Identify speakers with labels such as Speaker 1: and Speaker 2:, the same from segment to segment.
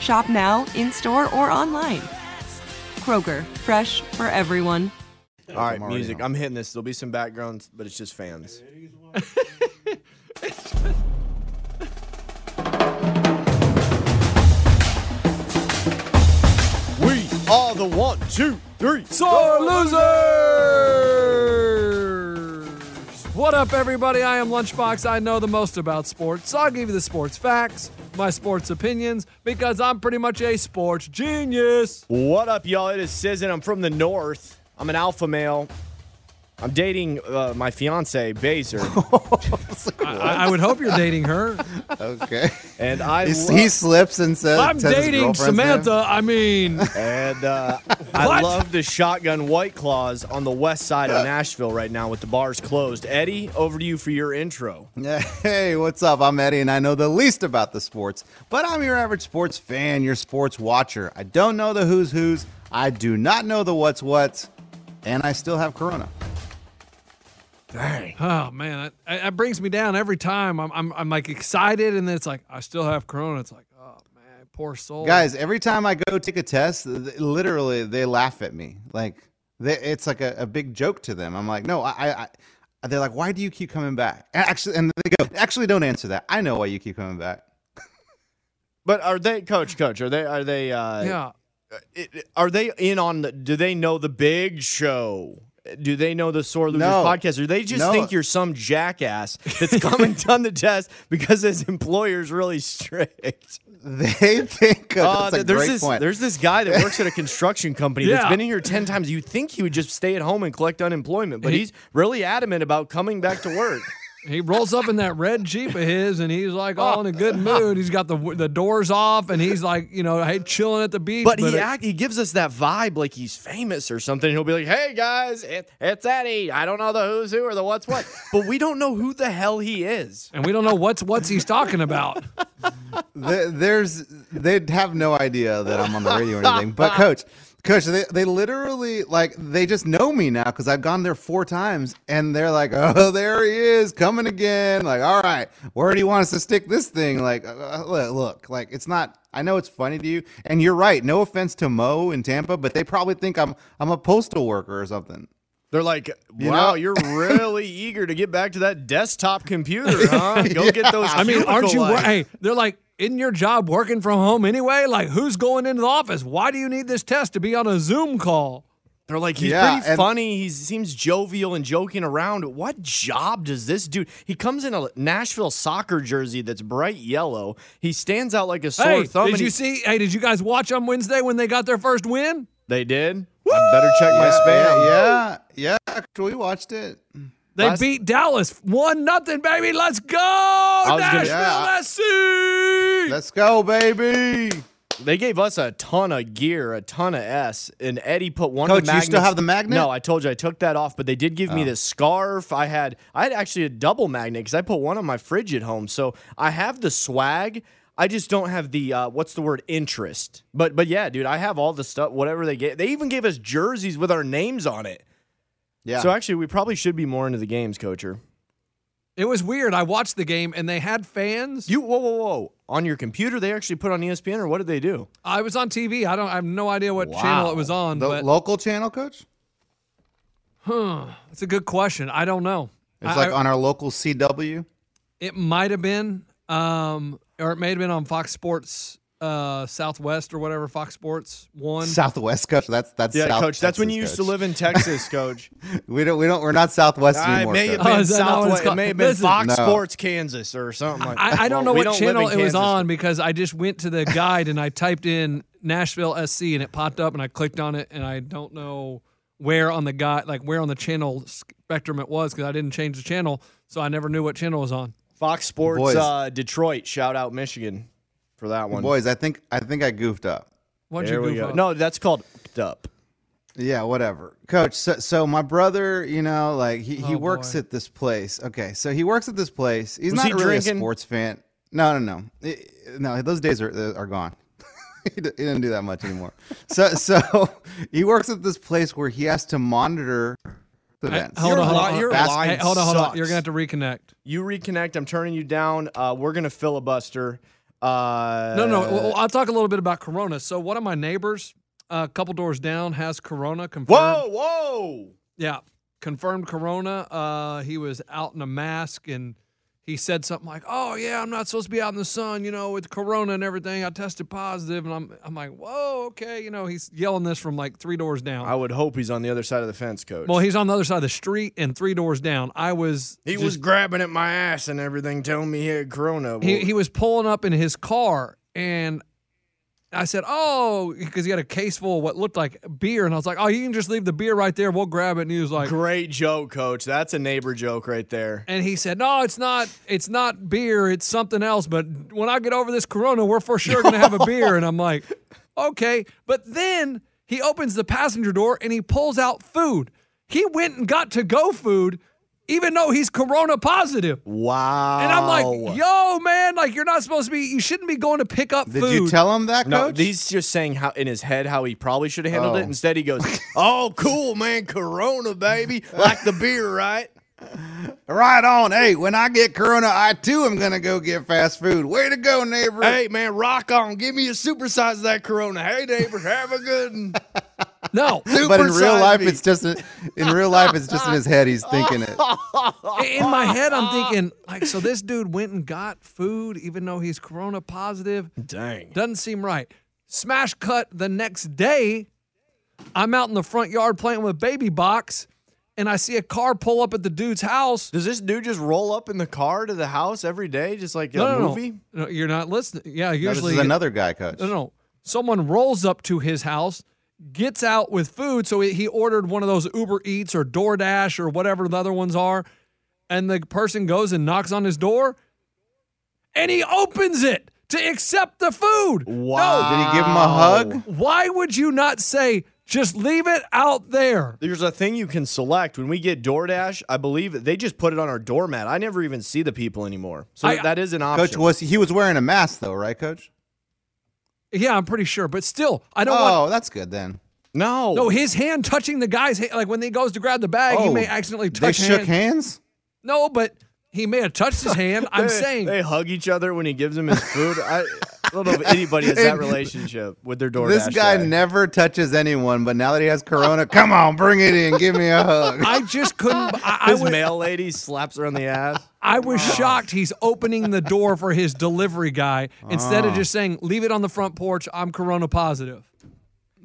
Speaker 1: Shop now, in store, or online. Kroger, fresh for everyone.
Speaker 2: All right, music. I'm hitting this. There'll be some backgrounds, but it's just fans. we are the one, two, three.
Speaker 3: Sore losers! What up, everybody? I am Lunchbox. I know the most about sports, so I'll give you the sports facts, my sports opinions, because I'm pretty much a sports genius.
Speaker 2: What up, y'all? It is Sizzin. I'm from the north. I'm an alpha male. I'm dating uh, my fiance Baser,
Speaker 3: I, I would hope you're dating her.
Speaker 4: Okay.
Speaker 2: and I
Speaker 4: He,
Speaker 2: lo-
Speaker 4: he slips and says,
Speaker 3: I'm
Speaker 4: says his
Speaker 3: dating
Speaker 4: girlfriend's
Speaker 3: Samantha.
Speaker 4: name.
Speaker 3: I mean,
Speaker 2: and uh, I
Speaker 3: What?
Speaker 2: love the shotgun White Claws on the west side of Nashville right now with the bars closed. Eddie, over to you for your intro.
Speaker 4: Yeah, Hey, what's up? I'm Eddie, and I know the least about the sports, but I'm your average sports fan, your sports watcher. I don't know the who's who's. I do not know the what's what's, and I still have Corona.
Speaker 3: oh man, that, that brings me down every time. I'm, I'm, I'm like excited, and then it's like I still have Corona. It's like, oh man, poor soul.
Speaker 4: Guys, every time I go take a test, th- literally they laugh at me. Like they, it's like a, a big joke to them. I'm like, no, I, I, I. They're like, why do you keep coming back? And Actually, and they go, actually, don't answer that. I know why you keep coming back.
Speaker 2: But are they, Coach? Coach, are they? Are they? Uh,
Speaker 3: yeah.
Speaker 2: it- it- are they in on the do they know the big show do they know the sore losers
Speaker 4: No.
Speaker 2: podcast or they just
Speaker 4: No.
Speaker 2: think you're some jackass that's come and done the test because his employer's really strict
Speaker 4: They think of,
Speaker 2: Uh,
Speaker 4: that's a
Speaker 2: there's
Speaker 4: great
Speaker 2: this
Speaker 4: point.
Speaker 2: there's this guy that works at a construction company that's
Speaker 3: Yeah.
Speaker 2: been in here 10 times you think he would just stay at home and collect unemployment but
Speaker 3: He-
Speaker 2: he's really adamant about coming back to work
Speaker 3: He rolls up in that red Jeep of his and he's like all in a good mood. He's got the the doors off and he's like, you know, hey, chilling at the beach. uh,
Speaker 2: but, uh, he
Speaker 3: it-
Speaker 2: act, he gives us that vibe like he's famous or something. He'll be like, "Hey guys, it, it's Eddie. I don't know the who's who or the what's what, but we don't know who the hell he is."
Speaker 3: and we don't know what's what's he's talking about.
Speaker 4: There- there's they'd have no idea that I'm on the radio or anything. But coach, coach, they, they literally like they just know me now because I've gone there four times and they're like, oh, there he is coming again. Like, all right, where do you want us to stick this thing? Like, uh, look, look, like it's not. I know it's funny to you, and you're right. No offense to Mo in Tampa, but they probably think I'm I'm a postal worker or something.
Speaker 2: They're like,
Speaker 4: You
Speaker 2: wow,
Speaker 4: know-
Speaker 2: you're really eager to get back to that desktop computer, huh? Go get those.
Speaker 3: I mean, aren't you?
Speaker 2: cubicle
Speaker 3: wor-
Speaker 2: lights."
Speaker 3: Hey, they're like, isn't your job working from home anyway? Like, who's going into the office? Why do you need this test to be on a Zoom call?
Speaker 2: They're like, he's
Speaker 4: Yeah,
Speaker 2: pretty
Speaker 4: and-
Speaker 2: funny. He seems jovial and joking around. What job does this dude? He comes in a Nashville soccer jersey that's bright yellow. He stands out like a sore
Speaker 3: Hey,
Speaker 2: thumb.
Speaker 3: did
Speaker 2: and
Speaker 3: you
Speaker 2: he-
Speaker 3: see? Hey, did you guys watch on Wednesday when they got their first win?
Speaker 2: They did. I better check my spam.
Speaker 4: Yeah, yeah, yeah. We watched it.
Speaker 3: They
Speaker 2: Last-
Speaker 3: beat Dallas one nothing, baby. Let's go,
Speaker 2: was gonna-
Speaker 3: Nashville.
Speaker 4: Yeah.
Speaker 3: Let's see.
Speaker 4: Let's go, baby.
Speaker 2: They gave us a ton of gear, a ton of S, and Eddie put one. of
Speaker 4: Coach,
Speaker 2: the
Speaker 4: you still
Speaker 2: magnets-
Speaker 4: have the magnet? Oh.
Speaker 2: No, I told you I took that off, but they did give me this scarf. I had I had actually a double magnet because I put one on my fridge at home, so I have the swag. I just don't have the uh, what's the word interest. But but yeah, dude, I have all the stuff. Whatever they get, they even gave us jerseys with our names on it.
Speaker 4: Yeah.
Speaker 2: So actually, we probably should be more into the games, Coacher.
Speaker 3: It was weird. I watched the game and they had fans.
Speaker 2: You whoa whoa whoa on your computer? They actually put on E ESPN, or what did they do?
Speaker 3: I was on TV. I don't. I have no idea what channel it was on.
Speaker 4: the
Speaker 3: but
Speaker 4: local channel coach?
Speaker 3: it's a good question. I don't know.
Speaker 4: It's
Speaker 3: I-
Speaker 4: like
Speaker 3: I-
Speaker 4: on our local CW.
Speaker 3: It might have been, um, or it may have been on Fox Sports uh, Southwest or whatever Fox Sports One.
Speaker 4: Southwest coach. That's that's
Speaker 2: Yeah,
Speaker 4: South
Speaker 2: Coach. That's when
Speaker 4: Texas,
Speaker 2: you used to
Speaker 4: Coach.
Speaker 2: live in Texas, Coach.
Speaker 4: We don't we don't we're not Southwest
Speaker 2: Ah,
Speaker 4: anymore.
Speaker 2: It may have
Speaker 4: Coach.
Speaker 2: been
Speaker 3: Oh, is that not what it's
Speaker 2: Southwest. It
Speaker 3: called?
Speaker 2: may have been
Speaker 3: Listen.
Speaker 2: Fox
Speaker 4: No.
Speaker 2: Sports Kansas or something like that.
Speaker 3: I, I don't know
Speaker 2: Well, we
Speaker 3: what
Speaker 2: don't live
Speaker 3: channel
Speaker 2: in
Speaker 3: it was
Speaker 2: Kansas.
Speaker 3: on because I just went to the guide and I typed in Nashville SC and it popped up and I clicked on it and I don't know where on the guide like where on the channel spectrum it was because I didn't change the channel so I never knew what channel it was on.
Speaker 2: Fox Sports
Speaker 4: Boys.
Speaker 2: uh, Detroit. Shout out Michigan for that one.
Speaker 4: Boys, I think I think I goofed up.
Speaker 3: What'd
Speaker 2: there
Speaker 3: you
Speaker 2: we
Speaker 3: goof
Speaker 2: go.
Speaker 3: on?
Speaker 2: No, that's called f***ed up.
Speaker 4: Yeah, whatever. Coach, so, so my brother, you know, like he, he
Speaker 3: Oh,
Speaker 4: works
Speaker 3: boy.
Speaker 4: at this place. Okay, so he works at this place. He's
Speaker 2: Was
Speaker 4: not
Speaker 2: he
Speaker 4: really
Speaker 2: drinking?
Speaker 4: a sports fan. No, no, no. It- no, those days are are gone. he d- he didn't do that much anymore. so so he works at this place where he has to monitor the
Speaker 3: Hey,
Speaker 4: events.
Speaker 3: hold
Speaker 2: Your
Speaker 3: on, hold
Speaker 2: li-
Speaker 3: on.
Speaker 2: your
Speaker 3: Bas-
Speaker 2: line
Speaker 3: hey, hold on, hold on.
Speaker 2: sucks.
Speaker 3: You're gonna have to reconnect.
Speaker 2: You reconnect. I'm turning you down. Uh, we're gonna filibuster. Uh,
Speaker 3: No, no. Well, I'll talk a little bit about Corona. So one of my neighbors, uh, a couple doors down, has Corona confirmed.
Speaker 2: Whoa, whoa.
Speaker 3: Yeah, confirmed corona. Uh, he was out in a mask and he said something like, "Oh yeah, I'm not supposed to be out in the sun, you know, with corona and everything. I tested positive." And I'm I'm like, "Whoa, okay." You know, he's yelling this from like three doors down.
Speaker 2: I would hope he's on the other side of the fence, Coach.
Speaker 3: well, he's on the other side of the street and three doors down. I was
Speaker 2: He was grabbing at my ass and everything, telling me he had corona.
Speaker 3: he, he was pulling up in his car and I said, "Oh, because he had a case full of what looked like beer." And I was like, "Oh, you can just leave the beer right there. We'll grab it." And he was like,
Speaker 2: Great joke, Coach. That's a neighbor joke right there.
Speaker 3: And he said, "No, it's not. It's not beer. It's something else. But when I get over this corona, we're for sure going to have a beer." And I'm like, "Okay." But then he opens the passenger door and he pulls out food. He went and got to go food, even though he's corona positive.
Speaker 2: Wow.
Speaker 3: And I'm like, "Yo, man! Like you're not supposed to be. You shouldn't be going to pick up
Speaker 4: Did
Speaker 3: food."
Speaker 4: you tell him that,
Speaker 2: No,
Speaker 4: coach?
Speaker 2: he's just saying how in his head how he probably should have handled
Speaker 4: Oh.
Speaker 2: it. Instead, he goes, "Oh, cool, man, Corona, baby, like the beer, right?"
Speaker 4: right on. Hey, when I get corona, I too am gonna go get fast food. Way to go, neighbor.
Speaker 2: Hey, man, rock on. Give me a supersize of that Corona. Hey, neighbor, have a good one.
Speaker 3: no.
Speaker 4: but in real
Speaker 2: supersize
Speaker 4: life,
Speaker 2: me.
Speaker 4: it's just in, in real life, it's just in his head. He's thinking it.
Speaker 3: I- in my head, I'm thinking like, so this dude went and got food, even though he's corona positive.
Speaker 2: Dang.
Speaker 3: Doesn't seem right. Smash cut the next day. I'm out in the front yard playing with baby box, and I see a car pull up at the dude's house.
Speaker 2: Does this dude just roll up in the car to the house every day, just like
Speaker 3: No,
Speaker 2: a
Speaker 3: no, no.
Speaker 2: movie?
Speaker 3: No, you're not listening. Yeah,
Speaker 4: No, this
Speaker 3: usually
Speaker 4: is another guy, coach.
Speaker 3: no, no. Someone rolls up to his house, gets out with food. So he he ordered one of those Uber Eats or DoorDash or whatever the other ones are, and the person goes and knocks on his door, and he opens it to accept the food.
Speaker 2: Wow.
Speaker 4: Did he give him a hug?
Speaker 3: Why would you not say just leave it out there?
Speaker 2: There's a thing you can select. When we get DoorDash, I believe that they just put it on our doormat. I never even see the people anymore. So
Speaker 3: I-
Speaker 2: that is an option.
Speaker 4: Coach was he was wearing a mask though, right, Coach?
Speaker 3: Yeah, I'm pretty sure, but still, I don't want.
Speaker 4: Oh, that's good then.
Speaker 2: no.
Speaker 3: No, his hand touching the guy's hand, like when he goes to grab the bag, he
Speaker 4: Oh,
Speaker 3: may accidentally
Speaker 4: They
Speaker 3: touch.
Speaker 4: shook
Speaker 3: hand.
Speaker 4: hands.
Speaker 3: No, but he may have touched his hand. I'm
Speaker 2: They-
Speaker 3: saying
Speaker 2: they hug each other when he gives him his food. I, I don't know if anybody has that
Speaker 4: And
Speaker 2: relationship with their DoorDash.
Speaker 4: This guy
Speaker 2: guy.
Speaker 4: never touches anyone, but now that he has corona, come on, bring it in, give me a hug.
Speaker 3: I just couldn't. I, I
Speaker 2: His
Speaker 3: was,
Speaker 2: mail lady slaps her on the ass.
Speaker 3: I was shocked. He's opening the door for his delivery guy instead
Speaker 2: Ah.
Speaker 3: of just saying, "Leave it on the front porch. I'm corona positive."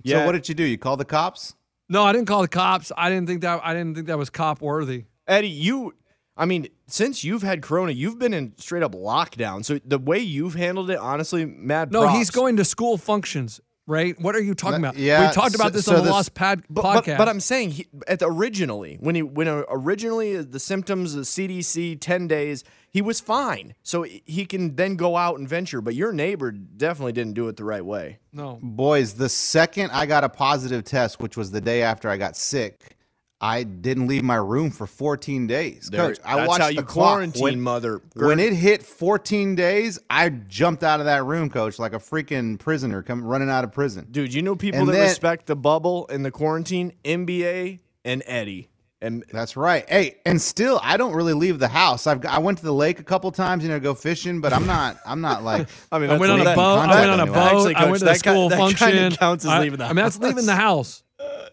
Speaker 2: Yeah.
Speaker 4: So what did you do? You call the cops?
Speaker 3: No, I didn't call the cops. I didn't think that. I didn't think that was cop worthy.
Speaker 2: Eddie, you, I mean, since you've had Corona, you've been in straight up lockdown. So the way you've handled it, honestly, mad.
Speaker 3: No,
Speaker 2: props.
Speaker 3: he's going to school functions, right? What are you talking
Speaker 4: No,
Speaker 3: about?
Speaker 4: yeah,
Speaker 3: we talked about
Speaker 4: so-
Speaker 3: this
Speaker 4: so
Speaker 3: on the
Speaker 4: this-
Speaker 3: Lost Pad
Speaker 2: But,
Speaker 3: podcast.
Speaker 2: but, but I'm saying he, at the originally when he when uh, originally the symptoms the CDC ten days he was fine so he can then go out and venture but your neighbor definitely didn't do it the right way
Speaker 3: no.
Speaker 4: Boys, the second I got a positive test, which was the day after I got sick, I didn't leave my room for 14 days.
Speaker 2: There-
Speaker 4: Coach, I
Speaker 2: that's
Speaker 4: watched
Speaker 2: how
Speaker 4: the
Speaker 2: you
Speaker 4: clock.
Speaker 2: quarantine,
Speaker 4: When-
Speaker 2: mother.
Speaker 4: When it hit 14 days, I jumped out of that room, coach, like a freaking prisoner come running out of prison.
Speaker 2: Dude, you know people
Speaker 4: And
Speaker 2: that
Speaker 4: then-
Speaker 2: respect the bubble and the quarantine, NBA and Eddie. And
Speaker 4: That's right. Hey, and still, I don't really leave the house. I've g- I went to the lake a couple times, you know, to go fishing, but I'm not. I'm not like.
Speaker 2: I mean,
Speaker 3: I went on a
Speaker 4: leaving
Speaker 3: boat. I
Speaker 4: contact
Speaker 3: went on a
Speaker 4: anyway.
Speaker 3: boat.
Speaker 2: Actually,
Speaker 3: I
Speaker 2: Coach,
Speaker 3: went to the
Speaker 2: that ki-
Speaker 3: school
Speaker 2: that kinda
Speaker 3: function.
Speaker 2: counts as
Speaker 3: I-
Speaker 2: leaving the
Speaker 3: I mean, that's
Speaker 2: house.
Speaker 3: leaving the house.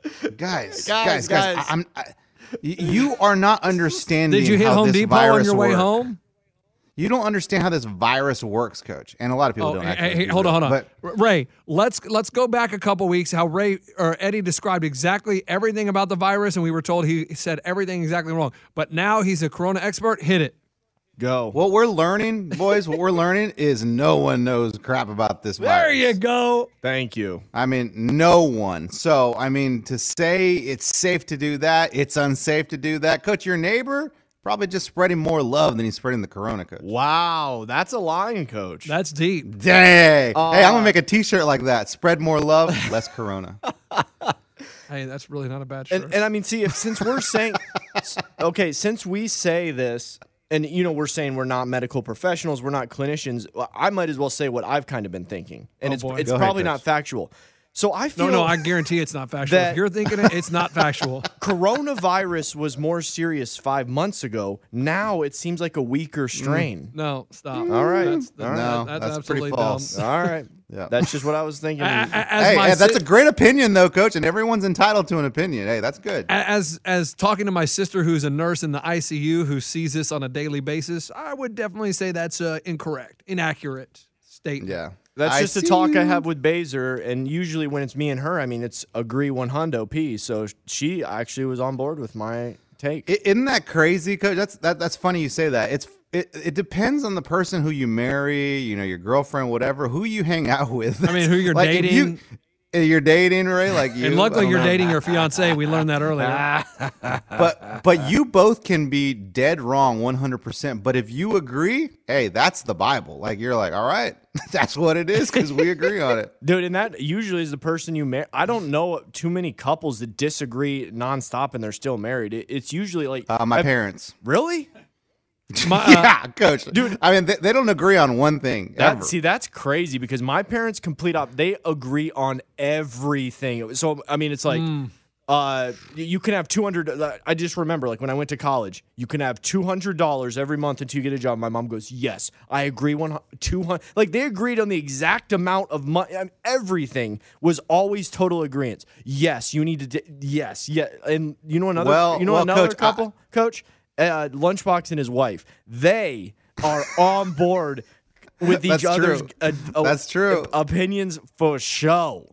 Speaker 4: guys,
Speaker 2: Guys,
Speaker 4: guys, guys.
Speaker 2: guys.
Speaker 4: I, am I, y- you are not understanding.
Speaker 3: Did you hit
Speaker 4: how
Speaker 3: Home
Speaker 4: this
Speaker 3: Depot on
Speaker 4: virus
Speaker 3: your way
Speaker 4: works.
Speaker 3: home?
Speaker 4: You don't understand how this virus works, Coach, and a lot of people
Speaker 3: Oh,
Speaker 4: don't.
Speaker 3: hey,
Speaker 4: Actually,
Speaker 3: hey,
Speaker 4: do
Speaker 3: hold on,
Speaker 4: that.
Speaker 3: hold on,
Speaker 4: But
Speaker 3: R- Ray. Let's let's go back a couple weeks. How Ray or Eddie described exactly everything about the virus, and we were told he said everything exactly wrong. But now he's a corona expert. Hit it.
Speaker 2: go.
Speaker 4: what we're learning, boys, what we're learning is no one knows crap about this virus.
Speaker 3: There you go.
Speaker 2: Thank you.
Speaker 4: I mean, no one. So, I mean, to say it's safe to do that, it's unsafe to do that. Coach, your neighbor probably just spreading more love than he's spreading the corona, coach.
Speaker 2: Wow, that's a line, coach.
Speaker 3: That's deep.
Speaker 4: Dang.
Speaker 2: Oh.
Speaker 4: hey, I'm going to make a t shirt like that. Spread more love, less corona.
Speaker 3: Hey, that's really not a bad shirt.
Speaker 2: and, and I mean, see, if since we're saying, s- okay, since we say this, and you know, we're saying we're not medical professionals, we're not clinicians. well, I might as well say what I've kind of been thinking, and it's
Speaker 3: Oh, boy.
Speaker 2: it's
Speaker 4: Go ahead,
Speaker 2: probably
Speaker 4: Coach.
Speaker 2: not factual. So I feel
Speaker 3: no, no, I guarantee it's not factual.
Speaker 2: That-
Speaker 3: if you're thinking it, it's not factual.
Speaker 2: coronavirus was more serious five months ago. Now it seems like a weaker
Speaker 4: Mm.
Speaker 2: strain.
Speaker 3: No, stop.
Speaker 2: All right.
Speaker 3: That's, that-
Speaker 2: All right.
Speaker 4: No,
Speaker 3: that- that's,
Speaker 4: that's pretty
Speaker 3: absolutely
Speaker 4: false.
Speaker 3: dumb.
Speaker 2: All right,
Speaker 4: Yeah.
Speaker 2: that's just what I was thinking.
Speaker 3: A- a- as
Speaker 4: Hey,
Speaker 3: my
Speaker 4: hey, that's
Speaker 3: si-
Speaker 4: a great opinion, though, coach, and everyone's entitled to an opinion. Hey, that's good.
Speaker 3: A- as as talking to my sister who's a nurse in the ICU who sees this on a daily basis, I would definitely say that's uh, incorrect, inaccurate statement.
Speaker 4: Yeah.
Speaker 2: That's
Speaker 4: I
Speaker 2: just a
Speaker 4: see
Speaker 2: talk I
Speaker 4: you.
Speaker 2: have with Baser, and usually when it's me and her, I mean it's agree one hundo p. So she actually was on board with my take.
Speaker 4: I- Isn't that crazy, Coach? That's that, that's funny you say that. It's it, it depends on the person who you marry, you know, your girlfriend, whatever, who you hang out with.
Speaker 3: I mean, who you're
Speaker 4: Like, if you-
Speaker 3: dating.
Speaker 4: if you're dating, right? Like you.
Speaker 3: And luckily,
Speaker 4: I
Speaker 3: you're
Speaker 4: don't know.
Speaker 3: dating your fiance. We learned that earlier. uh,
Speaker 4: But but you both can be dead wrong 100. percent But if you agree, hey, that's the Bible. Like you're like, all right, that's what it is because we agree on it.
Speaker 2: Dude, and that usually is the person you marry. I don't know too many couples that disagree nonstop and they're still married. It, it's usually like,
Speaker 4: Uh, my parents.
Speaker 2: really?
Speaker 3: My, uh,
Speaker 4: yeah, coach. Dude, I mean, they, they don't agree on one thing. ever.
Speaker 2: That, see, that's crazy because my parents complete up. They agree on everything. So I mean, it's like.
Speaker 4: Mm.
Speaker 2: Uh, you- you can have two hundred. uh, I just remember, like when I went to college, you can have two hundred dollars every month until you get a job. My mom goes, "Yes, I agree." One two hundred, like they agreed on the exact amount of money. I mean, everything was always total agreement. Yes, you need to. d yes, yeah, and you know another.
Speaker 4: Well-
Speaker 2: you know
Speaker 4: well,
Speaker 2: another
Speaker 4: Coach, I-
Speaker 2: couple coach, uh, Lunchbox and his wife, they are on board with each
Speaker 4: That's
Speaker 2: other's
Speaker 4: true.
Speaker 2: uh, uh,
Speaker 4: That's true.
Speaker 2: opinions for show.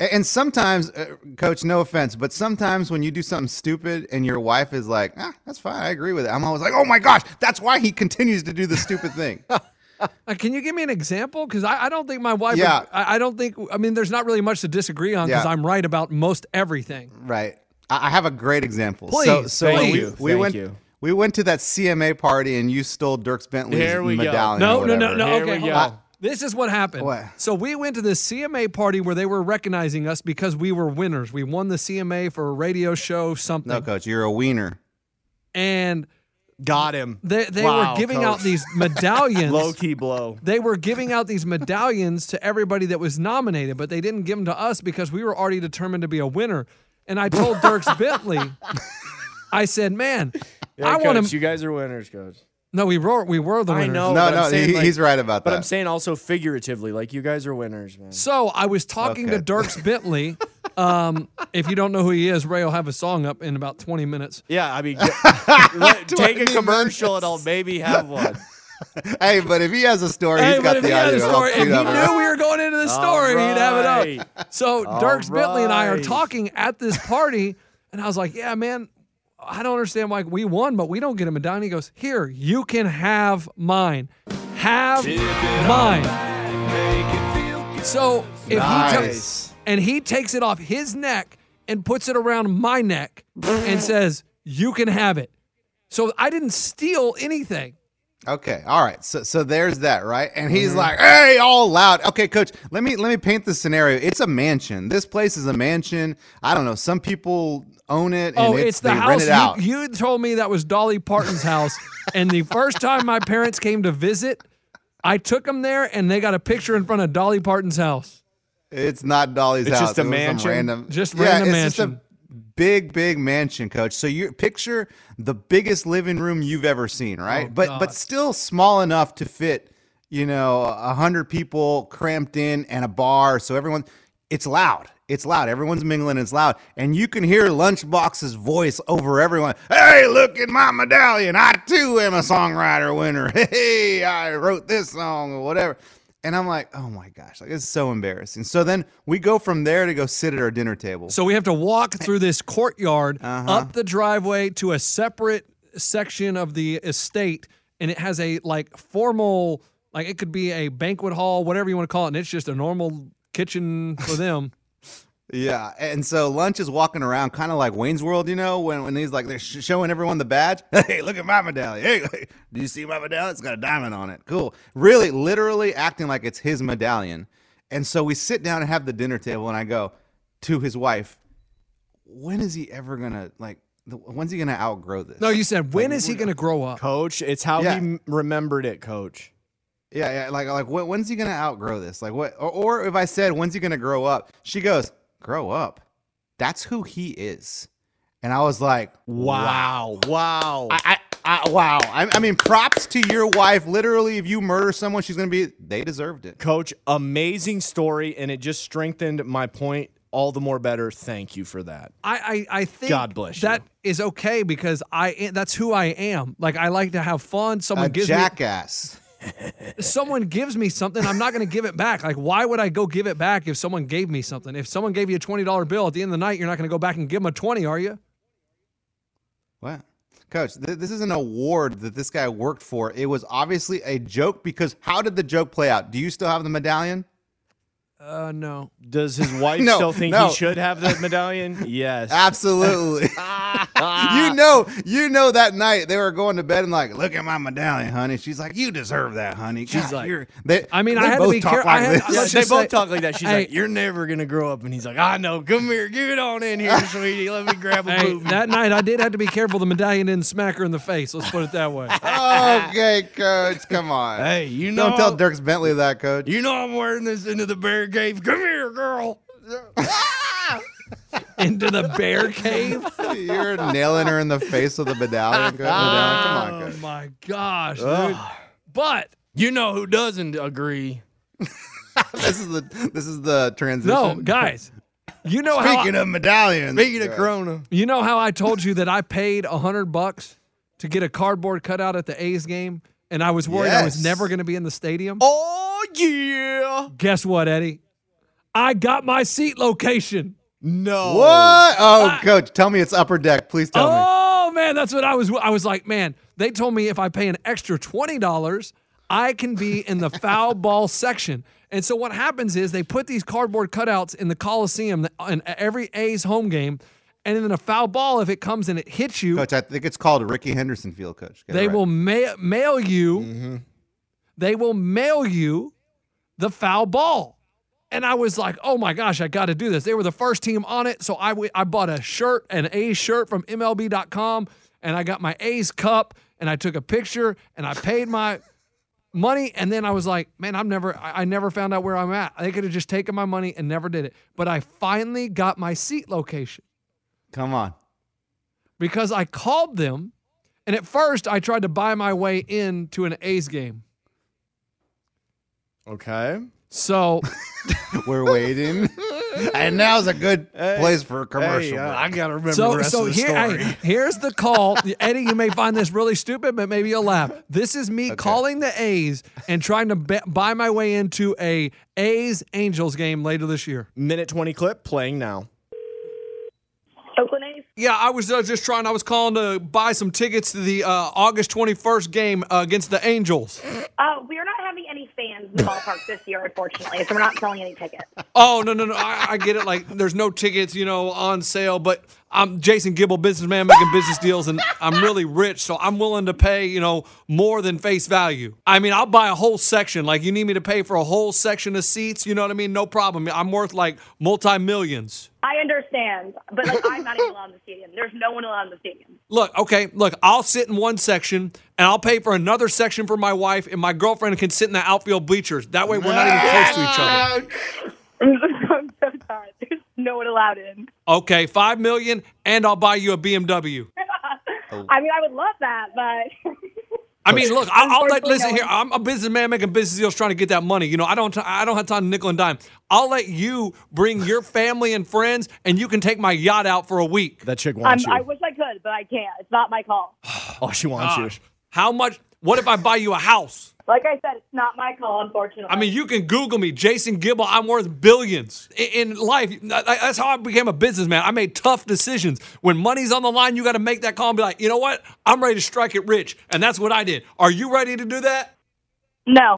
Speaker 4: A- And sometimes, uh, coach, no offense, but sometimes when you do something stupid and your wife is like, ah, that's fine, I agree with it. I'm always like, oh my gosh, that's why he continues to do the stupid thing.
Speaker 3: uh, can you give me an example? Because I, I don't think my wife.
Speaker 4: Yeah.
Speaker 3: I, I don't think. I mean, there's not really much to disagree on because
Speaker 4: Yeah.
Speaker 3: I'm right about most everything.
Speaker 4: right. I, I have a great example. so,
Speaker 3: Please,
Speaker 4: so
Speaker 3: thank
Speaker 4: we,
Speaker 2: you,
Speaker 4: we
Speaker 2: thank
Speaker 4: went.
Speaker 2: you.
Speaker 4: We went to that CMA party and you stole Dirks Bentley's
Speaker 2: Here we go.
Speaker 4: medallion.
Speaker 3: No,
Speaker 4: or
Speaker 3: no, no,
Speaker 4: whatever.
Speaker 3: no.
Speaker 2: Here
Speaker 3: Okay,
Speaker 2: we
Speaker 3: hold
Speaker 2: go.
Speaker 3: on. This is what happened.
Speaker 4: What?
Speaker 3: So we went to this CMA party where they were recognizing us because we were winners. We won the CMA for a radio show, something.
Speaker 4: No, coach, you're a wiener.
Speaker 3: And
Speaker 2: Got him.
Speaker 3: they, they
Speaker 2: Wow,
Speaker 3: were giving out
Speaker 2: coach.
Speaker 3: these medallions.
Speaker 2: low key blow.
Speaker 3: They were giving out these medallions to everybody that was nominated, but they didn't give them to us because we were already determined to be a winner. And I told Dirks Bentley, I said, man, I want
Speaker 2: coach,
Speaker 3: to.
Speaker 2: You guys are winners, coach.
Speaker 3: No, we were, we were the
Speaker 2: I
Speaker 3: winners.
Speaker 2: know.
Speaker 4: no,
Speaker 2: but I'm
Speaker 4: no,
Speaker 2: saying,
Speaker 4: he,
Speaker 2: like-
Speaker 4: he's right about
Speaker 2: But
Speaker 4: that.
Speaker 2: I'm saying also figuratively, like you guys are winners, man.
Speaker 3: So I was talking to
Speaker 4: Okay.
Speaker 3: Dirks Bentley. Um, if you don't know who he is, Ray will have a song up in about 20 minutes.
Speaker 2: Yeah, I mean, let- take a
Speaker 4: 20
Speaker 2: commercial and I'll maybe have one.
Speaker 4: hey, but if he has a story,
Speaker 3: Hey,
Speaker 4: he's
Speaker 3: but
Speaker 4: got
Speaker 3: if
Speaker 4: the
Speaker 3: he had
Speaker 4: audio.
Speaker 3: a
Speaker 4: all
Speaker 3: story, if he
Speaker 4: queued up.
Speaker 3: knew we were going into the story, he'd have it up. So Dirks Bentley and I are
Speaker 2: right.
Speaker 3: talking at this party, and I was like, "Yeah, man, I don't understand why we won, but we don't get a medallion." He goes, "Here, you can have mine. Have mine." So if he
Speaker 4: Nice.
Speaker 3: takes and he takes it off his neck and puts it around my neck and says, "You can have it." So I didn't steal anything.
Speaker 4: Okay. All right. So so there's that, right? And he's
Speaker 3: Mm-hmm.
Speaker 4: like, "Hey, all loud." Okay, coach, let me let me paint the scenario. It's a mansion. This place is a mansion. I don't know. Some people own it. And
Speaker 3: Oh,
Speaker 4: it's,
Speaker 3: it's, the
Speaker 4: they
Speaker 3: house.
Speaker 4: Rent it
Speaker 3: you-
Speaker 4: out.
Speaker 3: You, told me that was Dolly Parton's house. and the first time my parents came to visit, I took them there and they got a picture in front of Dolly Parton's house.
Speaker 4: It's not Dolly's
Speaker 2: It's
Speaker 4: house.
Speaker 2: just a
Speaker 4: It was some
Speaker 2: mansion?
Speaker 4: random,
Speaker 3: Just
Speaker 4: yeah,
Speaker 3: random
Speaker 4: it's
Speaker 3: mansion.
Speaker 4: Just a big, big mansion, coach. So you picture the biggest living room you've ever seen, right? but but still small enough to fit, you know, a hundred people cramped in and a bar. So everyone, it's loud. It's loud. Everyone's mingling. It's loud, and you can hear Lunchbox's voice over everyone. Hey, look at my medallion. I too am a songwriter winner. Hey, I wrote this song or whatever. And I'm like, oh my gosh, like it's so embarrassing. So then we go from there to go sit at our dinner table.
Speaker 3: So we have to walk through this courtyard,
Speaker 4: Uh-huh.
Speaker 3: up the driveway to a separate section of the estate, and it has a like formal, like it could be a banquet hall, whatever you want to call it, and it's just a normal kitchen for them.
Speaker 4: yeah, and so lunch is walking around kind of like Wayne's World, you know, when, when he's like they're sh- showing everyone the badge. Hey, look at my medallion. Hey, look- do you see my medallion? It's got a diamond on it. Cool. Really, literally acting like it's his medallion. And so we sit down and have the dinner table, and I go to his wife. When is he ever gonna like? the- When's he gonna outgrow this?
Speaker 3: no, you said when is he going to grow up?
Speaker 2: Coach, it's how
Speaker 4: Yeah.
Speaker 2: he m- remembered it, coach.
Speaker 4: Yeah, yeah. Like, like when, when's he gonna outgrow this? Like, what? Or, or if I said, when's he gonna grow up? She goes, grow up. That's who he is. And I was like,
Speaker 2: Wow. Wow.
Speaker 4: I, I, I wow. I, I mean, props to your wife. Literally, if you murder someone, she's gonna be. They deserved it.
Speaker 2: Coach, amazing story, and it just strengthened my point all the more better. Thank you for that.
Speaker 3: I, I, I think
Speaker 2: God bless you.
Speaker 3: that is okay because I that's who I am. Like I like to have fun. Someone
Speaker 4: A
Speaker 3: gives
Speaker 4: jackass.
Speaker 3: me someone gives me something. I'm not going to give it back. Like why would I go give it back if someone gave me something? If someone gave you a twenty dollar bill at the end of the night, you're not going to go back and give them a twenty, are you?
Speaker 4: What? Coach, th- this is an award that this guy worked for. It was obviously a joke because how did the joke play out? Do you still have the medallion?
Speaker 3: Uh, no.
Speaker 2: Does his wife
Speaker 4: No,
Speaker 2: still think
Speaker 4: no.
Speaker 2: he should have the medallion? yes.
Speaker 4: Absolutely. you know, you know that night they were going to bed and like, look at my medallion, honey. She's like, you deserve that, honey. She's
Speaker 2: like-
Speaker 4: you're, they,
Speaker 3: I mean, I
Speaker 4: they
Speaker 3: had to
Speaker 4: both
Speaker 3: be
Speaker 4: talk
Speaker 3: care- I
Speaker 4: Like
Speaker 3: had-
Speaker 4: this.
Speaker 2: Yeah,
Speaker 3: Let's
Speaker 2: they
Speaker 3: just
Speaker 2: both
Speaker 3: say-
Speaker 2: talk like that. She's
Speaker 3: Hey.
Speaker 2: like, "You're never gonna grow up," and he's like, "I know. Come here, get on in here, sweetie. Let me grab a
Speaker 3: Hey,
Speaker 2: boob."
Speaker 3: that night I did have to be careful. The medallion didn't smack her in the face. Let's put it that way.
Speaker 4: okay, coach, come on.
Speaker 2: Hey, you
Speaker 4: don't
Speaker 2: know-
Speaker 4: tell Dirks Bentley that, coach.
Speaker 2: You know I'm wearing this into the bear cave. Come here, girl.
Speaker 3: Into the bear cave.
Speaker 4: You're nailing her in the face with a medallion. Coach. Medallion, Come on,
Speaker 3: Oh
Speaker 4: coach.
Speaker 3: my gosh, dude. But
Speaker 2: You know who doesn't agree?
Speaker 4: This is the this is the transition.
Speaker 3: no, guys. You know how I-
Speaker 4: Speaking of medallions,
Speaker 2: Speaking of
Speaker 4: coach.
Speaker 2: Corona,
Speaker 3: You know how I told you that I paid a hundred bucks to get a cardboard cutout at the A's game, and I was worried I was
Speaker 4: Yes.
Speaker 3: never going to be in the stadium.
Speaker 2: oh yeah,
Speaker 3: Guess what, Eddie? I got my seat location.
Speaker 2: no,
Speaker 4: What? Oh, coach, tell me it's upper deck. Please tell me.
Speaker 3: Ah. Oh man, that's what I was. I was like, man, they told me if I pay an extra twenty dollars, I can be in the foul ball section. And so what happens is they put these cardboard cutouts in the Coliseum in every A's home game, and then a foul ball if it comes and it hits you,
Speaker 4: Coach, I think it's called Ricky Henderson Field, coach. Get it
Speaker 3: They
Speaker 4: right.
Speaker 3: will ma- mail you. They will mail you the foul ball. And I was like, oh my gosh, I got to do this. They were the first team on it. So I, w- I bought a shirt, an A's shirt from MLB.com, and I got my A's cup, and I took a picture, and I paid my money. And then I was like, man, I'm never, I, I never found out where I'm at. They could have just taken my money and never did it. But I finally got my seat location
Speaker 4: Come on.
Speaker 3: because I called them, and at first I tried to buy my way in to an A's game.
Speaker 2: Okay,
Speaker 3: So
Speaker 4: We're waiting. and now's a good place for a commercial.
Speaker 2: Hey, uh,
Speaker 4: break.
Speaker 2: I gotta remember the
Speaker 3: so
Speaker 2: rest
Speaker 3: so
Speaker 2: of the
Speaker 3: here
Speaker 2: story.
Speaker 3: hey, here's the call. Eddie, you may find this really stupid, but maybe you'll laugh. This is me calling the A's and trying to be- buy my way into a A's Angels game later this year.
Speaker 2: Minute twenty clip playing now.
Speaker 5: Oakland A's.
Speaker 3: Yeah, I was uh, just trying. I was calling to buy some tickets to the uh, August 21st game uh, against the Angels.
Speaker 5: Uh, we are not having any fans in the ballpark this year, unfortunately, so we're not selling any tickets.
Speaker 3: Oh no no no! I, I get it. Like there's no tickets, you know, on sale. But I'm Jason Gibble, businessman making business deals, and I'm really rich, so I'm willing to pay, you know, more than face value. I mean, I'll buy a whole section. Like, you need me to pay for a whole section of seats, you know what I mean? No problem. I'm worth like multi millions.
Speaker 5: I understand, but like I'm not even allowed in the stadium. There's no one allowed in the stadium.
Speaker 3: Look, okay, look, I'll sit in one section and I'll pay for another section for my wife, and my girlfriend can sit in the outfield bleachers. That way, we're not even close to each other.
Speaker 5: I'm so sorry. There's no one allowed in.
Speaker 3: Okay, five million, and I'll buy you a BMW. Oh.
Speaker 5: I mean, I would love that, but
Speaker 3: I mean, look, I, I'll let
Speaker 5: Unfortunately,
Speaker 3: listen
Speaker 5: no
Speaker 3: here. I'm a businessman making business deals, trying to get that money. You know, I don't, I don't have time to nickel and dime. I'll let you bring your family and friends, and you can take my yacht out for a week.
Speaker 2: That chick
Speaker 5: I'm,
Speaker 2: wants
Speaker 5: Um, I
Speaker 2: you.
Speaker 5: wish I could, but I can't. It's not my call.
Speaker 2: oh, she wants
Speaker 3: Gosh,
Speaker 2: you.
Speaker 3: how much? What if I buy you a house?
Speaker 5: Like I said, it's not my call, unfortunately.
Speaker 3: I mean, you can Google me, Jason Gibble. I'm worth billions I- in, life. That- That's how I became a businessman. I made tough decisions. When money's on the line, you got to make that call and be like, you know what? I'm ready to strike it rich, and that's what I did. Are you ready to do that?
Speaker 5: no.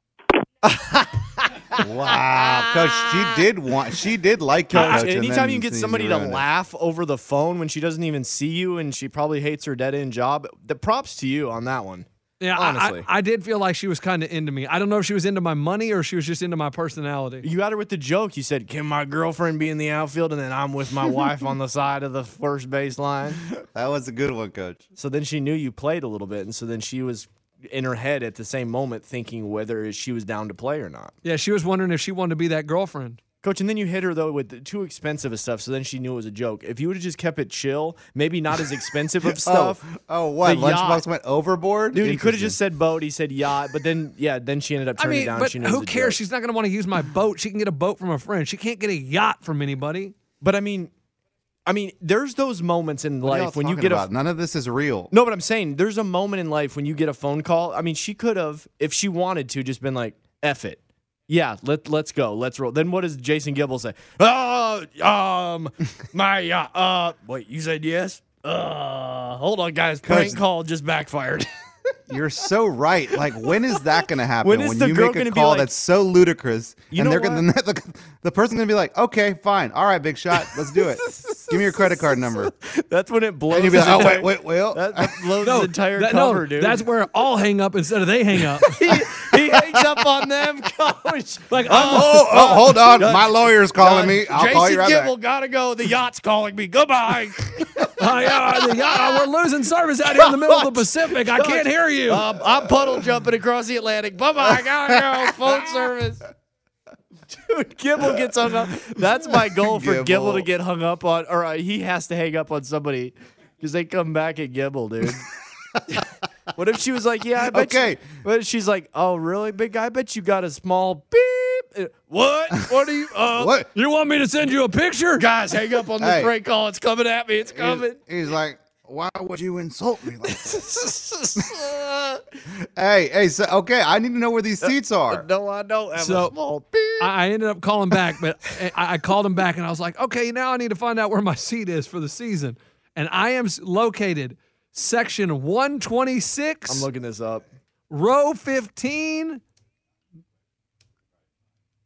Speaker 4: Wow, coach, Uh, she did want, she did like you.
Speaker 2: Gosh,
Speaker 4: coach, and
Speaker 2: Uh, anytime
Speaker 4: then
Speaker 2: you get
Speaker 4: see
Speaker 2: somebody to
Speaker 4: ruined it.
Speaker 2: laugh over the phone when she doesn't even see you and she probably hates her dead end job, the props to you on that one.
Speaker 3: Yeah,
Speaker 2: I- I- Honestly.
Speaker 3: I, did feel like she was kind of into me. I don't know if she was into my money or she was just into my personality.
Speaker 2: You got her with the joke. You said, "Can my girlfriend be in the outfield?" And then I'm with my wife on the side of the first base line.
Speaker 4: that was a good one, coach.
Speaker 2: So then she knew you played a little bit, and so then she was in her head at the same moment thinking whether she was down to play or not.
Speaker 3: Yeah, she was wondering if she wanted to be that girlfriend.
Speaker 2: Coach, and then you hit her though with the too expensive of stuff, so then she knew it was a joke. If you would have just kept it chill, maybe not as expensive of stuff.
Speaker 4: Oh, oh what?
Speaker 2: The
Speaker 4: Lunchbox
Speaker 2: yacht.
Speaker 4: went overboard.
Speaker 2: Dude, he could have just said boat. He said yacht, but then yeah, then she ended up
Speaker 3: I
Speaker 2: turning
Speaker 3: mean,
Speaker 2: it down.
Speaker 3: but
Speaker 2: she knew it
Speaker 3: who
Speaker 2: was a
Speaker 3: cares?
Speaker 2: joke.
Speaker 3: She's not going to want to use my boat. She can get a boat from a friend. She can't get a yacht from anybody.
Speaker 2: But I mean, I mean, there's those moments in
Speaker 4: What are y'all
Speaker 2: life when you
Speaker 4: talking
Speaker 2: get
Speaker 4: about?
Speaker 2: a
Speaker 4: none of this is real.
Speaker 2: No, but I'm saying there's a moment in life when you get a phone call. I mean, she could have, if she wanted to, just been like, F it. Yeah, let, let's go. Let's roll. Then what does Jason Gibble say? Oh, um, my, uh, uh, wait, you said yes? Uh, hold on, guys. Prank
Speaker 4: Cause-
Speaker 2: call just backfired.
Speaker 4: You're so right. Like, when is that going to happen?
Speaker 2: When is the
Speaker 4: you
Speaker 2: girl
Speaker 4: make
Speaker 2: gonna
Speaker 4: a
Speaker 2: be
Speaker 4: call
Speaker 2: like,
Speaker 4: that's so ludicrous,
Speaker 2: "You
Speaker 4: and
Speaker 2: know
Speaker 4: they're gonna the, the person's going to be like, "Okay, fine, all right, big shot, let's do it. Give me your credit card number."
Speaker 2: That's when it blows.
Speaker 4: And you'd be
Speaker 2: his
Speaker 4: like, "Oh
Speaker 2: entire-
Speaker 4: wait, wait, well,
Speaker 2: That, that blows the entire
Speaker 3: that-
Speaker 2: cover, dude.
Speaker 3: That's where I'll hang up instead of they hang up.
Speaker 2: he, he hangs up on them, coach.
Speaker 3: Like,
Speaker 4: oh, oh, hold on, my lawyer's calling me. I'll
Speaker 2: Jason
Speaker 4: call you right
Speaker 2: Gibble
Speaker 4: back.
Speaker 2: gotta go. The yacht's calling me. Goodbye.
Speaker 3: Oh, yeah, yeah, we're losing service out here in the middle
Speaker 2: Oh,
Speaker 3: of the Pacific. I can't hear you.
Speaker 2: Um, I'm puddle jumping across the Atlantic. Bye bye. Gotta go. Phone service. Dude, Gibble gets hung up. That's my goal for Gibble,
Speaker 4: Gibble.
Speaker 2: to get hung up on. All right, he has to hang up on somebody because they come back at Gibble, dude. what if she was like, "Yeah, I bet." you-
Speaker 4: Okay.
Speaker 2: What if she's like, "Oh, really, big guy? I bet you got a small beep." Uh, What? What are you? Uh,
Speaker 4: What?
Speaker 3: you want me to send you a picture?
Speaker 2: Guys, hang up on this
Speaker 4: Hey.
Speaker 2: break call. It's coming at me. It's coming.
Speaker 4: He's like, "Why would you insult me?" Like, that?" hey, hey, so okay, I need to know where these seats are.
Speaker 2: no, I don't have
Speaker 3: So-
Speaker 2: a small beep.
Speaker 3: I I ended up calling back, but eh, I, I called him back and I was like, okay, now I need to find out where my seat is for the season. And I am s- located section 126,
Speaker 2: I'm looking this up.
Speaker 3: row 15.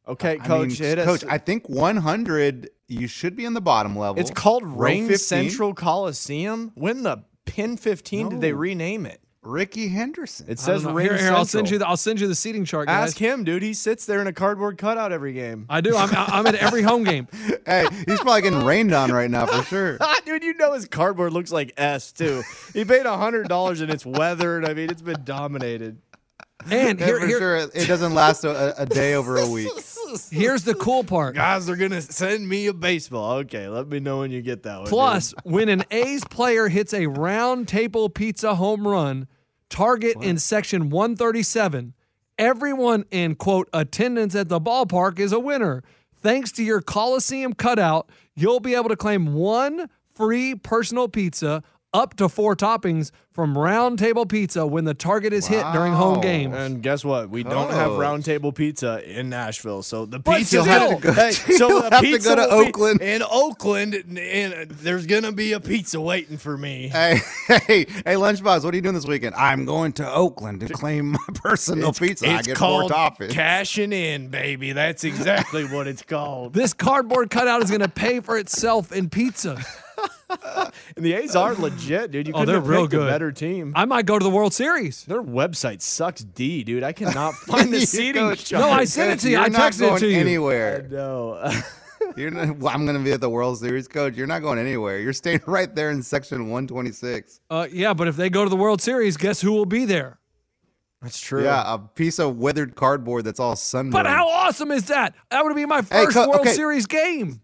Speaker 2: Okay,
Speaker 4: I
Speaker 2: coach,
Speaker 4: mean,
Speaker 2: hit us.
Speaker 4: coach, I think 100. You should be in the bottom level.
Speaker 2: It's called
Speaker 4: Row
Speaker 2: Ring
Speaker 4: 15.
Speaker 2: Central Coliseum. When the pin 15 did they
Speaker 4: No.
Speaker 2: rename it?
Speaker 4: Ricky Henderson.
Speaker 2: It
Speaker 3: I
Speaker 2: says
Speaker 3: don't know.
Speaker 2: Ring
Speaker 3: here, here,
Speaker 2: Central.
Speaker 3: I'll send you the I'll send you the seating chart, guys.
Speaker 2: Ask him, dude. He sits there in a cardboard cutout every game.
Speaker 3: I do. I'm, I'm at every home game.
Speaker 4: hey, he's probably getting rained on right now for sure.
Speaker 2: dude, you know his cardboard looks like S too. he paid hundred dollars and it's weathered. I mean, it's been dominated.
Speaker 3: And
Speaker 4: Yeah,
Speaker 3: here,
Speaker 4: for
Speaker 3: here-
Speaker 4: sure, it it doesn't last a, a- a day over a week.
Speaker 3: here's the cool part.
Speaker 2: Guys, they're gonna send me a baseball. Okay, let me know when you get that one. dude.
Speaker 3: Plus, when an A's player hits a round table pizza home run, target in section 137, everyone in quote attendance at the ballpark is a winner. Thanks to your Coliseum cutout, you'll be able to claim one free personal pizza up to four toppings from round table pizza when the target is hit during home
Speaker 4: Wow.
Speaker 3: games.
Speaker 2: And guess what? We don't have
Speaker 4: Coach.
Speaker 2: round table pizza in Nashville, so the
Speaker 3: But
Speaker 2: pizza
Speaker 3: you'll have
Speaker 2: will-
Speaker 3: to go-
Speaker 2: hey, so
Speaker 4: you'll
Speaker 2: the
Speaker 4: have to
Speaker 2: pizza
Speaker 4: go to
Speaker 2: will be
Speaker 4: Oakland.
Speaker 2: in Oakland, and, and there's gonna be a pizza waiting for me.
Speaker 4: Hey, hey, hey, Lunchbox, what are you doing this weekend? I'm going to Oakland to claim my personal pizza. I
Speaker 2: It's
Speaker 4: get four
Speaker 2: called
Speaker 4: toppings.
Speaker 2: cashing in, baby. That's exactly what it's called.
Speaker 3: this cardboard cutout is going to pay for itself in pizza.
Speaker 2: And the A's are legit, dude. You
Speaker 3: Oh,
Speaker 2: couldn't
Speaker 3: they're
Speaker 2: have
Speaker 3: real
Speaker 2: picked
Speaker 3: good.
Speaker 2: a better team.
Speaker 3: I might go to the World Series.
Speaker 2: Their website sucks D, dude. I cannot find the
Speaker 4: You
Speaker 2: seating
Speaker 4: go,
Speaker 2: chart.
Speaker 3: No, I sent it to you.
Speaker 4: You're
Speaker 3: I
Speaker 4: not
Speaker 3: texted it
Speaker 4: going
Speaker 3: to you.
Speaker 4: Anywhere.
Speaker 2: No.
Speaker 4: You're not, well, I'm going to be at the World Series, coach. You're not going anywhere. You're staying right there in section 126.
Speaker 3: Uh, yeah, but if they go to the World Series, guess who will be there?
Speaker 2: That's true.
Speaker 4: Yeah, a piece of weathered cardboard that's all sunburned.
Speaker 3: But how awesome is that? That would be my
Speaker 4: Hey,
Speaker 3: first
Speaker 4: co-
Speaker 3: World
Speaker 4: okay.
Speaker 3: Series game.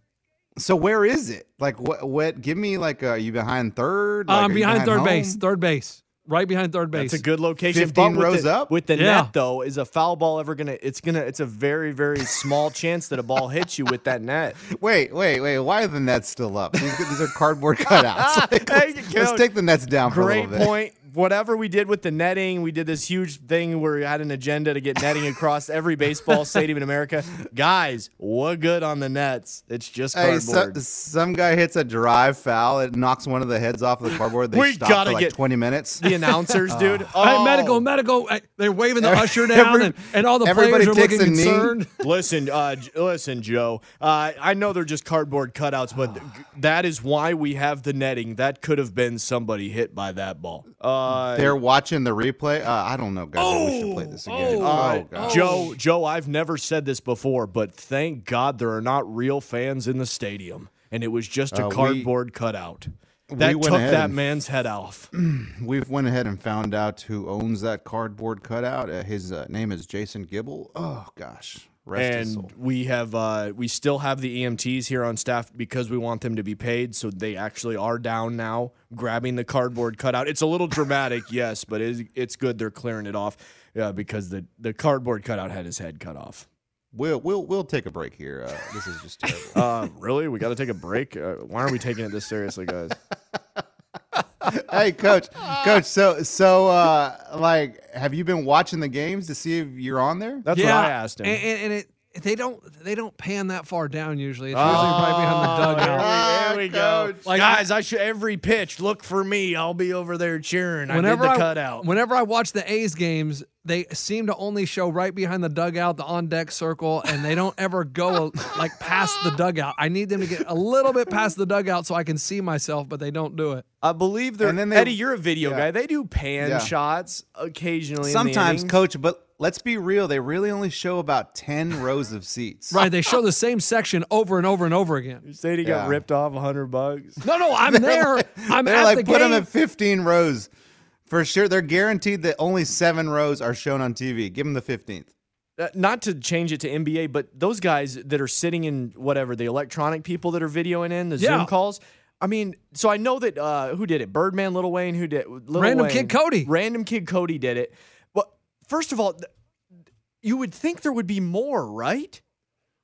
Speaker 4: So where is it? Like what? What? Give me like uh you behind third? Like,
Speaker 3: I'm
Speaker 4: are you
Speaker 3: Um, behind third
Speaker 4: home?
Speaker 3: base. Third base. Right behind third base.
Speaker 2: That's a good location.
Speaker 4: 15
Speaker 2: but with
Speaker 4: rows
Speaker 2: the-
Speaker 4: up?
Speaker 2: With the
Speaker 3: Yeah.
Speaker 2: net though, is a foul ball ever gonna it's gonna it's a very, very small chance that a ball hits you with that net.
Speaker 4: Wait, wait, wait. Why are the nets still up? These, these are cardboard cutouts. Like,
Speaker 2: Hey,
Speaker 4: let's,
Speaker 2: you
Speaker 4: let's
Speaker 2: know,
Speaker 4: take the nets down for a
Speaker 2: Great
Speaker 4: little bit.
Speaker 2: point. Whatever we did with the netting, we did this huge thing where we had an agenda to get netting across every baseball stadium in America. Guys, what good on the nets? It's just
Speaker 4: Hey,
Speaker 2: cardboard.
Speaker 4: so, some guy hits a drive foul. It knocks one of the heads off of the cardboard. They
Speaker 2: We
Speaker 4: stop
Speaker 2: gotta
Speaker 4: for like
Speaker 2: get-
Speaker 4: 20 minutes.
Speaker 2: the announcers, dude. Oh,
Speaker 3: Hey, medical, medical. Hey, They're waving the usher down,
Speaker 4: every-
Speaker 3: and, and all the players
Speaker 4: everybody
Speaker 3: are
Speaker 4: takes
Speaker 3: looking
Speaker 4: a knee.
Speaker 3: concerned.
Speaker 2: Listen, uh, J- listen, Joe. Uh, I know they're just cardboard cutouts, but th- that is why we have the netting. That could have been somebody hit by that ball. Uh,
Speaker 4: They're watching the replay. Uh, I don't know, guys. we should play this again.
Speaker 3: oh,
Speaker 2: uh,
Speaker 4: God.
Speaker 2: Joe, Joe. I've never said this before, but thank God there are not real fans in the stadium, and it was just a
Speaker 4: Uh, we-
Speaker 2: cardboard cutout that
Speaker 4: went
Speaker 2: took
Speaker 4: ahead
Speaker 2: that
Speaker 4: and-
Speaker 2: man's head off.
Speaker 4: We've went ahead and found out who owns that cardboard cutout. Uh, his uh, name is Jason Gibble. Oh gosh, rest his
Speaker 2: and
Speaker 4: soul.
Speaker 2: we have uh, we still have the EMTs here on staff because we want them to be paid. So they actually are down now, grabbing the cardboard cutout. It's a little dramatic, yes, but it's, it's good they're clearing it off uh, because the the cardboard cutout had his head cut off.
Speaker 4: We'll we'll we'll take a break here. Uh, this is just terrible.
Speaker 2: Uh, really, we got to take a break. Uh, why aren't we taking it this seriously, guys?
Speaker 4: hey, coach, coach. So so uh, like, have you been watching the games to see if you're on there?
Speaker 2: That's
Speaker 3: yeah,
Speaker 2: what I asked him.
Speaker 3: And, and, and it, they don't they don't pan that far down usually.
Speaker 2: Oh,
Speaker 3: It's usually right behind the dugout.
Speaker 4: Ah,
Speaker 2: There we go,
Speaker 4: coach.
Speaker 3: Like-
Speaker 2: guys. I should every pitch look for me. I'll be over there cheering.
Speaker 3: Whenever
Speaker 2: I did
Speaker 3: I,
Speaker 2: the cutout.
Speaker 3: whenever I watch the A's games, they seem to only show right behind the dugout, the on deck circle, and they don't ever go like past the dugout. I need them to get a little bit past the dugout so I can see myself, but they don't do it.
Speaker 2: I believe they're
Speaker 4: And then they-
Speaker 2: Eddie. You're a video
Speaker 4: yeah.
Speaker 2: guy. They do pan
Speaker 4: Yeah.
Speaker 2: shots occasionally. in the
Speaker 4: Sometimes,
Speaker 2: inning.
Speaker 4: coach, but let's be real. They really only show about ten rows of seats.
Speaker 3: Right? They show the same section over and over and over again.
Speaker 2: Sadie
Speaker 4: Yeah.
Speaker 2: got ripped off a hundred bucks.
Speaker 3: No, no, I'm there. I'm
Speaker 4: They're
Speaker 3: at
Speaker 4: like
Speaker 3: the
Speaker 4: put
Speaker 3: game.
Speaker 4: them at fifteen rows for sure. They're guaranteed that only seven rows are shown on TV. Give them the fifteenth.
Speaker 2: Uh, Not to change it to NBA, but those guys that are sitting in whatever the electronic people that are videoing in the
Speaker 3: Yeah.
Speaker 2: Zoom calls. I mean, so I know that uh, who did it? Birdman, Little Wayne, who did Lil
Speaker 3: Random
Speaker 2: Wayne.
Speaker 3: Kid Cody.
Speaker 2: Random Kid Cody did it. But first of all, th- you would think there would be more, right?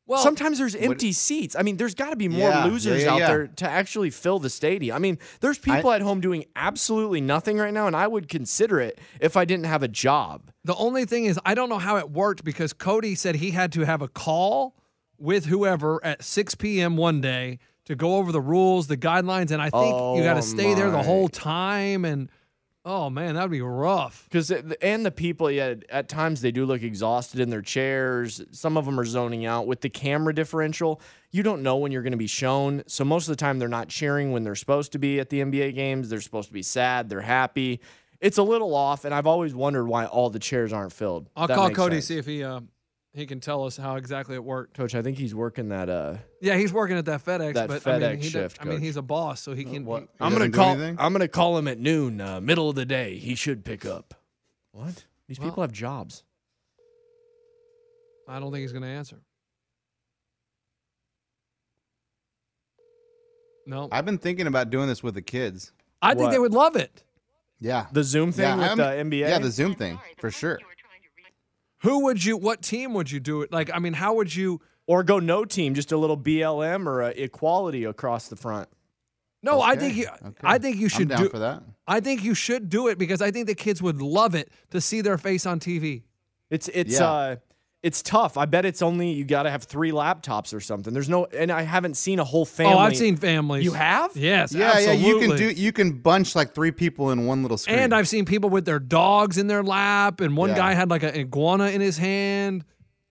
Speaker 3: well,
Speaker 2: Sometimes there's empty seats. I mean, there's got to be more
Speaker 4: Yeah, yeah,
Speaker 2: losers
Speaker 4: yeah,
Speaker 2: out
Speaker 4: yeah.
Speaker 2: there to actually fill the stadium. I mean, there's people at home doing absolutely nothing right now, and I would consider it if I didn't have a job.
Speaker 3: The only thing is, I don't know how it worked because Cody said he had to have a call with whoever at 6 p.m. one day to go over the rules, the guidelines, and I think you got to
Speaker 2: Oh,
Speaker 3: stay there the
Speaker 2: my.
Speaker 3: whole time. And oh man, that'd be rough.
Speaker 2: Because and the people, yeah, at times they do look exhausted in their chairs. Some of them are zoning out with the camera differential. You don't know when you're going to be shown, so most of the time they're not cheering when they're supposed to be at the NBA games. They're supposed to be sad. They're happy. It's a little off, and I've always wondered why all the chairs aren't filled.
Speaker 3: I'll
Speaker 2: That
Speaker 3: call
Speaker 2: makes
Speaker 3: Cody
Speaker 2: sense.
Speaker 3: see if he uh, he can tell us how exactly it worked.
Speaker 2: Coach, I think he's working that. Uh,
Speaker 3: Yeah, he's working at that FedEx,
Speaker 2: That
Speaker 3: but I mean,
Speaker 2: FedEx
Speaker 3: he does-
Speaker 2: shift,
Speaker 3: I mean,
Speaker 2: coach. Uh,
Speaker 3: he's a boss, so he can. he-
Speaker 4: He
Speaker 2: I'm gonna
Speaker 4: doesn't do
Speaker 2: call.
Speaker 4: anything?
Speaker 2: I'm gonna call him at noon, uh, middle of the day. He should pick up. What? These
Speaker 3: Well-
Speaker 2: people have jobs.
Speaker 3: I don't think he's going to answer. No, I,
Speaker 4: I've been thinking about doing this with the kids.
Speaker 3: think they
Speaker 2: What?
Speaker 3: would love it.
Speaker 4: Yeah.
Speaker 2: The Zoom thing with
Speaker 4: I'm-
Speaker 2: the NBA.
Speaker 4: Yeah, the Zoom thing for sure.
Speaker 3: Who would you? What team would you do it? Like, I mean, how would you?
Speaker 2: or go no team, just a little BLM or uh, equality across the front.
Speaker 3: No, I think you.
Speaker 4: Okay.
Speaker 3: I think you should
Speaker 4: I'm down
Speaker 3: do.
Speaker 4: for that.
Speaker 3: I think you should do it because I think the kids would love it to see their face on TV.
Speaker 2: It's it's
Speaker 4: Yeah.
Speaker 2: uh it's tough. I bet it's only you got to have three laptops or something. There's no, and I haven't seen a whole family.
Speaker 3: Oh, I've seen families.
Speaker 2: You have?
Speaker 3: Yes.
Speaker 4: Yeah, yeah. You can do.
Speaker 3: absolutely.
Speaker 4: You can bunch like three people in one little screen.
Speaker 3: And I've seen people with their dogs in their lap, and one
Speaker 4: Yeah.
Speaker 3: guy had like an iguana in his hand.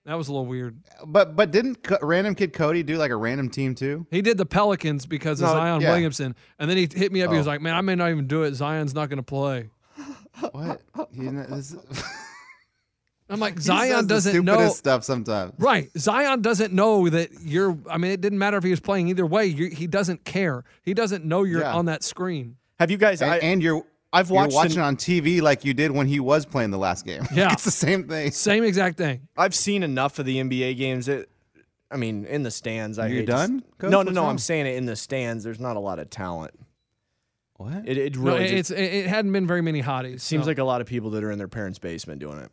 Speaker 3: That was a little weird.
Speaker 4: But but didn't Co- random kid Cody do like a random team too?
Speaker 3: He did the Pelicans because of
Speaker 4: No,
Speaker 3: Zion
Speaker 4: yeah. Oh.
Speaker 3: Williamson, and then he hit me up. He was like, "Man, I may not even do it. Zion's not going to play."
Speaker 4: What? You know, this-
Speaker 3: I'm like,
Speaker 4: he
Speaker 3: Zion
Speaker 4: says the
Speaker 3: doesn't
Speaker 4: stupidest
Speaker 3: know.
Speaker 4: stuff sometimes.
Speaker 3: Right, Zion doesn't know that you're. I mean, it didn't matter if he was playing either way. You, he doesn't care. He doesn't know you're
Speaker 4: Yeah.
Speaker 3: on that screen.
Speaker 2: Have you guys?
Speaker 4: And,
Speaker 2: I,
Speaker 4: and you're
Speaker 2: I've watched
Speaker 4: you're watching
Speaker 2: an-
Speaker 4: on TV like you did when he was playing the last game.
Speaker 3: Yeah.
Speaker 4: it's the same thing.
Speaker 3: Same exact thing.
Speaker 2: I've seen enough of the NBA games. It, I mean, in the stands. I
Speaker 4: You're
Speaker 2: hate to s-
Speaker 4: done,
Speaker 2: No,
Speaker 4: Coach?
Speaker 2: no,
Speaker 4: What's
Speaker 2: no.
Speaker 4: wrong?
Speaker 2: I'm saying it in the stands. There's not a lot of talent.
Speaker 4: What?
Speaker 2: It, it
Speaker 3: No,
Speaker 2: really
Speaker 3: it-
Speaker 2: just-
Speaker 3: it's it, it hadn't been very many hotties.
Speaker 2: seems
Speaker 3: so
Speaker 2: like a lot of people that are in their parents' basement doing it.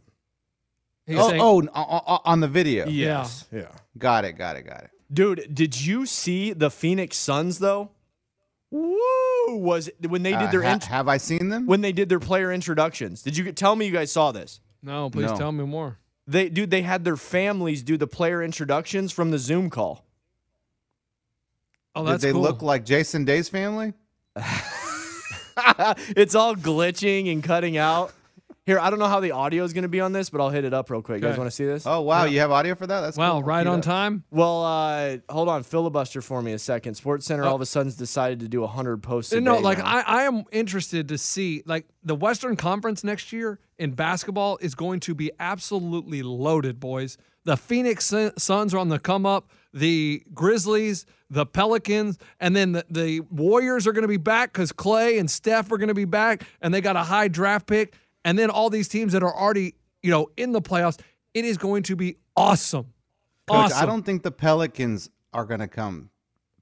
Speaker 3: he's
Speaker 4: Oh,
Speaker 3: saying-
Speaker 4: oh, n- o- o- on the video.
Speaker 3: Yes.
Speaker 2: Yeah.
Speaker 4: Got it. Got it. Got it.
Speaker 2: Dude, did you see the Phoenix Suns though? Woo! Was when they
Speaker 4: Uh,
Speaker 2: did their
Speaker 4: ha-
Speaker 2: int-
Speaker 4: have I seen them?
Speaker 2: when they did their player introductions. Did you get- tell me you guys saw this?
Speaker 3: no, please
Speaker 4: No.
Speaker 3: tell me more.
Speaker 2: They dude, they had their families do the player introductions from the Zoom call.
Speaker 3: Oh,
Speaker 4: Did
Speaker 3: that's
Speaker 4: they
Speaker 3: cool.
Speaker 4: look like Jason Day's family?
Speaker 2: it's all glitching and cutting out. Here, I don't know how the audio is going to be on this, but I'll hit it up real quick. You guys
Speaker 3: Okay.
Speaker 2: want to see this?
Speaker 4: Oh wow, you have audio for that? That's
Speaker 3: wow,
Speaker 4: cool.
Speaker 3: right
Speaker 4: Keep
Speaker 3: on
Speaker 4: it up.
Speaker 3: time.
Speaker 2: Well, uh, hold on, filibuster for me a second. Sports Center
Speaker 4: Oh.
Speaker 2: all of a sudden's decided to do hundred posts. A
Speaker 3: no,
Speaker 2: day
Speaker 3: like
Speaker 2: now.
Speaker 3: I, I am interested to see like the Western Conference next year in basketball is going to be absolutely loaded, boys. The Phoenix Sun- Suns are on the come up. The Grizzlies, the Pelicans, and then the, the Warriors are going to be back because Clay and Steph are going to be back, and they got a high draft pick. And then all these teams that are already you know in the playoffs, it is going to be awesome.
Speaker 4: Coach,
Speaker 3: awesome.
Speaker 4: I don't think the Pelicans are going to come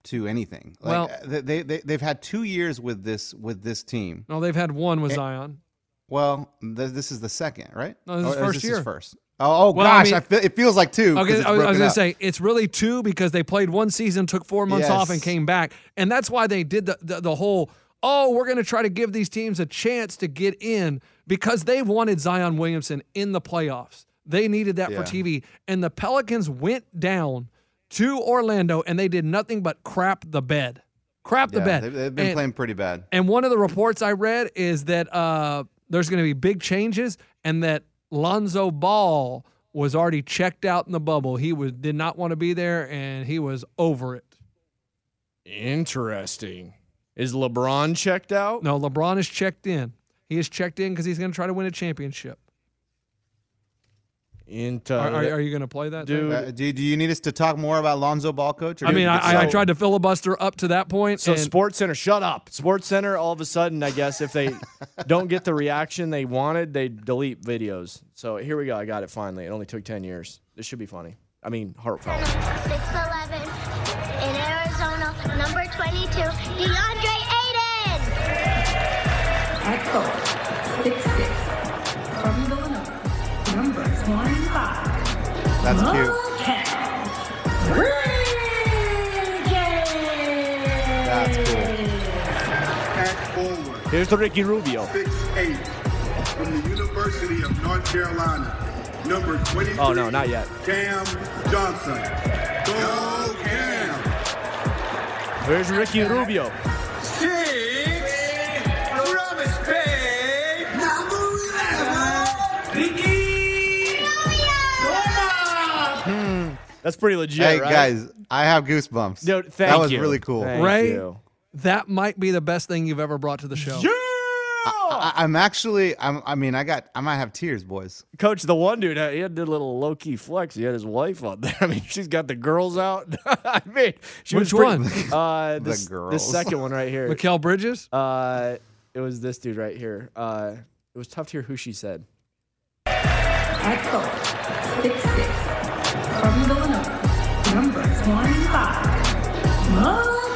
Speaker 4: to anything. Like,
Speaker 3: Well-
Speaker 4: uh, they, they they they've had two years with this with this team.
Speaker 3: No, they've had one
Speaker 4: Eh,
Speaker 3: with Zion.
Speaker 4: Well, th- this is the second, right?
Speaker 3: No, this is
Speaker 4: Or
Speaker 3: first
Speaker 4: this
Speaker 3: year.
Speaker 4: first. Oh, oh
Speaker 3: Well, I
Speaker 4: gosh, I
Speaker 3: mean-
Speaker 4: feel, it feels like two. 'cause
Speaker 3: Okay,
Speaker 4: it's
Speaker 3: I was, I was
Speaker 4: broken
Speaker 3: gonna
Speaker 4: up.
Speaker 3: say it's really two because they played one season, took four months off, and
Speaker 4: Yes.
Speaker 3: came back, and that's why they did the the, the whole. Oh, we're going to try to give these teams a chance to get in because they wanted Zion Williamson in the playoffs. They needed that
Speaker 4: Yeah.
Speaker 3: for TV, and the Pelicans went down to Orlando and they did nothing but crap the bed, crap the
Speaker 4: Yeah,
Speaker 3: bed.
Speaker 4: They've, they've been
Speaker 3: And-
Speaker 4: playing pretty bad.
Speaker 3: and one of the reports I read is that uh, there's going to be big changes, and that Lonzo Ball was already checked out in the bubble. He was did not want to be there, and he was over it.
Speaker 2: Interesting. Is LeBron checked out?
Speaker 3: No, LeBron is checked in. He is checked in because he's going to try to win a championship.
Speaker 2: Into
Speaker 3: Are, are, are you going to play that, thing?
Speaker 2: Dude.
Speaker 4: Uh, do, do you need us to talk more about Lonzo Ball, coach? or
Speaker 3: I
Speaker 4: do
Speaker 3: mean,
Speaker 4: you
Speaker 3: I,
Speaker 4: think
Speaker 3: I- I
Speaker 4: so?
Speaker 3: tried to filibuster up to that point.
Speaker 2: so
Speaker 3: and-
Speaker 2: Sports Center, shut up. Sports Center, all of a sudden, I guess if they don't get the reaction they wanted, they delete videos. So here we go. I got it finally. It only took ten years. This should be funny. I mean, heartfelt.
Speaker 6: 6'11 in Arizona, number 22, DeAndre Aiden.
Speaker 7: Echo, six six, from Villanova, numbers one and five.
Speaker 4: That's cute.
Speaker 7: Okay. Renegade.
Speaker 4: That's cool.
Speaker 8: Pat Forward,
Speaker 2: Here's the Ricky Rubio.
Speaker 8: 6'8", from the University of North Carolina, number
Speaker 4: Uh,
Speaker 8: 23.
Speaker 2: Oh, no, not yet.
Speaker 8: Cam Johnson. Go Cam.
Speaker 2: Here's Ricky Rubio.
Speaker 8: Six, Robert Spade. Number 11, Ricky.
Speaker 2: Hmm, That's pretty legit,
Speaker 4: hey
Speaker 2: right?
Speaker 4: guys, I have goosebumps.
Speaker 2: Dude, thank
Speaker 4: that was
Speaker 2: you.
Speaker 4: really cool.
Speaker 2: Thank
Speaker 3: Ray?
Speaker 2: you.
Speaker 3: that might be the best thing you've ever brought to the show.
Speaker 4: I, I'm actually, I'm, I mean, I got, I might have tears, boys.
Speaker 2: Coach, the one dude, he had a little low key flex. He had his wife on there. I mean, she's got the girls out. I mean, she was
Speaker 3: Which
Speaker 2: pretty-
Speaker 3: one?
Speaker 2: Uh, this, The
Speaker 4: girls.
Speaker 2: second one right here.
Speaker 3: Mikel Bridges.
Speaker 2: Uh, it was this dude right here. Uh, it was tough to hear who she said.
Speaker 7: Echo, six six, from Villanova, numbers one and five.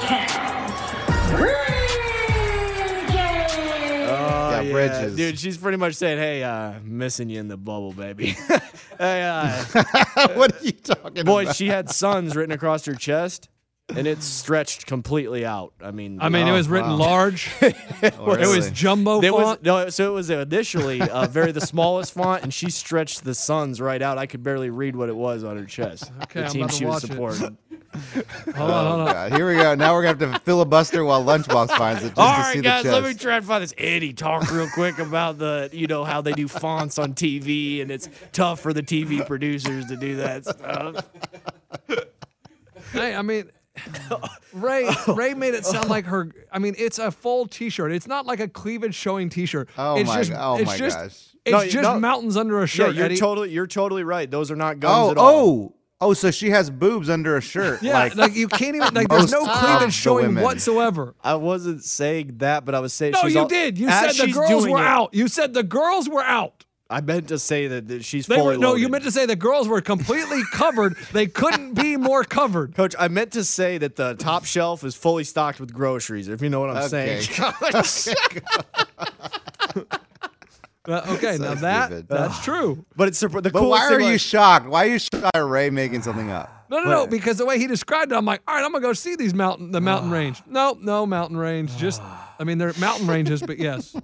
Speaker 7: Okay. Renegade.
Speaker 2: Oh,
Speaker 4: Yeah, Bridges.
Speaker 2: dude. She's pretty much saying, "Hey, uh, missing you in the bubble, baby." hey, uh,
Speaker 4: what are you talking
Speaker 2: boy,
Speaker 4: about?
Speaker 2: she had sons written across her chest, and it's stretched completely out. I mean,
Speaker 3: I mean, it
Speaker 4: Oh,
Speaker 3: was written
Speaker 4: wow.
Speaker 3: large.
Speaker 4: Oh,
Speaker 3: It was
Speaker 4: really?
Speaker 3: jumbo
Speaker 2: There was
Speaker 3: font.
Speaker 2: no, so it was initially uh, very the smallest font, and she stretched the suns right out. I could barely read what it was on her chest.
Speaker 3: Okay,
Speaker 2: the
Speaker 3: I'm
Speaker 2: team
Speaker 3: about to
Speaker 2: she was
Speaker 3: watch it.
Speaker 2: supporting.
Speaker 3: Hold on, hold on.
Speaker 4: Oh, God, here we go. Now we're gonna have to filibuster while Lunchbox finds it. Just
Speaker 9: All
Speaker 4: to
Speaker 9: right,
Speaker 4: see
Speaker 9: guys,
Speaker 4: the
Speaker 9: let
Speaker 4: chest.
Speaker 9: me try and find this. Eddie, talk real quick about the, you know, how they do fonts on TV, and it's tough for the TV producers to do that stuff.
Speaker 3: Hey, I mean, Ray
Speaker 2: Oh.
Speaker 3: Ray made it sound like her. I mean, it's a full T-shirt. It's not like a cleavage showing T-shirt.
Speaker 4: Oh
Speaker 3: it's
Speaker 4: my-
Speaker 3: Just,
Speaker 4: oh
Speaker 3: it's
Speaker 4: my
Speaker 3: just,
Speaker 4: gosh.
Speaker 3: It's
Speaker 2: No, you-
Speaker 3: just
Speaker 2: no.
Speaker 3: mountains under a shirt.
Speaker 2: yeah, you're
Speaker 3: Eddie.
Speaker 2: totally you're totally right. Those are not guns
Speaker 4: Oh,
Speaker 2: at all.
Speaker 4: oh, oh! So she has boobs under a shirt.
Speaker 3: Yeah, like,
Speaker 4: like,
Speaker 3: you can't even like. There's
Speaker 4: most
Speaker 3: no
Speaker 4: of the
Speaker 3: cleavage showing
Speaker 4: women.
Speaker 3: whatsoever.
Speaker 2: I wasn't saying that, but I was saying
Speaker 3: No,
Speaker 2: she's
Speaker 3: you
Speaker 2: all-
Speaker 3: did. You
Speaker 2: as
Speaker 3: said the
Speaker 2: she's
Speaker 3: girls
Speaker 2: doing
Speaker 3: were
Speaker 2: it-
Speaker 3: out. You said the girls were out.
Speaker 2: I meant to say that, that she's
Speaker 3: They were,
Speaker 2: fully
Speaker 3: no, you
Speaker 2: loaded.
Speaker 3: meant to say the girls were completely covered. They couldn't be more covered.
Speaker 2: Coach, I meant to say that the top shelf is fully stocked with groceries, if you know what I'm
Speaker 4: Okay.
Speaker 2: saying.
Speaker 3: Uh, okay, now that
Speaker 4: stupid.
Speaker 3: that's true.
Speaker 2: but it's surpri- the
Speaker 4: but
Speaker 2: coolest
Speaker 4: why
Speaker 2: thing
Speaker 4: are you
Speaker 2: was-
Speaker 4: shocked? Why are you shocked at Ray making something up?
Speaker 3: No, no, no, because the way he described it, I'm like, all right, I'm gonna go see these mountain, the mountain range. No, no mountain range. Just, I mean, they're mountain ranges, but yes.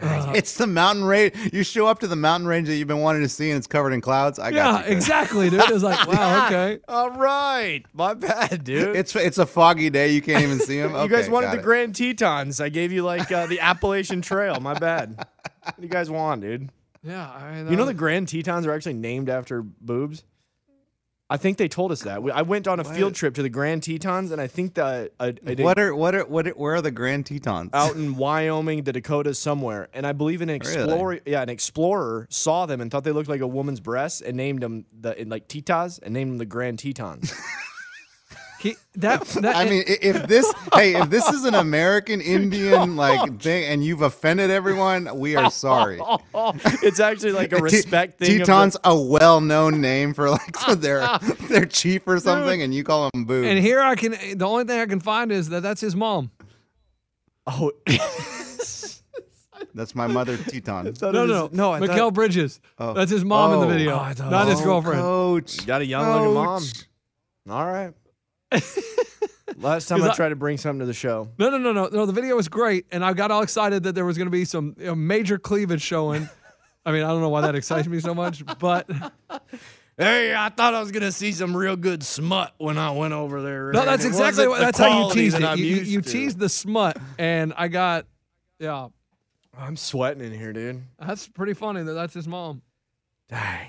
Speaker 4: it's the mountain range. You show up to the mountain range that you've been wanting to see, and it's covered in clouds. I
Speaker 3: Yeah,
Speaker 4: got you. Chris.
Speaker 3: exactly, dude. It's like, wow, okay.
Speaker 2: All right. My bad, dude.
Speaker 4: It's it's a foggy day. You can't even see him.
Speaker 2: you guys wanted the Grand Tetons. I gave you like uh, the Appalachian Trail. My bad. What do you guys want, dude?
Speaker 3: Yeah, I
Speaker 2: You know the Grand Tetons are actually named after boobs? I think they told us that. We- I went on a field trip to the Grand Tetons, and I think that I, I did-
Speaker 4: What are what are what? Are, where are the Grand Tetons?
Speaker 2: out in Wyoming, the Dakotas, somewhere. And I believe an explorer, yeah, an explorer saw them and thought they looked like a woman's breasts and named them the in like Tetons and named them the Grand Tetons.
Speaker 3: He, that, that
Speaker 4: I mean, i- if this hey, if this is an American
Speaker 2: Oh,
Speaker 4: Indian like thing, and you've offended everyone, we are sorry.
Speaker 2: it's actually like a
Speaker 4: Te-
Speaker 2: respect thing. of the-
Speaker 4: Tetons a well-known name for like they're they're cheap or something, and you call them boobs.
Speaker 3: and here I can. The only thing I can find is that that's his mom.
Speaker 2: oh,
Speaker 4: That's my mother Teton.
Speaker 2: thought
Speaker 3: No,
Speaker 2: it was-
Speaker 3: no,
Speaker 2: no, I
Speaker 3: Mikkel
Speaker 2: thought-
Speaker 3: Bridges. That's his mom in
Speaker 4: Oh.
Speaker 3: the video,
Speaker 4: Oh, I thought-
Speaker 3: not his
Speaker 4: Oh,
Speaker 3: girlfriend.
Speaker 4: Coach.
Speaker 2: You got a young looking mom.
Speaker 4: Ouch.
Speaker 2: All right. Last time
Speaker 3: 'Cause
Speaker 2: I
Speaker 3: I-
Speaker 2: tried to bring something to the show.
Speaker 3: No, no, no, no, no. The video was great, and I got all excited that there was going to be some you know, major cleavage showing. I mean, I don't know why that excites me so much, but no,
Speaker 9: Hey, I thought I was gonna see some real good smut when I went over there. and
Speaker 3: that's
Speaker 9: it
Speaker 3: exactly
Speaker 9: wasn't
Speaker 3: what.
Speaker 9: the
Speaker 3: That's how you
Speaker 9: quality
Speaker 3: teased
Speaker 9: that
Speaker 3: it.
Speaker 9: I'm
Speaker 3: You, you,
Speaker 9: used
Speaker 3: you
Speaker 9: to.
Speaker 3: teased the smut, and I got, yeah,
Speaker 2: I'm sweating in here, dude.
Speaker 3: that's pretty funny that that's his mom.
Speaker 2: Dang.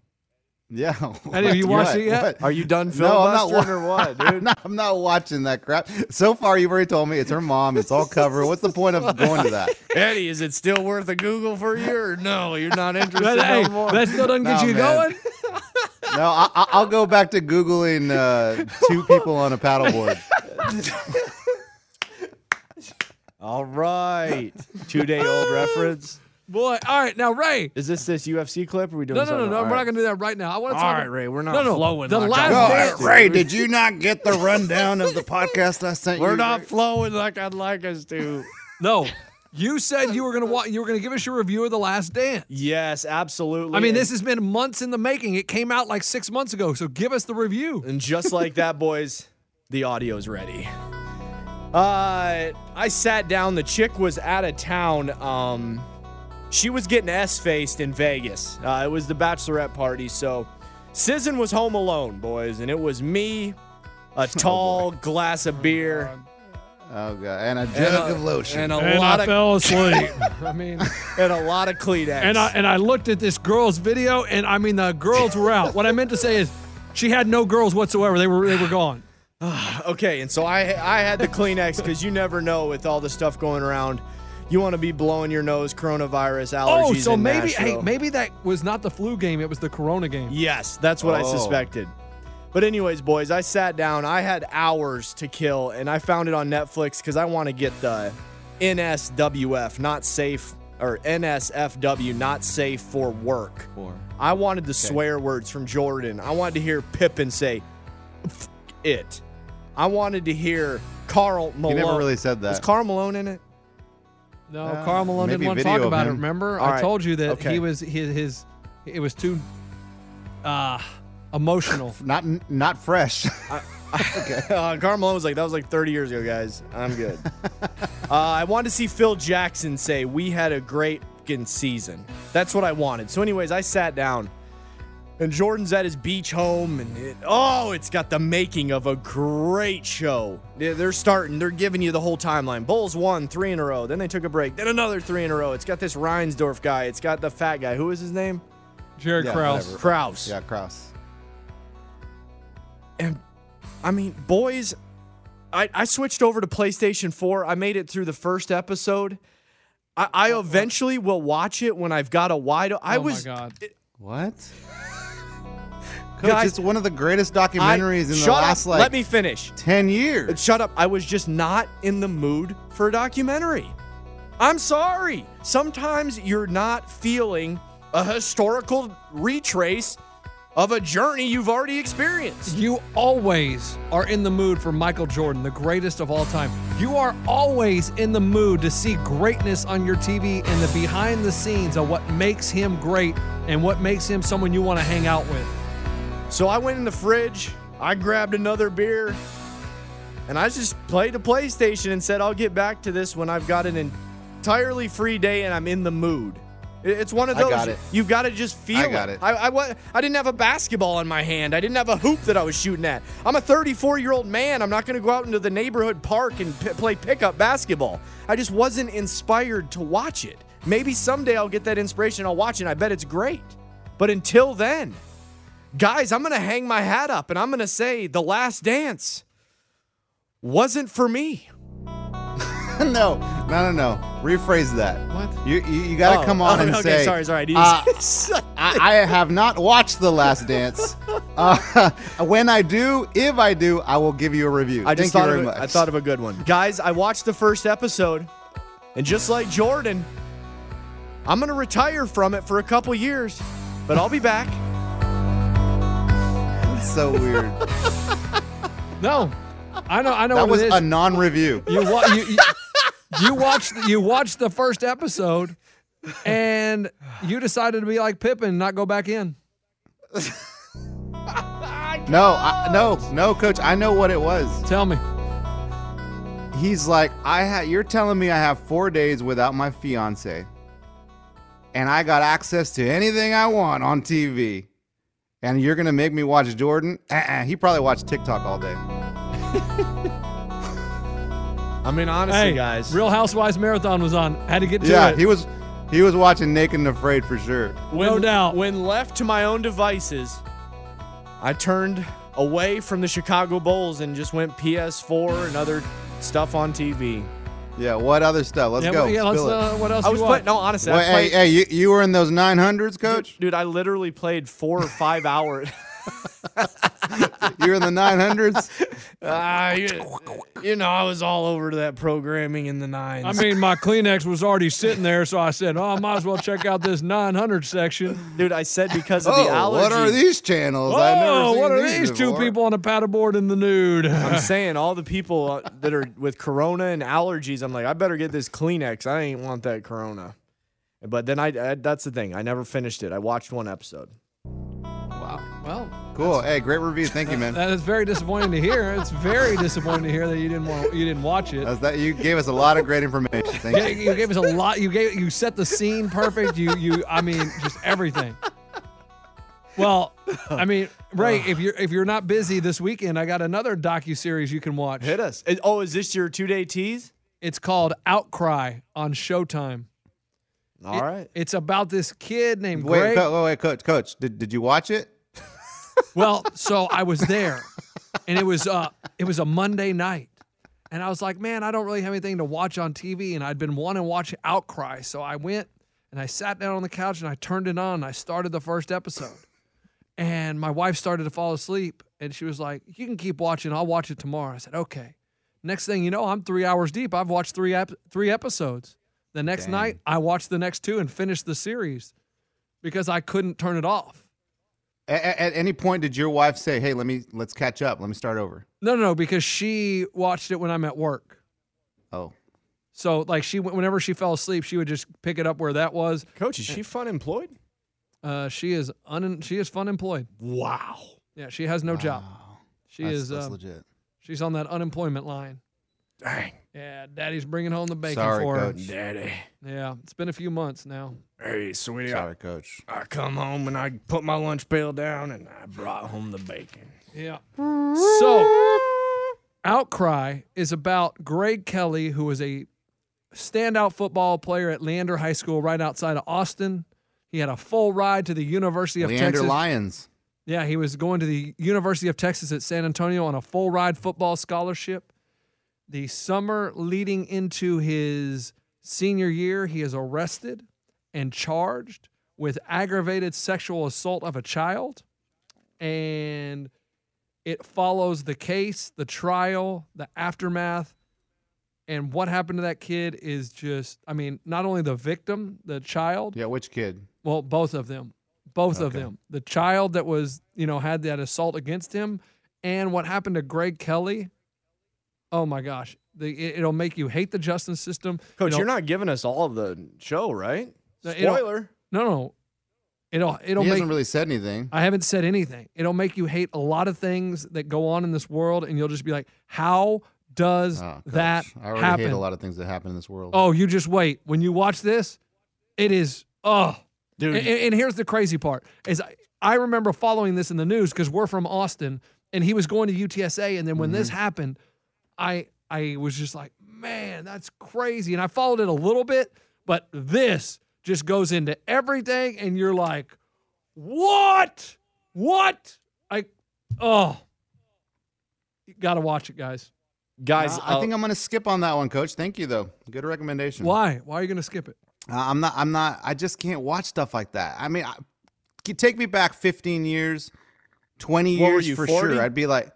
Speaker 4: Yeah.
Speaker 3: Eddie, have you
Speaker 4: what-
Speaker 3: watched it yet?
Speaker 4: what-
Speaker 2: are you done
Speaker 4: No, I'm not
Speaker 2: filibustering or what, dude?
Speaker 4: I'm not, I'm not watching that crap. So far, you've already told me it's her mom. It's all covered. What's the point of going to that?
Speaker 9: Eddie, is it still worth a Google for you, or no? You're not interested
Speaker 3: That,
Speaker 9: no
Speaker 3: hey,
Speaker 9: more.
Speaker 3: that still doesn't get
Speaker 4: Nah,
Speaker 3: you
Speaker 4: man.
Speaker 3: going.
Speaker 4: No, I, I- I'll go back to googling uh, two people on a paddleboard.
Speaker 2: All right. Two day old reference.
Speaker 3: Boy, all right, now Ray.
Speaker 2: Is this this UFC clip? Or are we doing
Speaker 3: No, no,
Speaker 2: something
Speaker 3: no, no.
Speaker 2: else?
Speaker 3: We're
Speaker 2: All
Speaker 3: not
Speaker 2: right.
Speaker 3: gonna do that right now. I want to
Speaker 9: All
Speaker 3: talk.
Speaker 9: right, Ray, we're not
Speaker 3: no, no.
Speaker 9: flowing
Speaker 3: The
Speaker 9: like
Speaker 3: last
Speaker 9: I'm
Speaker 3: dance.
Speaker 4: Ray, did you not get the rundown of the podcast I sent
Speaker 9: We're
Speaker 4: you?
Speaker 9: not flowing like I'd like us to.
Speaker 3: No, you said you were gonna wa- you were gonna give us your review of the Last Dance.
Speaker 2: Yes, absolutely.
Speaker 3: I mean,
Speaker 2: And-
Speaker 3: this has been months in the making. It came out like six months ago, so give us the review.
Speaker 2: And just like that, boys, the audio's ready. Uh, I sat down. The chick was out of town. Um, she was getting S faced in Vegas. Uh, it was the bachelorette party, so Sizzon was home alone, boys, and it was me,
Speaker 3: Oh,
Speaker 2: a tall glass of beer.
Speaker 4: Oh god, and a jug
Speaker 2: a-
Speaker 4: of lotion,
Speaker 2: and a
Speaker 3: And
Speaker 2: lot
Speaker 3: I
Speaker 2: of
Speaker 3: fell asleep. I mean,
Speaker 2: and a lot of Kleenex.
Speaker 3: and I and I looked at this girl's video, and I mean the girls were out. What I meant to say is, she had no girls whatsoever. They were they were gone.
Speaker 2: okay, and so I I had the Kleenex because you never know with all the stuff going around. You want to be blowing your nose, coronavirus allergies.
Speaker 3: Oh, so
Speaker 2: in
Speaker 3: maybe
Speaker 2: Nashville.
Speaker 3: hey, maybe that was not the flu game. It was the Corona game.
Speaker 2: Yes, that's what I
Speaker 3: Oh.
Speaker 2: suspected. But anyways, boys, I sat down. I had hours to kill, and I found it on Netflix because I want to get the NSWF, not safe, or NSFW, not safe for work. I wanted the swear words from Jordan. I wanted to hear Pippen say "F- it. I wanted to hear Carl Malone.
Speaker 4: never really said that.
Speaker 2: Was Carl Malone in it?
Speaker 3: No,
Speaker 2: Uh,
Speaker 3: Carl Malone
Speaker 2: maybe
Speaker 3: didn't want to
Speaker 2: video
Speaker 3: talk
Speaker 2: of
Speaker 3: about it.
Speaker 2: him.
Speaker 3: Remember,
Speaker 2: All
Speaker 3: I
Speaker 2: right.
Speaker 3: told you that
Speaker 2: Okay.
Speaker 3: he was his, his it was too uh, emotional.
Speaker 4: not not fresh.
Speaker 2: okay. Uh, Carl Malone was like, that was like 30 years ago, guys. I'm good. uh, I wanted to see Phil Jackson say, we had a great fucking season. That's what I wanted. So, anyways, I sat down and Jordan's at his beach home and it, oh, it's got the making of a great show. They- They're starting, they're giving you the whole timeline. Bulls won three in a row. Then they took a break. Then another three in a row. It's got this Reinsdorf guy. It's got the fat guy. Who is his name?
Speaker 3: Jared
Speaker 4: Yeah,
Speaker 3: Krause.
Speaker 4: whatever.
Speaker 2: Krause.
Speaker 4: Yeah, Kraus.
Speaker 2: And I mean, boys, I, I switched over to PlayStation 4. I made it through the first episode. I, I eventually will watch it when I've got a wide. I
Speaker 3: Oh my
Speaker 2: was
Speaker 3: God.
Speaker 4: What? Coach,
Speaker 2: Guys-
Speaker 4: it's one of the greatest
Speaker 2: I-
Speaker 4: documentaries in
Speaker 2: shut
Speaker 4: the last
Speaker 2: up.
Speaker 4: like
Speaker 2: Let me finish.
Speaker 4: ten years.
Speaker 2: Shut up. I was just not in the mood for a documentary. I'm sorry. Sometimes you're not feeling a historical retrace of a journey you've already experienced.
Speaker 3: You always are in the mood for Michael Jordan, the greatest of all time. You are always in the mood to see greatness on your TV and the behind the scenes of what makes him great and what makes him someone you want to hang out with.
Speaker 2: So I went in the fridge, I grabbed another beer, and I just played the PlayStation and said, I'll get back to this when I've got an entirely free day and I'm in the mood. I- It's one of
Speaker 4: I
Speaker 2: those.
Speaker 4: got it.
Speaker 2: You've got to just feel
Speaker 4: I got it.
Speaker 2: I, I, wa- I didn't have a basketball in my hand. I didn't have a hoop that I was shooting at. I'm a 34 year old man. I'm not going to go out into the neighborhood park and p- play pickup basketball. I just wasn't inspired to watch it. Maybe someday I'll get that inspiration. I'll watch it. and I bet it's great. But until then, guys, I'm going to hang my hat up and I'm going to say The Last Dance wasn't for me.
Speaker 4: no, no, no, no. Rephrase that. What? You you, you got to
Speaker 2: Oh,
Speaker 4: come on
Speaker 2: oh,
Speaker 4: and
Speaker 2: okay,
Speaker 4: say.
Speaker 2: sorry, sorry, I need-
Speaker 4: uh, I, I have not watched The Last Dance. Uh, when I do, if I do, I will give you a review.
Speaker 2: I just
Speaker 4: Thank
Speaker 2: thought
Speaker 4: you
Speaker 2: of
Speaker 4: very
Speaker 2: a-
Speaker 4: much.
Speaker 2: I thought of a good one. Guys, I watched the first episode, and just like Jordan, I'm gonna retire from it for a couple years, but I'll be back.
Speaker 4: so weird.
Speaker 3: No, I know, I know
Speaker 4: that
Speaker 3: what
Speaker 4: was
Speaker 3: it is.
Speaker 4: a non-review.
Speaker 3: you, wa- you, you, you watch you watch the first episode, and you decided to be like Pippin and not go back in.
Speaker 4: No, I, no, no, coach. I know what it was.
Speaker 3: Tell me.
Speaker 4: He's like, I ha- you're telling me I have four days without my fiance, and I got access to anything I want on TV, and you're gonna make me watch Jordan? Uh-uh. He probably watched TikTok all day.
Speaker 2: I mean, honestly,
Speaker 3: Hey,
Speaker 2: guys,
Speaker 3: Real Housewives marathon was on. Had to get to
Speaker 4: yeah,
Speaker 3: it.
Speaker 4: he was, he was watching Naked and Afraid for sure.
Speaker 2: when,
Speaker 3: no doubt.
Speaker 2: when left to my own devices, I turned away from the Chicago Bulls and just went PS4 and other stuff on TV.
Speaker 4: Yeah, what other stuff? Let's
Speaker 3: yeah,
Speaker 4: go.
Speaker 3: yeah, let's,
Speaker 4: Spill it.
Speaker 3: uh, what else?
Speaker 2: I
Speaker 3: you
Speaker 2: was
Speaker 3: want?
Speaker 2: playing. No, honestly,
Speaker 4: Wait,
Speaker 2: I
Speaker 4: hey,
Speaker 2: played,
Speaker 4: hey, you, you were in those 900s, coach?
Speaker 2: dude, I literally played four or five hours.
Speaker 4: you were in the 900s?
Speaker 2: Ah, you, you know, I was all over that programming in the nines.
Speaker 3: I mean, my Kleenex was already sitting there, so I said, "Oh, I might as well check out this 900 section."
Speaker 2: Dude, I said because of the
Speaker 4: Oh,
Speaker 2: allergies.
Speaker 4: what are these channels? I've never
Speaker 3: Oh,
Speaker 4: seen
Speaker 3: what are these two
Speaker 4: before.
Speaker 3: people on a paddleboard in the nude?
Speaker 2: I'm saying all the people uh, that are with corona and allergies. I'm like, I better get this Kleenex. I ain't want that corona. But then I, I that's the thing. I never finished it. I watched one episode.
Speaker 4: Wow.
Speaker 3: well,
Speaker 4: Cool. Hey, great review. Thank you, man.
Speaker 3: That is very disappointing to hear. It's very disappointing to hear that you didn't want, you didn't watch it.
Speaker 4: That's that. You gave us a lot of great information. Thank
Speaker 3: Yeah, you gave us a lot. You gave you set the scene perfect. You you I mean just everything. Well, I mean, Ray, if you're if you're not busy this weekend, I got another docu series you can watch. Hit
Speaker 2: us. Oh, is this your two day tease?
Speaker 3: It's called Outcry on Showtime.
Speaker 2: All
Speaker 3: All right.
Speaker 2: right.
Speaker 3: It's about this kid named
Speaker 4: Wait,
Speaker 3: Greg.
Speaker 4: co- oh, wait, coach, coach, did, did you watch it?
Speaker 3: Well, so I was there, and it was uh, it was a Monday night, and I was like, man, I don't really have anything to watch on TV, and I'd been wanting to watch Outcry, so I went and I sat down on the couch and I turned it on and I started the first episode, and my wife started to fall asleep, and she was like, you can keep watching, I'll watch it tomorrow. I said, okay. Next thing you know, I'm three hours deep. I've watched three ep- three episodes. The next
Speaker 4: Dang.
Speaker 3: night, I watched the next two and finished the series because I couldn't turn it off.
Speaker 4: A- a- At, any point, did your wife say, "Hey, let me let's catch up, let me start over"?
Speaker 3: No, no, no, because she watched it when I'm at work.
Speaker 4: Oh,
Speaker 3: So like she whenever she fell asleep, she would just pick it up where that was.
Speaker 2: Coach, is she fun employed?
Speaker 3: Uh, she is un she is fun employed.
Speaker 2: Wow.
Speaker 3: Yeah, she has no job. She
Speaker 4: That's-
Speaker 3: is
Speaker 4: that's
Speaker 3: um,
Speaker 4: legit.
Speaker 3: She's on that unemployment line. Dang. Yeah, daddy's bringing home the bacon
Speaker 4: Sorry,
Speaker 3: for her.
Speaker 4: Coach.
Speaker 2: Daddy.
Speaker 3: Yeah, it's been a few months now.
Speaker 2: Hey, sweetie.
Speaker 4: Sorry, coach.
Speaker 2: I come home and I put my lunch pail down and I brought home the bacon.
Speaker 3: Yeah. So, Outcry is about Greg Kelly, who was a standout football player at Leander High School right outside of Austin. He had a full ride to the University of
Speaker 4: Leander
Speaker 3: Texas.
Speaker 4: Lions.
Speaker 3: Yeah, he was going to the University of Texas at San Antonio on a full ride football scholarship. The summer leading into his senior year, he is arrested and charged with aggravated sexual assault of a child. And it follows the case, the trial, the aftermath. And what happened to that kid is just, I mean, not only the victim, the child,
Speaker 4: Yeah, which kid?
Speaker 3: well, both of them. Both of
Speaker 4: Okay.
Speaker 3: them. The child that was, you know, had that assault against him and what happened to Greg Kelly. Oh my gosh. The, it, it'll make you hate the justice system.
Speaker 2: Coach,
Speaker 3: It'll-
Speaker 2: you're not giving us all of the show, right?
Speaker 3: No, it'll-
Speaker 2: Spoiler.
Speaker 3: No, no. It'll it'll
Speaker 4: he
Speaker 3: make
Speaker 4: hasn't really said anything.
Speaker 3: I haven't said anything. It'll make you hate a lot of things that go on in this world and you'll just be like, "How does
Speaker 4: Oh, coach,
Speaker 3: that
Speaker 4: I already
Speaker 3: happen?"
Speaker 4: hate a lot of things that happen in this world.
Speaker 3: Oh, you just wait. When you watch this, it is oh,
Speaker 2: dude.
Speaker 3: And, and here's the crazy part: is I, I remember following this in the news because we're from Austin, and he was going to UTSA, and then when this happened, I I was just like, man, that's crazy, and I followed it a little bit, but this just goes into everything, and you're like, what, what? I oh, you gotta watch it, guys.
Speaker 2: Guys,
Speaker 4: I think I'm going to skip on that one, coach. Thank you though. Good recommendation.
Speaker 3: oh. Why? Why are you gonna skip it?
Speaker 4: Uh, I'm not. I'm not. I just can't watch stuff like that. I mean, I, c- take me back 15 years, 20
Speaker 2: What were
Speaker 4: years
Speaker 2: you,
Speaker 4: for
Speaker 2: 40?
Speaker 4: sure. I'd be like,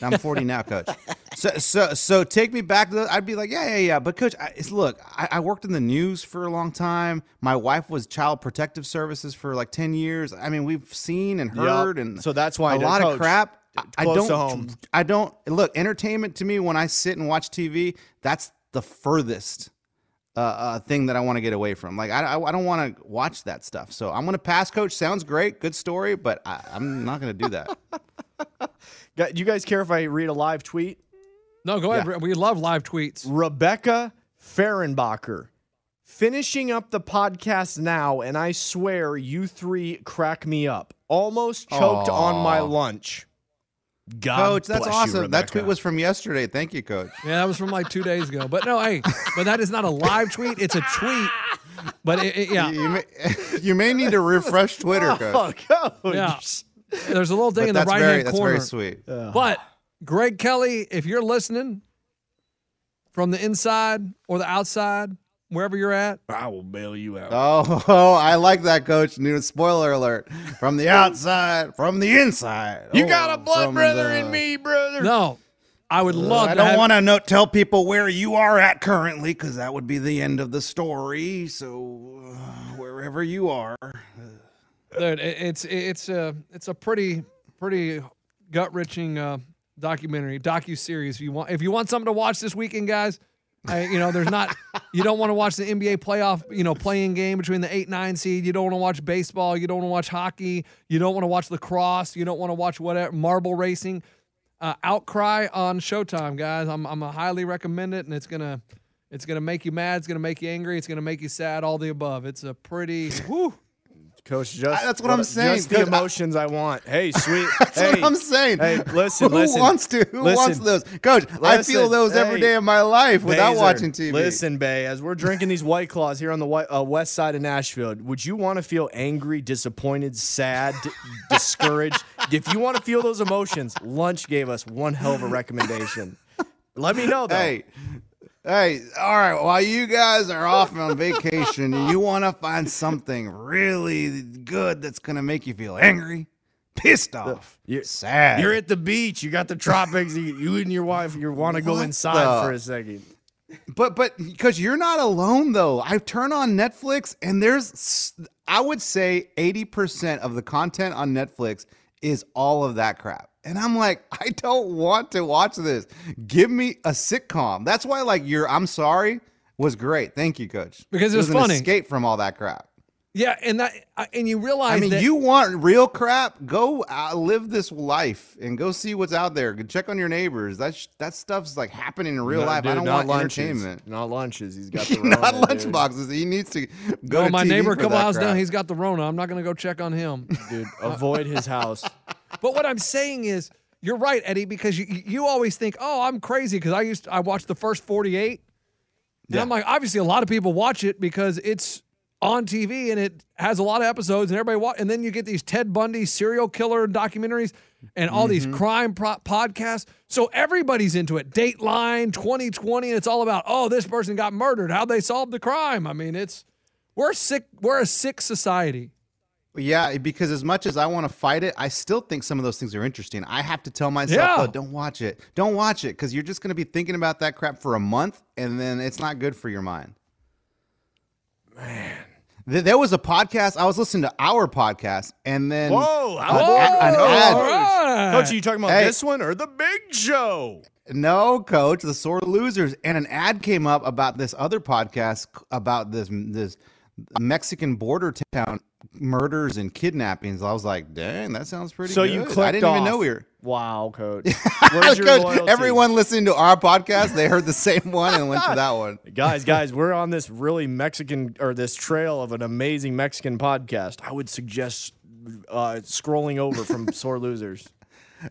Speaker 4: I'm 40 now, coach. So, so, so take me back. To the, I'd be like, yeah, yeah, yeah. But coach, I, it's, look, I, I worked in the news for a long time. My wife was child protective services for like 10 years. I mean, we've seen and
Speaker 2: Yup.
Speaker 4: heard, and
Speaker 2: So that's why I
Speaker 4: a
Speaker 2: did-
Speaker 4: lot
Speaker 2: Coach,
Speaker 4: of crap. I- I
Speaker 2: close to
Speaker 4: don't.
Speaker 2: home.
Speaker 4: I don't look entertainment to me when I sit and watch TV. That's the furthest uh, uh, thing that I want to get away from. Like I, I, I don't want to watch that stuff. So I'm gonna pass, coach. Sounds great, good story, but I, I'm not gonna do that.
Speaker 2: Gu- you guys care if I read a live tweet?
Speaker 3: No, go ahead. We love live tweets.
Speaker 2: Rebecca Fehrenbacher. Finishing up the podcast now, and I swear you three crack me up. Almost choked on my
Speaker 4: Aw.
Speaker 2: lunch. God
Speaker 4: coach, that's
Speaker 2: bless you,
Speaker 4: awesome. that tweet
Speaker 2: Rebecca.
Speaker 4: was from yesterday. Thank you, coach.
Speaker 3: Yeah, that was from like two days ago. But no, hey, but that is not a live tweet. It's a tweet. But it, it- yeah,
Speaker 4: You, you may, you may need to refresh Twitter,
Speaker 2: Oh,
Speaker 4: coach.
Speaker 2: coach.
Speaker 3: yeah. There's a little thing
Speaker 4: But
Speaker 3: in the
Speaker 4: that's
Speaker 3: right
Speaker 4: very
Speaker 3: hand
Speaker 4: that's
Speaker 3: corner.
Speaker 4: very sweet.
Speaker 3: But Greg Kelly, if you're listening from the inside or the outside, wherever you're at,
Speaker 2: I will bail you out.
Speaker 4: Oh, oh, I like that, coach. New spoiler alert: from the outside, from the inside.
Speaker 2: you
Speaker 4: Oh,
Speaker 2: got a blood
Speaker 4: from
Speaker 2: brother
Speaker 4: the-
Speaker 2: in me, brother.
Speaker 3: no, I would love.
Speaker 4: Uh,
Speaker 3: to
Speaker 4: I don't
Speaker 3: have-
Speaker 4: want to know, tell people where you are at currently because that would be the end of the story. So uh, wherever you are,
Speaker 3: Dude, it- it's it's a it's a pretty pretty gut wrenching uh, documentary docu series. If you want if you want something to watch this weekend, guys, I, you know, there's not. You don't want to watch the NBA playoff, you know, playing game between the eight nine seed. You don't want to watch baseball. You don't want to watch hockey. You don't want to watch lacrosse. You don't want to watch whatever marble racing. Uh, Outcry on Showtime, guys. I'm I'm a highly recommend it, and it's gonna it's gonna make you mad. It's gonna make you angry. It's gonna make you sad. All the above. It's a pretty whew.
Speaker 2: Coach, just
Speaker 4: that's what I'm saying,
Speaker 2: Just the
Speaker 4: Coach, I-
Speaker 2: emotions I, want. Hey, sweet.
Speaker 4: That's
Speaker 2: hey,
Speaker 4: what I'm saying.
Speaker 2: Hey, listen,
Speaker 4: who
Speaker 2: listen.
Speaker 4: wants to? Who wants
Speaker 2: listen.
Speaker 4: those? Coach, I feel
Speaker 2: Listen,
Speaker 4: those every
Speaker 2: hey,
Speaker 4: day of my life without
Speaker 2: Bazer,
Speaker 4: watching TV.
Speaker 2: Listen, Bay, as we're drinking these White Claws here on the white, uh, west side of Nashville, would you want to feel angry, disappointed, sad, d- discouraged? If you want to feel those emotions, lunch gave us one hell of a recommendation. Let me know, though.
Speaker 4: Hey, hey, all right. While you guys are off on vacation, and you want to find something really good that's gonna make you feel angry, pissed off,
Speaker 2: you're,
Speaker 4: sad.
Speaker 2: You're at the beach. You got the tropics. You, you and your wife, you want to go
Speaker 4: What
Speaker 2: inside
Speaker 4: the-
Speaker 2: for a second.
Speaker 4: but but because you're not alone though i turn on netflix and there's s- i would say 80% of the content on netflix is all of that crap and i'm like i don't want to watch this give me a sitcom that's why like your i'm sorry was great thank you coach
Speaker 3: Because it was
Speaker 4: an
Speaker 3: funny.
Speaker 4: escape from all that crap
Speaker 3: Yeah, and that I- and you realize
Speaker 4: I mean,
Speaker 3: that-
Speaker 4: you want real crap? Go uh, live this life and go see what's out there. Go Check on your neighbors. That sh- that stuff's like happening in real
Speaker 2: No,
Speaker 4: life. I
Speaker 2: dude,
Speaker 4: don't
Speaker 2: not
Speaker 4: want
Speaker 2: lunches.
Speaker 4: entertainment.
Speaker 2: Not lunches. He's got the
Speaker 4: not
Speaker 2: Rona, dude.
Speaker 4: lunchboxes. He needs to
Speaker 3: No,
Speaker 4: go to
Speaker 3: Oh, my
Speaker 4: TV
Speaker 3: neighbor a
Speaker 4: for
Speaker 3: couple
Speaker 4: that
Speaker 3: houses
Speaker 4: crap.
Speaker 3: down, he's got the Rona. I'm not gonna go check on him.
Speaker 2: Dude, avoid his house.
Speaker 3: But what I'm saying is, you're right, Eddie, because you you always think, oh, I'm crazy because I used I watched the first 48, and I'm like, obviously, a lot of people watch it because it's on TV and it has a lot of episodes, and everybody watch. And then you get these Ted Bundy serial killer documentaries and all these crime pro- podcasts. So everybody's into it. Dateline 2020, and it's all about, oh, this person got murdered, how they solved the crime. I mean, it's we're sick. We're a sick society.
Speaker 4: Yeah, because as much as I want to fight it, I still think some of those things are interesting. I have to tell myself,
Speaker 3: Yeah.
Speaker 4: though, don't watch it. Don't watch it because you're just going to be thinking about that crap for a month and then it's not good for your mind. Man. There was a podcast. I was listening to our podcast and then.
Speaker 2: Whoa!
Speaker 4: an-
Speaker 2: How
Speaker 4: an ad-
Speaker 2: Coach, are you talking about
Speaker 4: Hey.
Speaker 2: this one or the big show?
Speaker 4: No, coach, the sore losers. And an ad came up about this other podcast c- about this this Mexican border town murders and kidnappings. I was like, dang, that sounds pretty.
Speaker 2: So
Speaker 4: good.
Speaker 2: you clicked
Speaker 4: I didn't even know
Speaker 2: off.
Speaker 4: we were.
Speaker 2: Wow, coach.
Speaker 4: Coach,
Speaker 2: Where's your loyalty?
Speaker 4: everyone listening to our podcast, they heard the same one and went to that one.
Speaker 2: guys, guys, we're on this really Mexican or this trail of an amazing Mexican podcast. I would suggest uh, scrolling over from sore losers.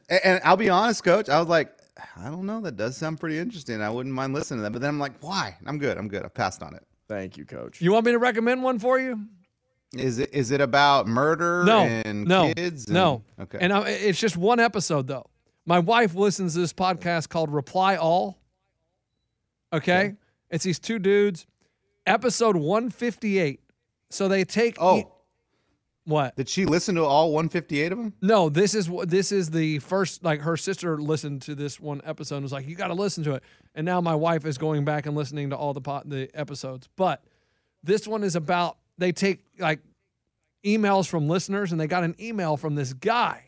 Speaker 4: A- And I'll be honest, coach, I was like, I don't know, that does sound pretty interesting. I wouldn't mind listening to that. But then I'm like, why? I'm good. I'm good. I passed on it.
Speaker 2: Thank you, coach.
Speaker 3: You want me to recommend one for you?
Speaker 4: Is it is it about murder
Speaker 3: no,
Speaker 4: and
Speaker 3: no,
Speaker 4: kids? and-
Speaker 3: no.
Speaker 4: Okay.
Speaker 3: And I, it's just one episode though. My wife listens to this podcast called Reply All. Okay, it's these two dudes. Episode one fifty eight. So they take e-,
Speaker 4: Oh.
Speaker 3: what?
Speaker 4: Did she listen to all 158 of them?
Speaker 3: No, this is wh- this is the first. Like her sister listened to this one episode and was like, "You got to listen to it." And now my wife is going back and listening to all the pot, the episodes. But this one is about they take like emails from listeners, and they got an email from this guy,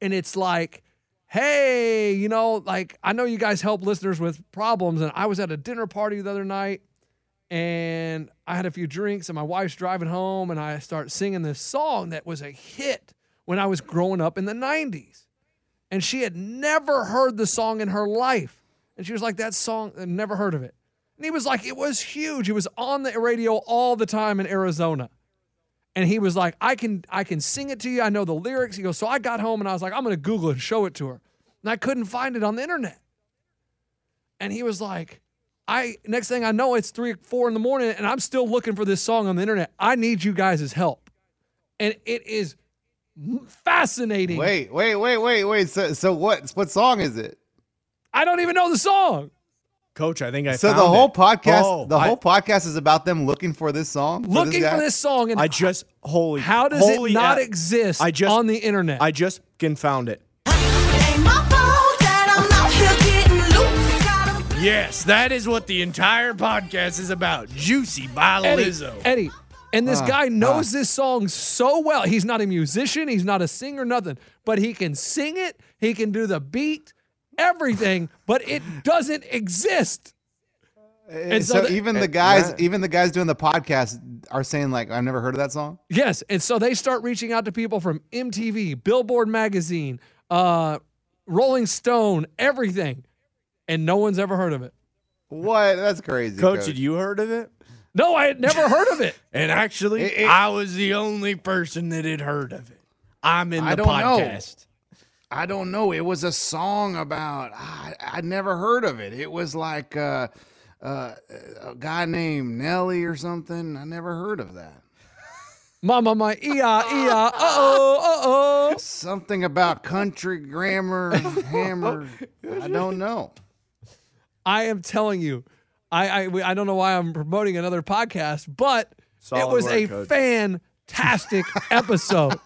Speaker 3: and it's like, "Hey, you know, like I know you guys help listeners with problems, and I was at a dinner party the other night." And I had a few drinks, and my wife's driving home, and I start singing this song that was a hit when I was growing up in the 90s. And she had never heard the song in her life. And she was like, that song, I never heard of it. And he was like, it was huge. It was on the radio all the time in Arizona. And he was like, I can, I can sing it to you. I know the lyrics. He goes, so I got home and I was like, I'm going to Google it and show it to her. And I couldn't find it on the internet. And he was like, I, next thing I know, it's three, four in the morning and I'm still looking for this song on the internet. I need you guys' help. And it is fascinating.
Speaker 4: Wait, wait, wait, wait, wait. So, so what? What song is it?
Speaker 3: I don't even know the song.
Speaker 2: Coach, I think I
Speaker 4: so the
Speaker 2: found
Speaker 4: whole
Speaker 2: it.
Speaker 4: podcast,
Speaker 2: Oh,
Speaker 4: the
Speaker 2: I-
Speaker 4: whole podcast is about them looking for this song.
Speaker 3: Looking
Speaker 4: guy?
Speaker 3: for this song and
Speaker 2: I just holy.
Speaker 3: how does it
Speaker 2: holy
Speaker 3: not
Speaker 2: a-
Speaker 3: exist
Speaker 2: I just
Speaker 3: on the internet?
Speaker 2: I just can found it. Yes, that is what the entire podcast is about. Juicy by
Speaker 3: Eddie,
Speaker 2: Lizzo.
Speaker 3: Eddie. And this
Speaker 2: Ah,
Speaker 3: guy knows this song so well. He's not a musician, he's not a singer, nothing, but he can sing it, he can do the beat, everything, but it doesn't exist.
Speaker 2: Eh,
Speaker 4: And
Speaker 3: so
Speaker 4: so
Speaker 3: the-
Speaker 4: even the guys, even the guys doing the podcast are saying like, "I've never heard of that song."
Speaker 3: Yes, and so they start reaching out to people from MTV, Billboard magazine, uh, Rolling Stone, everything, and no one's ever heard of it.
Speaker 4: What? That's crazy.
Speaker 2: Coach, had you heard of it?
Speaker 3: No, I had never heard of it.
Speaker 2: And actually,
Speaker 3: It- it-
Speaker 2: I was the only person that had heard of it. I'm in the
Speaker 4: I don't know.
Speaker 2: podcast.
Speaker 4: I don't know. It was a song about I, I'd never heard of it. It was like uh, uh, a guy named Nelly or something. I never heard of that.
Speaker 3: Mama, my ea ea. Uh oh, uh oh.
Speaker 4: Something about country grammar and hammer. I don't know.
Speaker 3: I am telling you, I I, we- I don't know why I'm promoting another podcast, but
Speaker 4: Solid
Speaker 3: it was
Speaker 4: work,
Speaker 3: a
Speaker 4: Coach.
Speaker 3: fantastic episode.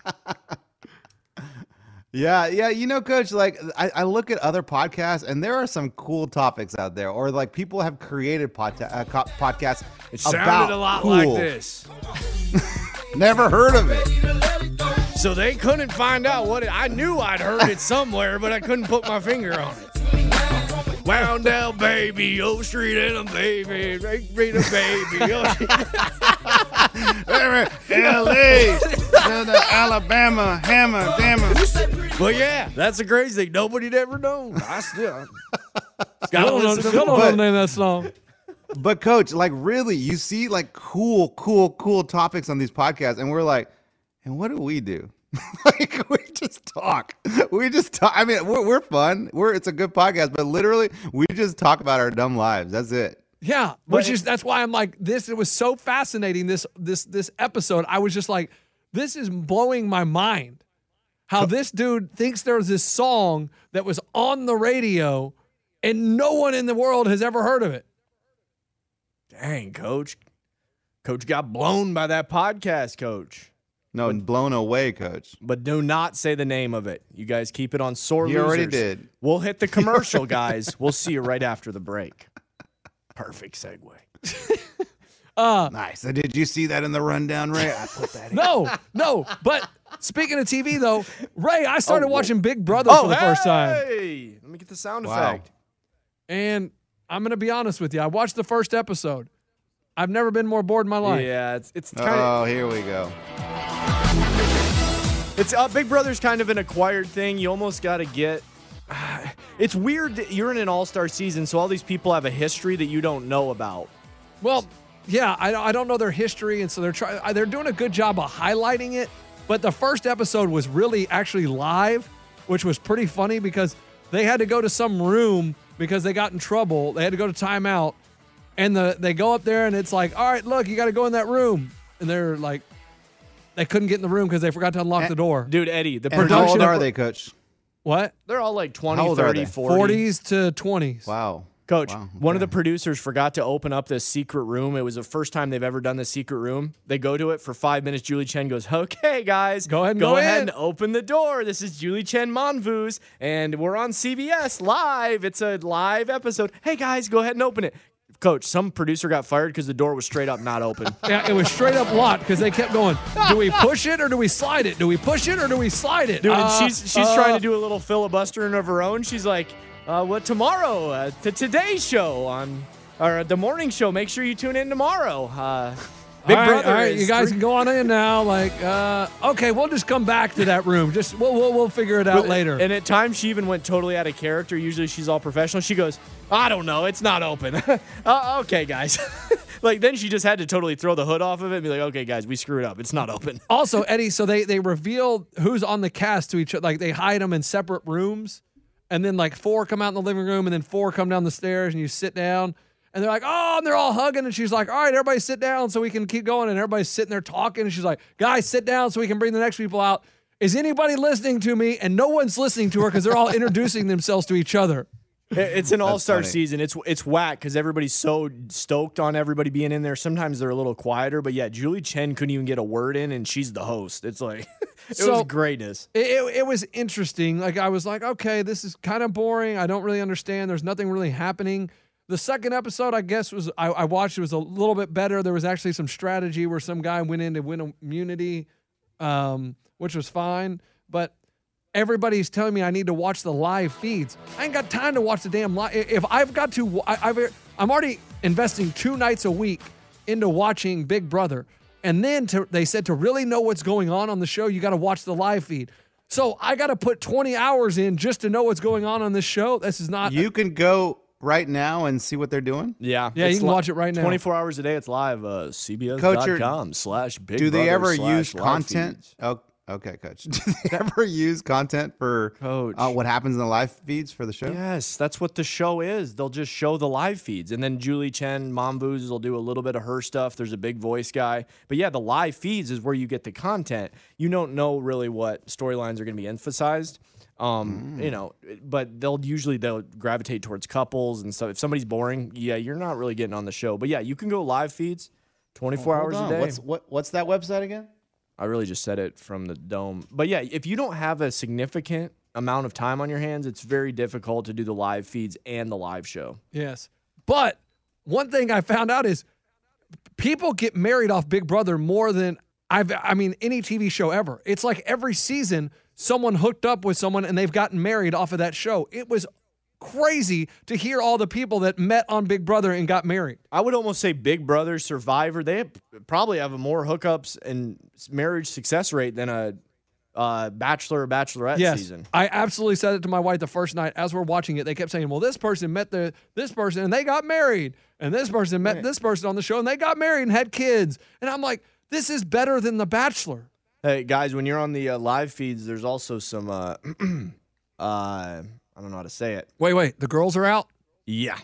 Speaker 4: Yeah, yeah. You know, coach, like I, I look at other podcasts and there are some cool topics out there, or like people have created podca- uh, co- podcasts.
Speaker 2: It sounded
Speaker 4: about
Speaker 2: a lot
Speaker 4: cool.
Speaker 2: like this.
Speaker 4: Never heard of it.
Speaker 2: So they couldn't find out what it, I knew I'd heard it somewhere, but I couldn't put my finger on it. Wound down, baby, O Street and a baby, make me the baby. oh, O Street.
Speaker 4: L.A., Alabama, hammer, dammer.
Speaker 2: Well, yeah, that's a crazy thing. Nobody ever known. I still
Speaker 3: I
Speaker 2: gotta
Speaker 3: don't know,
Speaker 2: listen to
Speaker 3: still don't know the
Speaker 4: But-
Speaker 3: name of that song.
Speaker 4: But coach, like really, you see like cool, cool, cool topics on these podcasts, and we're like, and what do we do? like we just talk. We just talk. I mean, we're, we're fun. We're it's a good podcast, but literally, we just talk about our dumb lives. That's it.
Speaker 3: Yeah, which is that's why I'm like this. It was so fascinating this this this episode. I was just like, this is blowing my mind. How this dude thinks there's this song that was on the radio, and no one in the world has ever heard of it.
Speaker 2: Dang, coach. Coach got blown by that podcast, coach.
Speaker 4: No, blown away, coach.
Speaker 2: But do not say the name of it. You guys keep it on sore
Speaker 4: You already
Speaker 2: Losers.
Speaker 4: did.
Speaker 2: We'll hit the commercial, guys. we'll see you right after the break. Perfect segue.
Speaker 3: Uh,
Speaker 4: nice. And did you see that in the rundown, Ray? I put that in.
Speaker 3: No, no. But speaking of TV, though, Ray, I started watching Big Brother for the first time,
Speaker 2: oh, hey! Let me get the sound
Speaker 3: Wow.
Speaker 2: effect.
Speaker 3: and I'm gonna be honest with you. I watched the first episode. I've never been more bored in my life.
Speaker 2: Yeah, it's it's kind of
Speaker 4: Oh, here we go.
Speaker 2: It's uh, Big Brother's kind of an acquired thing. You almost got to get. It's weird. that You're in an All Star season, so all these people have a history that you don't know about.
Speaker 3: Well, yeah, I, I don't know their history, and so they're trying. They're doing a good job of highlighting it. But the first episode was really actually live, which was pretty funny because they had to go to some room because they got in trouble. They had to go to timeout, and the they go up there and it's like, all right, look, you got to go in that room, and they're like, they couldn't get in the room because they forgot to unlock the door.
Speaker 2: Dude, Eddie, the
Speaker 4: And
Speaker 2: production.
Speaker 4: how old are they, coach?
Speaker 3: What?
Speaker 2: They're all like 20,
Speaker 4: How old are
Speaker 2: 30,
Speaker 4: they?
Speaker 2: 40.
Speaker 3: 40s to 20s.
Speaker 4: Wow.
Speaker 2: Coach, one of the producers forgot to open up this secret room. It was the first time they've ever done this secret room. They go to it for five minutes. Julie Chen goes, "Okay, guys, go ahead,
Speaker 3: and
Speaker 2: go,
Speaker 3: go
Speaker 2: ahead
Speaker 3: in."
Speaker 2: and open the door. This is Julie Chen Monvuz, and we're on CBS live. It's a live episode. Hey, guys, go ahead and open it." Coach, some producer got fired because the door was straight up not open.
Speaker 3: Yeah, it was straight up locked because they kept going. Do we push it or do we slide it? Do we push it or do we slide it?
Speaker 2: Dude, and
Speaker 3: Uh,
Speaker 2: she's she's
Speaker 3: uh,
Speaker 2: trying to do a little filibustering of her own. She's like, uh, "What tomorrow? Uh, the Today Show on or the morning show. Make sure you tune in tomorrow." Uh, Big
Speaker 3: all right,
Speaker 2: Brother,
Speaker 3: all right,
Speaker 2: is
Speaker 3: you guys
Speaker 2: three-
Speaker 3: can go on in now. Like, uh, okay, we'll just come back to that room. Just we'll we'll, we'll figure it out
Speaker 2: Well,
Speaker 3: later.
Speaker 2: And at times she even went totally out of character. Usually she's all professional. She goes, I don't know. It's not open. uh, okay, guys. like then she just had to totally throw the hood off of it and be like, okay, guys, we screwed up. It's not open.
Speaker 3: also, Eddie, so they they reveal who's on the cast to each other. Like they hide them in separate rooms, and then like four come out in the living room, and then four come down the stairs, and you sit down. And they're like, oh, and they're all hugging. And she's like, all right, everybody sit down so we can keep going. And everybody's sitting there talking. And she's like, guys, sit down so we can bring the next people out. Is anybody listening to me? And no one's listening to her because they're all introducing themselves to each other.
Speaker 2: It- It's an all star
Speaker 3: funny.
Speaker 2: season. It's it's whack because everybody's so stoked on everybody being in there. Sometimes they're a little quieter, but yeah, Julie Chen couldn't even get a word in, and she's the host. It's like it was
Speaker 3: So-
Speaker 2: greatness.
Speaker 3: It, it, it was interesting. Like I was like, okay, this is kind of boring. I don't really understand. There's nothing really happening. The second episode, I guess, was I, I watched. It was a little bit better. There was actually some strategy where some guy went in to win immunity, um, which was fine. But Everybody's telling me I need to watch the live feeds. I ain't got time to watch the damn live. If I've got to, I, I've, I'm already investing two nights a week into watching Big Brother, and then to, they said to really know what's going on on the show, you got to watch the live feed. So I got to put 20 hours in just to know what's going on on this show. This is not.
Speaker 4: You can go right now and see what they're doing.
Speaker 2: Yeah,
Speaker 3: Yeah, you
Speaker 2: It's
Speaker 3: can watch it right now.
Speaker 2: 24 hours a day. It's live. Uh, CBS.com slash Big
Speaker 4: do they
Speaker 2: Brother
Speaker 4: ever
Speaker 2: slash
Speaker 4: use
Speaker 2: live
Speaker 4: content?
Speaker 2: feeds.
Speaker 4: Oh, okay, coach. Do they ever use content for
Speaker 2: coach
Speaker 4: uh, what happens in the live feeds for the show?
Speaker 2: Yes, that's what the show is. They'll just show the live feeds, and then Julie Chen, Mom Booz will do a little bit of her stuff. There's a big voice guy, but yeah, the live feeds is where you get the content. You don't know really what storylines are going to be emphasized. Um,
Speaker 4: Mm.
Speaker 2: You know, but they'll usually they'll gravitate towards couples and stuff. If somebody's boring, yeah, you're not really getting on the show. But yeah, you can go live feeds, 24
Speaker 4: Oh, Hold
Speaker 2: hours
Speaker 4: on.
Speaker 2: a day.
Speaker 4: What's what, what's that website again?
Speaker 2: I really just said it from the dome. But yeah, if you don't have a significant amount of time on your hands, it's very difficult to do the live feeds and the live show.
Speaker 3: Yes. But one thing I found out is people get married off Big Brother more than I've, I mean, any TV show ever. It's like every season someone hooked up with someone and they've gotten married off of that show. It was crazy to hear all the people that met on Big Brother and got married.
Speaker 2: I would almost say Big Brother, Survivor, they probably have more hookups and marriage success rate than a uh, Bachelor or Bachelorette
Speaker 3: yes,
Speaker 2: season.
Speaker 3: I absolutely said it to my wife the first night as we're watching it. They kept saying, "Well, this person met the this person and they got married, and this person met this person on the show and they got married and had kids." And I'm like, "This is better than The Bachelor."
Speaker 2: Hey guys, when you're on the uh, live feeds, there's also some uh, uh, I don't know how to say it.
Speaker 3: Wait, wait, the girls are out.
Speaker 2: Yeah.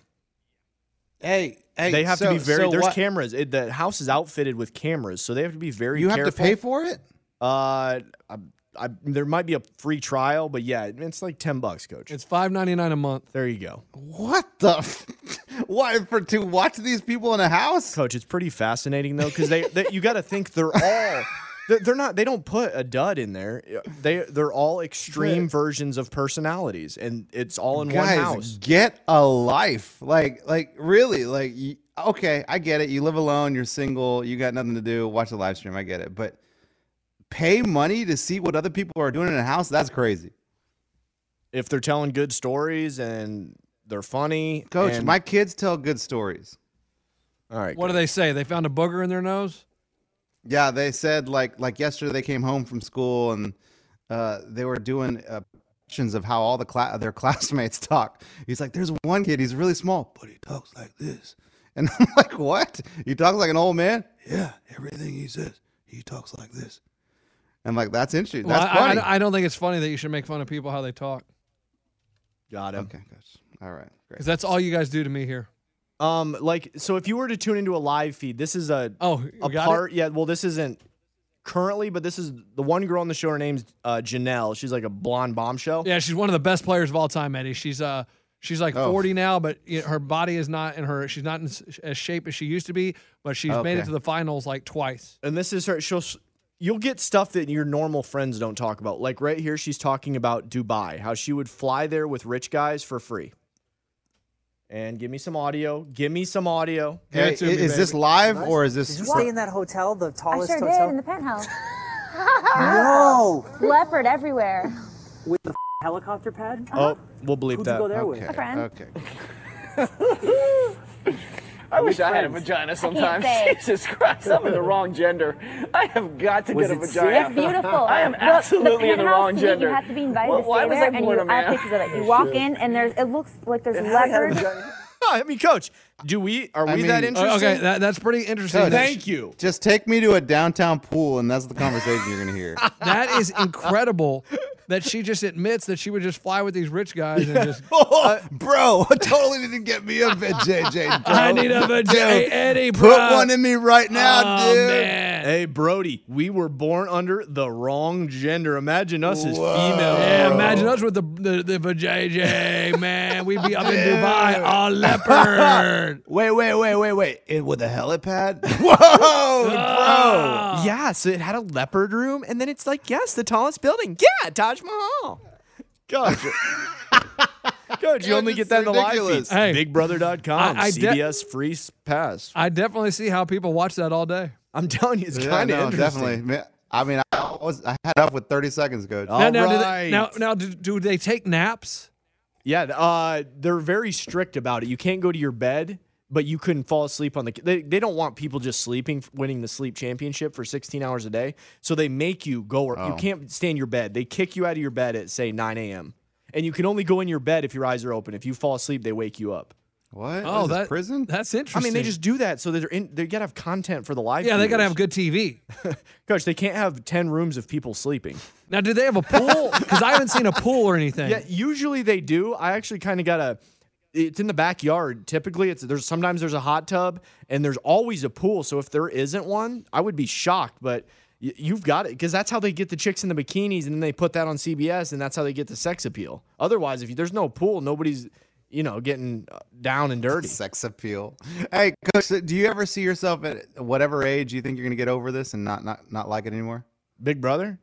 Speaker 4: Hey, hey,
Speaker 2: they have to
Speaker 4: so-
Speaker 2: be very.
Speaker 4: so
Speaker 2: there's
Speaker 4: what-
Speaker 2: cameras. It, the house is outfitted with cameras, so they have to be very.
Speaker 4: You have
Speaker 2: careful.
Speaker 4: to pay for it.
Speaker 2: Uh, I, I, there might be a free trial, but yeah, it's like ten bucks, coach.
Speaker 3: It's five ninety nine a month.
Speaker 2: There you go,
Speaker 4: What the? F- what for? To watch these people in a house,
Speaker 2: coach. It's pretty fascinating though, because they, they you got to think they're all. They're they're not. They don't put a dud in there. They they're all extreme versions of personalities, and it's all in
Speaker 4: guys,
Speaker 2: one house.
Speaker 4: get a life. Like, like really, like. You, okay, I get it. You live alone. You're single. You got nothing to do. Watch the live stream. I get it. But pay money to see what other people are doing in a house. That's crazy.
Speaker 2: If they're telling good stories and they're funny,
Speaker 4: Coach,
Speaker 2: and-
Speaker 4: my kids tell good stories.
Speaker 2: All right.
Speaker 3: What do they say? They found a booger in their nose.
Speaker 4: Yeah, they said like like yesterday they came home from school and uh, they were doing uh, sections of how all the cla- their classmates talk. He's like, "There's one kid, he's really small, but he talks like this." And I'm like, "What? He talks like an old man?" Yeah, everything he says, he talks like this. And like that's interesting.
Speaker 3: Well,
Speaker 4: that's
Speaker 3: I-
Speaker 4: funny.
Speaker 3: I, I don't think it's funny that you should make fun of people how they talk
Speaker 2: Got him.
Speaker 4: Okay, coach. All right, great.
Speaker 3: because that's all you guys do to me here.
Speaker 2: Um, like so, if you were to tune into a live feed, this is a
Speaker 3: Oh, you
Speaker 2: a
Speaker 3: got it?
Speaker 2: part. Yeah, well, this isn't currently, but this is the one girl on the show. Her name's uh, Janelle. She's like a blonde bombshell.
Speaker 3: Yeah, she's one of the best players of all time, Eddie. She's uh she's like
Speaker 4: Oh.
Speaker 3: 40 now, but it, her body is not in her she's not in s- as shape as she used to be, but she's made it
Speaker 4: Okay.
Speaker 3: to the finals like twice.
Speaker 2: and this is her. She'll s- you'll get stuff that your normal friends don't talk about. Like right here, she's talking about Dubai, how she would fly there with rich guys for free. And give me some audio. Give me some audio.
Speaker 4: Hey,
Speaker 3: to
Speaker 4: i-
Speaker 3: me,
Speaker 4: is this
Speaker 3: baby.
Speaker 4: live or is this?
Speaker 10: in that hotel, the tallest
Speaker 11: I sure did in the penthouse.
Speaker 10: No.
Speaker 11: Leopard everywhere.
Speaker 10: with the helicopter pad?
Speaker 2: Oh, we'll believe
Speaker 10: Who'd you
Speaker 2: that.
Speaker 10: go there with?
Speaker 11: A friend.
Speaker 4: Okay.
Speaker 12: I wish I had a vagina sometimes.
Speaker 11: say.
Speaker 12: Jesus Christ, I'm in the wrong gender. I have got to
Speaker 10: Was
Speaker 12: get a
Speaker 10: it
Speaker 12: vagina.
Speaker 11: It's beautiful.
Speaker 12: I am
Speaker 11: The-
Speaker 12: absolutely
Speaker 11: the
Speaker 12: in the wrong
Speaker 11: penthouse,
Speaker 12: gender.
Speaker 11: You have to be invited
Speaker 12: Well,
Speaker 11: to
Speaker 12: why
Speaker 11: stay
Speaker 12: was
Speaker 11: there,
Speaker 12: I
Speaker 11: and
Speaker 12: born
Speaker 11: you
Speaker 12: a
Speaker 11: have
Speaker 12: man?
Speaker 11: pictures of it.
Speaker 13: Oh,
Speaker 11: You walk in, and there's it looks like there's leopard.
Speaker 2: I mean, coach, do we are we
Speaker 4: I
Speaker 2: that
Speaker 4: mean-
Speaker 2: interesting?
Speaker 3: Okay, that, that's pretty interesting.
Speaker 4: Coach,
Speaker 2: Thank you.
Speaker 4: Just take me to a downtown pool, and that's the conversation you're gonna hear.
Speaker 3: That is incredible that she just admits that she would just fly with these rich guys and just
Speaker 4: bro, totally didn't get me a JJ. Bro.
Speaker 3: I need a vajay,
Speaker 4: Dude,
Speaker 3: Eddie,
Speaker 4: Put
Speaker 3: bro.
Speaker 4: one in me right now,
Speaker 3: Oh,
Speaker 4: dude.
Speaker 3: man.
Speaker 2: Hey, Brody, we were born under the wrong gender. Imagine us as females.
Speaker 3: Yeah,
Speaker 2: bro.
Speaker 3: imagine us with the the, the vajayjay, man. We'd be up in Dubai all leopard.
Speaker 4: Wait, wait, wait, wait, wait. It, with a helipad? Whoa,
Speaker 2: Oh,
Speaker 3: uh.
Speaker 2: yeah. So it had a leopard room, and then it's like, yes, the tallest building. Yeah, Taj Mahal. Coach, Coach, you only get that in the live feeds.
Speaker 4: ridiculous.
Speaker 3: Hey.
Speaker 2: BigBrother.com,
Speaker 3: I- I de-
Speaker 2: CBS free s- pass.
Speaker 3: I definitely see how people watch that all day.
Speaker 2: I'm telling you, it's
Speaker 4: bro.
Speaker 2: kind of
Speaker 4: no,
Speaker 2: interesting.
Speaker 4: definitely. Man, I mean, I was I had up with 30 seconds, coach.
Speaker 3: now, now, do they, now, now do, do they take naps?
Speaker 2: Yeah, uh, they're very strict about it. You can't go to your bed, but you couldn't fall asleep on the. They, they don't want people just sleeping, winning the sleep championship for 16 hours a day. So they make you go. Or, You
Speaker 4: Oh.
Speaker 2: can't stay in your bed. They kick you out of your bed at say 9 a.m. And you can only go in your bed if your eyes are open. If you fall asleep, they wake you up.
Speaker 4: What?
Speaker 3: Oh,
Speaker 2: that's
Speaker 3: that-
Speaker 2: prison?
Speaker 3: That's
Speaker 2: I mean, they
Speaker 3: interesting.
Speaker 2: just do that so that they're in. They gotta have content for the live.
Speaker 3: Yeah, they
Speaker 2: viewers.
Speaker 3: gotta have good TV.
Speaker 2: Coach, they can't have 10 rooms of people sleeping.
Speaker 3: Now, do they have a pool? Because I haven't seen a pool or anything.
Speaker 2: Yeah, usually they do. I actually kind of got a. It's in the backyard. Typically, it's there's sometimes there's a hot tub and there's always a pool. So if there isn't one, I would be shocked. But y- you've got it because that's how they get the chicks in the bikinis, and then they put that on CBS, and that's how they get the sex appeal. Otherwise, if you, there's no pool, nobody's you know getting uh, down and dirty.
Speaker 4: Sex appeal. Hey, coach, do you ever see yourself at whatever age you think you're going to get over this and not not not like it anymore?
Speaker 2: Big Brother.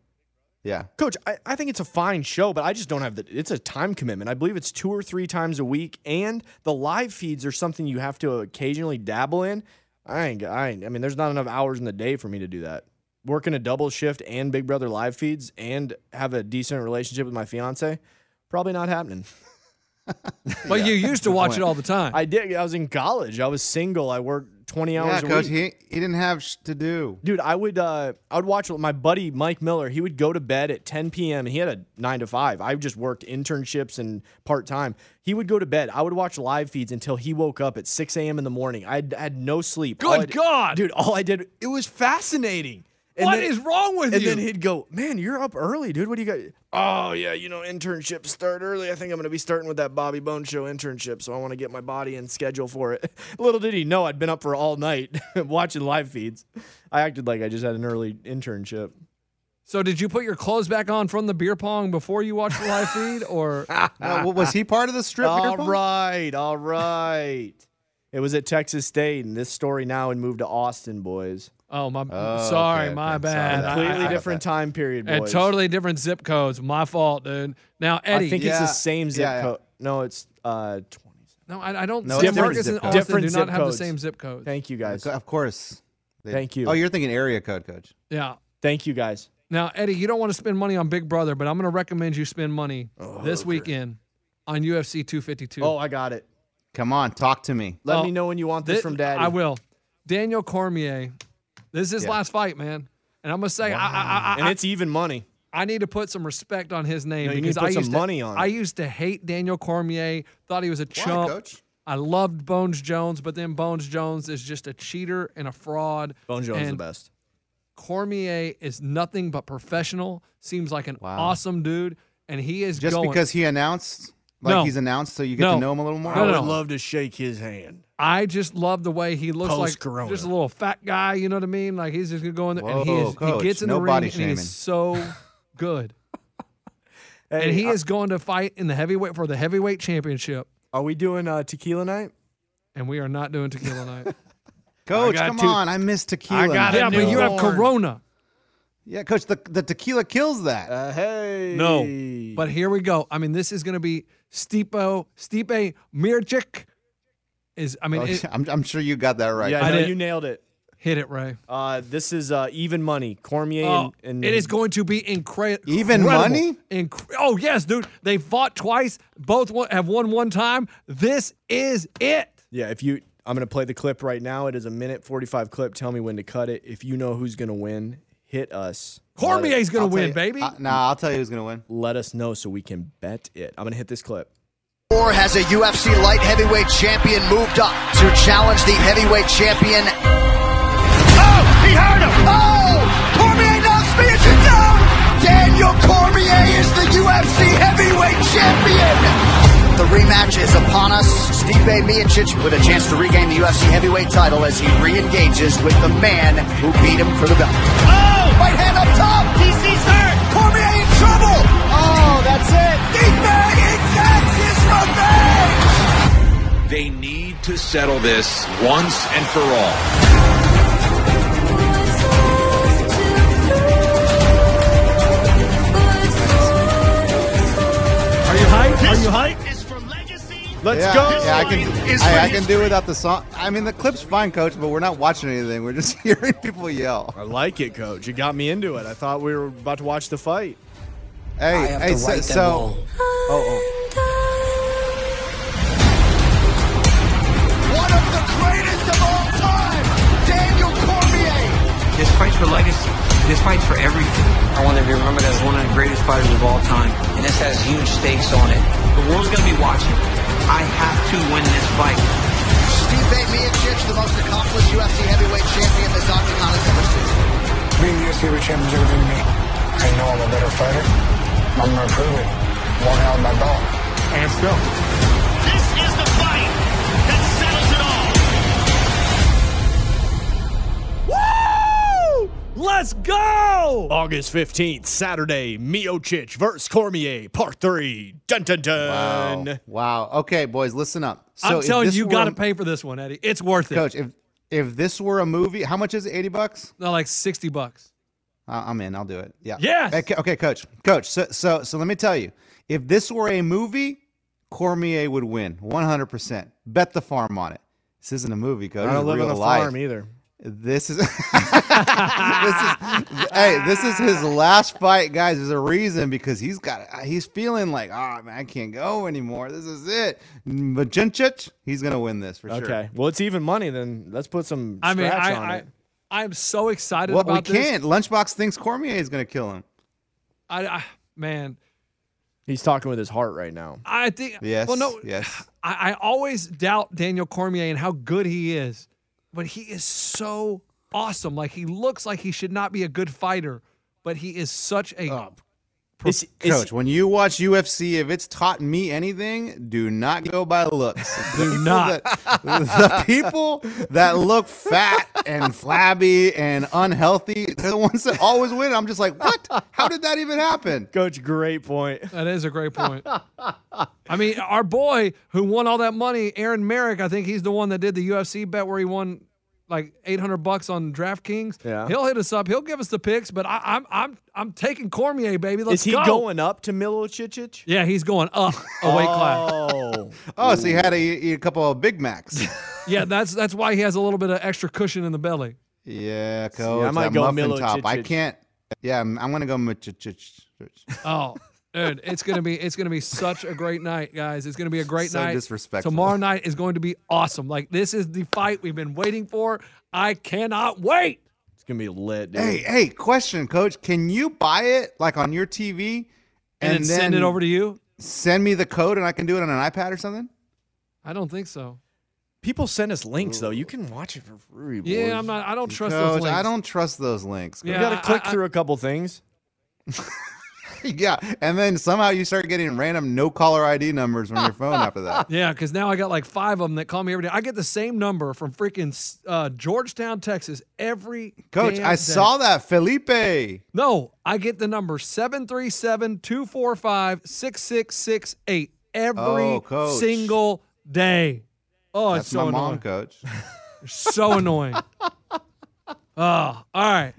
Speaker 4: Yeah.
Speaker 2: Coach, I, I think it's a fine show, but I just don't have the. It's a time commitment. I believe it's two or three times a week, and the live feeds are something you have to occasionally dabble in. I ain't. I ain't. I mean, there's not enough hours in the day for me to do that. Working a double shift and Big Brother live feeds, and have a decent relationship with my fiance, probably not happening.
Speaker 3: Well, you used to watch it all the time.
Speaker 2: I did. I was in college. I was single. I worked 20 hours
Speaker 4: Yeah,
Speaker 2: a week.
Speaker 4: coach, he, he didn't have sh- to do.
Speaker 2: Dude, I would uh, I would watch my buddy Mike Miller. He would go to bed at 10 p.m. and he had a nine to five. I just worked internships and part time. He would go to bed. I would watch live feeds until he woke up at 6 a.m. in the morning. I had, had no sleep. All
Speaker 3: Good
Speaker 2: I'd-
Speaker 3: God.
Speaker 2: dude! All I did it was fascinating. What
Speaker 3: What
Speaker 2: is
Speaker 3: is wrong with
Speaker 2: and
Speaker 3: you?
Speaker 2: then he'd go, "Man, you're up early, dude. What do you got? Oh yeah, you know internships start early. I think I'm gonna be starting with that Bobby Bone Show internship, so I want to get my body in schedule for it." Little did he know I'd been up for all night watching live feeds. I acted like I just had an early internship.
Speaker 3: So, did you put your clothes back on from the beer pong before you watched the live feed, or
Speaker 4: No, Uh, was he part of the strip?
Speaker 2: All right, all right. It was at Texas State, and this story now and moved to Austin, boys.
Speaker 3: Oh my!
Speaker 2: Oh,
Speaker 3: sorry,
Speaker 2: okay,
Speaker 3: my
Speaker 2: okay. Sorry
Speaker 3: bad.
Speaker 2: about that. Completely different time period,
Speaker 3: And
Speaker 2: boys.
Speaker 3: totally different zip codes. My fault, dude. Now, Eddie,
Speaker 2: I think it's the same zip code. No, it's uh,
Speaker 3: No, I, I don't.
Speaker 2: No,
Speaker 3: San
Speaker 2: it's different
Speaker 3: Marcos and
Speaker 2: zip code.
Speaker 3: Austin
Speaker 2: Different
Speaker 3: do not
Speaker 2: zip
Speaker 3: have the
Speaker 2: codes.
Speaker 3: same zip codes.
Speaker 2: Thank you guys.
Speaker 4: Of course. They-
Speaker 2: Thank you.
Speaker 4: Oh, you're thinking area code, coach.
Speaker 3: Yeah.
Speaker 2: Thank you guys.
Speaker 3: Now, Eddie, you don't want to spend money on Big Brother, but I'm going to recommend you spend money this weekend on UFC 252.
Speaker 2: Oh, I got it.
Speaker 4: Come on, talk to me.
Speaker 3: Oh,
Speaker 2: Let me know when you want this
Speaker 3: Thi-
Speaker 2: from Daddy.
Speaker 3: I will. Daniel Cormier. This is his
Speaker 2: Yeah.
Speaker 3: last fight, man. And I'm gonna say, I, I, I,
Speaker 2: and it's even money.
Speaker 3: I need to put some respect on his name
Speaker 2: No, you need
Speaker 3: because
Speaker 2: to put
Speaker 3: I
Speaker 2: some
Speaker 3: used
Speaker 2: money
Speaker 3: to,
Speaker 2: on it.
Speaker 3: I used to hate Daniel Cormier. Thought he was a chump.
Speaker 2: Coach?
Speaker 3: I loved Bones Jones, but then Bones Jones is just a cheater and a fraud.
Speaker 2: Bone Jones is the
Speaker 3: And
Speaker 2: best.
Speaker 3: Cormier is nothing but professional. Seems like an awesome dude, and he is
Speaker 4: Just
Speaker 3: going-
Speaker 4: because he announced, like
Speaker 3: No.
Speaker 4: he's announced, so you get
Speaker 3: No.
Speaker 4: to know him a little more.
Speaker 3: No, I no, would no. love
Speaker 2: to shake his hand.
Speaker 3: I just love the way he looks like
Speaker 2: Post-corona.
Speaker 3: just a little fat guy. You know what I mean? Like he's just gonna go in there and he
Speaker 4: Whoa,
Speaker 3: is
Speaker 4: coach,
Speaker 3: he gets in
Speaker 4: no
Speaker 3: the ring
Speaker 4: body
Speaker 3: and he
Speaker 4: shaming.
Speaker 3: is so good.
Speaker 2: Hey,
Speaker 3: and he
Speaker 2: I-
Speaker 3: is going to fight in the heavyweight for the heavyweight championship.
Speaker 2: Are we doing uh, tequila night?
Speaker 3: And we are not doing tequila night.
Speaker 4: Coach,
Speaker 3: I got
Speaker 4: come
Speaker 3: two-
Speaker 4: on. I miss tequila.
Speaker 3: got a Yeah, but you have newborn. Corona.
Speaker 4: Yeah, coach, the, the tequila kills that.
Speaker 2: Uh, hey.
Speaker 3: But here we go. I mean, this is gonna be Stipo Stipe Mirchik is I mean
Speaker 4: Oh,
Speaker 3: it-
Speaker 4: I'm, I'm sure you got that right.
Speaker 2: Yeah,
Speaker 3: I
Speaker 2: no,
Speaker 3: did-
Speaker 2: you nailed it.
Speaker 3: hit it, Ray.
Speaker 2: Uh, this is uh, even money. Cormier
Speaker 3: Oh,
Speaker 2: and, and
Speaker 3: it is going to be incre- incredible.
Speaker 4: Even money?
Speaker 3: Incre- oh yes, dude. They fought twice. Both won- have won one time. This is it.
Speaker 2: Yeah, if you, I'm gonna play the clip right now. It is a minute 45 clip. Tell me when to cut it. If you know who's gonna win, hit us.
Speaker 3: Cormier's gonna
Speaker 2: I'll tell
Speaker 3: win,
Speaker 2: you-
Speaker 3: baby.
Speaker 2: I-
Speaker 4: uh, nah, I'll tell you who's gonna win.
Speaker 2: Let us know so we can bet it. I'm gonna hit this clip.
Speaker 13: Moore has a UFC light heavyweight champion moved up to challenge the heavyweight champion. Oh, he heard him. Oh, Cormier knocks Miocic down. Daniel Cormier is the UFC heavyweight champion. The rematch is upon us. Stipe Miocic with a chance to regain the UFC heavyweight title as he re-engages with the man who beat him for the belt. Oh, right hand up top. DC's hurt. Cormier in trouble. Oh, that's it. Stipe exacts his revenge.
Speaker 14: They need to settle this once and for all.
Speaker 3: Are you hyped? Are you hyped?
Speaker 2: Let's
Speaker 4: yeah,
Speaker 2: go.
Speaker 4: Yeah, I can. I, I can do without the song. I mean, the clip's fine, Coach, but we're not watching anything. We're just hearing people yell.
Speaker 2: I like it, Coach. You got me into it. I thought we were about to watch the fight.
Speaker 4: Hey, hey, so, so oh, oh.
Speaker 13: One of the greatest of all time, Daniel Cormier.
Speaker 15: This fight's for legacy. This fight's for everything. I want them to be remembered as one of the greatest fighters of all time. And this has huge stakes on it. The world's going to be watching. I have to win this fight.
Speaker 13: Stipe Miocic, the most accomplished UFC heavyweight champion this octagon has ever seen.
Speaker 16: Being the UFC champion is everything to me. I know I'm a better fighter. I'm going to prove it. Walk out with my belt.
Speaker 2: Let's go.
Speaker 8: This is the fight that settles it all.
Speaker 2: Woo! Let's go! August 15th, Saturday, Miocic versus Cormier, part three. Dun dun dun.
Speaker 4: Wow. oh, Wow. Okay, boys, listen up.
Speaker 3: I'm
Speaker 4: if
Speaker 3: telling
Speaker 4: this
Speaker 3: you, you
Speaker 4: were
Speaker 3: got to
Speaker 4: a-
Speaker 3: pay for this one, Eddie. It's worth it.
Speaker 4: Coach, if if this were a movie, how much is it? Eighty bucks?
Speaker 3: No, like sixty bucks.
Speaker 4: I- I'm in. I'll do it. Yeah.
Speaker 3: Yes!
Speaker 4: Okay, okay, Coach. Coach. So, so, so let me tell you, if this were a movie, Cormier would win 100. percent Bet the farm on it. This isn't a movie, Coach.
Speaker 2: I
Speaker 4: This
Speaker 2: don't live on a
Speaker 4: is real life.
Speaker 2: farm either.
Speaker 4: This is. this is. Hey, this is his last fight, guys. There's a reason because he's got. He's feeling like, oh man, I can't go anymore. This is it. Majincic, he's gonna win this for sure.
Speaker 2: Okay. Well, it's even money. Then let's put some.
Speaker 3: I mean,
Speaker 2: scratch
Speaker 3: I,
Speaker 2: on
Speaker 3: I,
Speaker 2: it.
Speaker 3: I am so excited
Speaker 4: Well, we
Speaker 3: about this.
Speaker 4: can't. Lunchbox thinks Cormier is gonna kill him.
Speaker 3: I, I man,
Speaker 2: He's talking with his heart right now.
Speaker 3: I think.
Speaker 4: Yes.
Speaker 3: Well, no,
Speaker 4: Yes.
Speaker 3: I, I always doubt Daniel Cormier and how good he is, but he is so awesome. Like he looks like he should not be a good fighter, but he is such a.
Speaker 2: Oh.
Speaker 3: pro-
Speaker 2: Is- is-
Speaker 4: Coach, when you watch UFC, if it's taught me anything, do not go by looks. The people
Speaker 3: not.
Speaker 4: that- the people that look fat and flabby and unhealthy, they're the ones that always win. I'm just like, what? How did that even happen?
Speaker 2: Coach, great point.
Speaker 3: that is a great point. I mean, our boy who won all that money, Aaron Merrick. I think he's the one that did the UFC bet where he won like eight hundred bucks on DraftKings.
Speaker 2: Yeah.
Speaker 3: He'll hit us up. He'll give us the picks. But I, I'm I'm I'm taking Cormier, baby. Let's
Speaker 2: Is he
Speaker 3: go.
Speaker 2: going up to Milocic?
Speaker 3: Yeah, he's going up a weight class.
Speaker 2: Oh.
Speaker 4: Oh, so you had to eat eat a couple of Big Macs.
Speaker 3: Yeah, that's that's why he has a little bit of extra cushion in the belly.
Speaker 4: yeah, Coach.
Speaker 2: I might
Speaker 4: that
Speaker 2: go
Speaker 4: muffin top. I
Speaker 2: Milocic.
Speaker 4: can't. Yeah, I'm, I'm gonna go. Michich.
Speaker 3: Oh, dude, it's gonna be it's gonna be such a great night, guys. It's gonna be a great
Speaker 4: So
Speaker 3: night.
Speaker 4: disrespectful.
Speaker 3: Tomorrow night is going to be awesome. Like this is the fight we've been waiting for. I cannot wait.
Speaker 2: It's gonna be lit, dude.
Speaker 4: Hey, hey, question, Coach. Can you buy it like on your TV
Speaker 3: And, then send it over to you.
Speaker 4: Send me the code and I can do it on an iPad or something.
Speaker 3: I don't think so.
Speaker 2: People send us links though. You can watch it for free. boys.
Speaker 3: Yeah, I'm not. I don't trust
Speaker 4: Coach,
Speaker 3: those links.
Speaker 4: I don't trust those links.
Speaker 2: You
Speaker 3: Yeah,
Speaker 2: gotta
Speaker 3: I-
Speaker 2: click
Speaker 3: I-
Speaker 2: through a couple things.
Speaker 4: yeah, and then somehow you start getting random no caller ID numbers on your phone after that.
Speaker 3: Yeah, because now I got like five of them that call me every day. I get the same number from freaking uh, Georgetown, Texas, every
Speaker 4: Coach,
Speaker 3: damn
Speaker 4: I
Speaker 3: day.
Speaker 4: saw that Felipe.
Speaker 3: No, I get the number 737 245 6668 every
Speaker 4: Oh, coach.
Speaker 3: single day. Oh,
Speaker 4: That's
Speaker 3: it's so
Speaker 4: my
Speaker 3: annoying.
Speaker 4: mom, Coach.
Speaker 3: So annoying. oh, all right.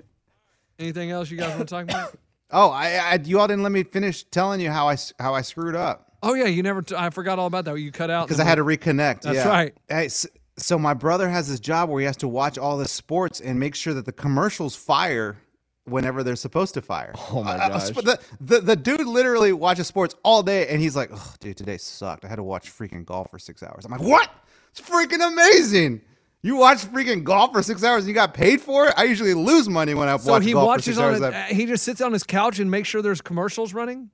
Speaker 3: Anything else you guys want to talk about?
Speaker 4: Oh, I, I you all didn't let me finish telling you how I s- how I screwed up
Speaker 3: Oh, yeah, you never, t- I forgot all about that. You cut out.
Speaker 4: because I had to reconnect.
Speaker 3: That's
Speaker 4: yeah.
Speaker 3: right.
Speaker 4: Hey, s- so my brother has this job where he has to watch all the sports and make sure that the commercials fire whenever they're supposed to fire.
Speaker 2: Oh my
Speaker 4: Uh, uh,
Speaker 2: gosh.
Speaker 4: sp- the, the the dude literally watches sports all day, and he's like, "Oh, dude, today sucked. I had to watch freaking golf for six hours." I'm like, "What? It's freaking amazing." You watch freaking golf for six hours and you got paid for it. I usually lose money when I
Speaker 3: So
Speaker 4: watch
Speaker 3: he
Speaker 4: golf for
Speaker 3: watches
Speaker 4: six
Speaker 3: on,
Speaker 4: hours.
Speaker 3: a,
Speaker 4: I-
Speaker 3: he just sits on his couch and makes sure there's commercials running?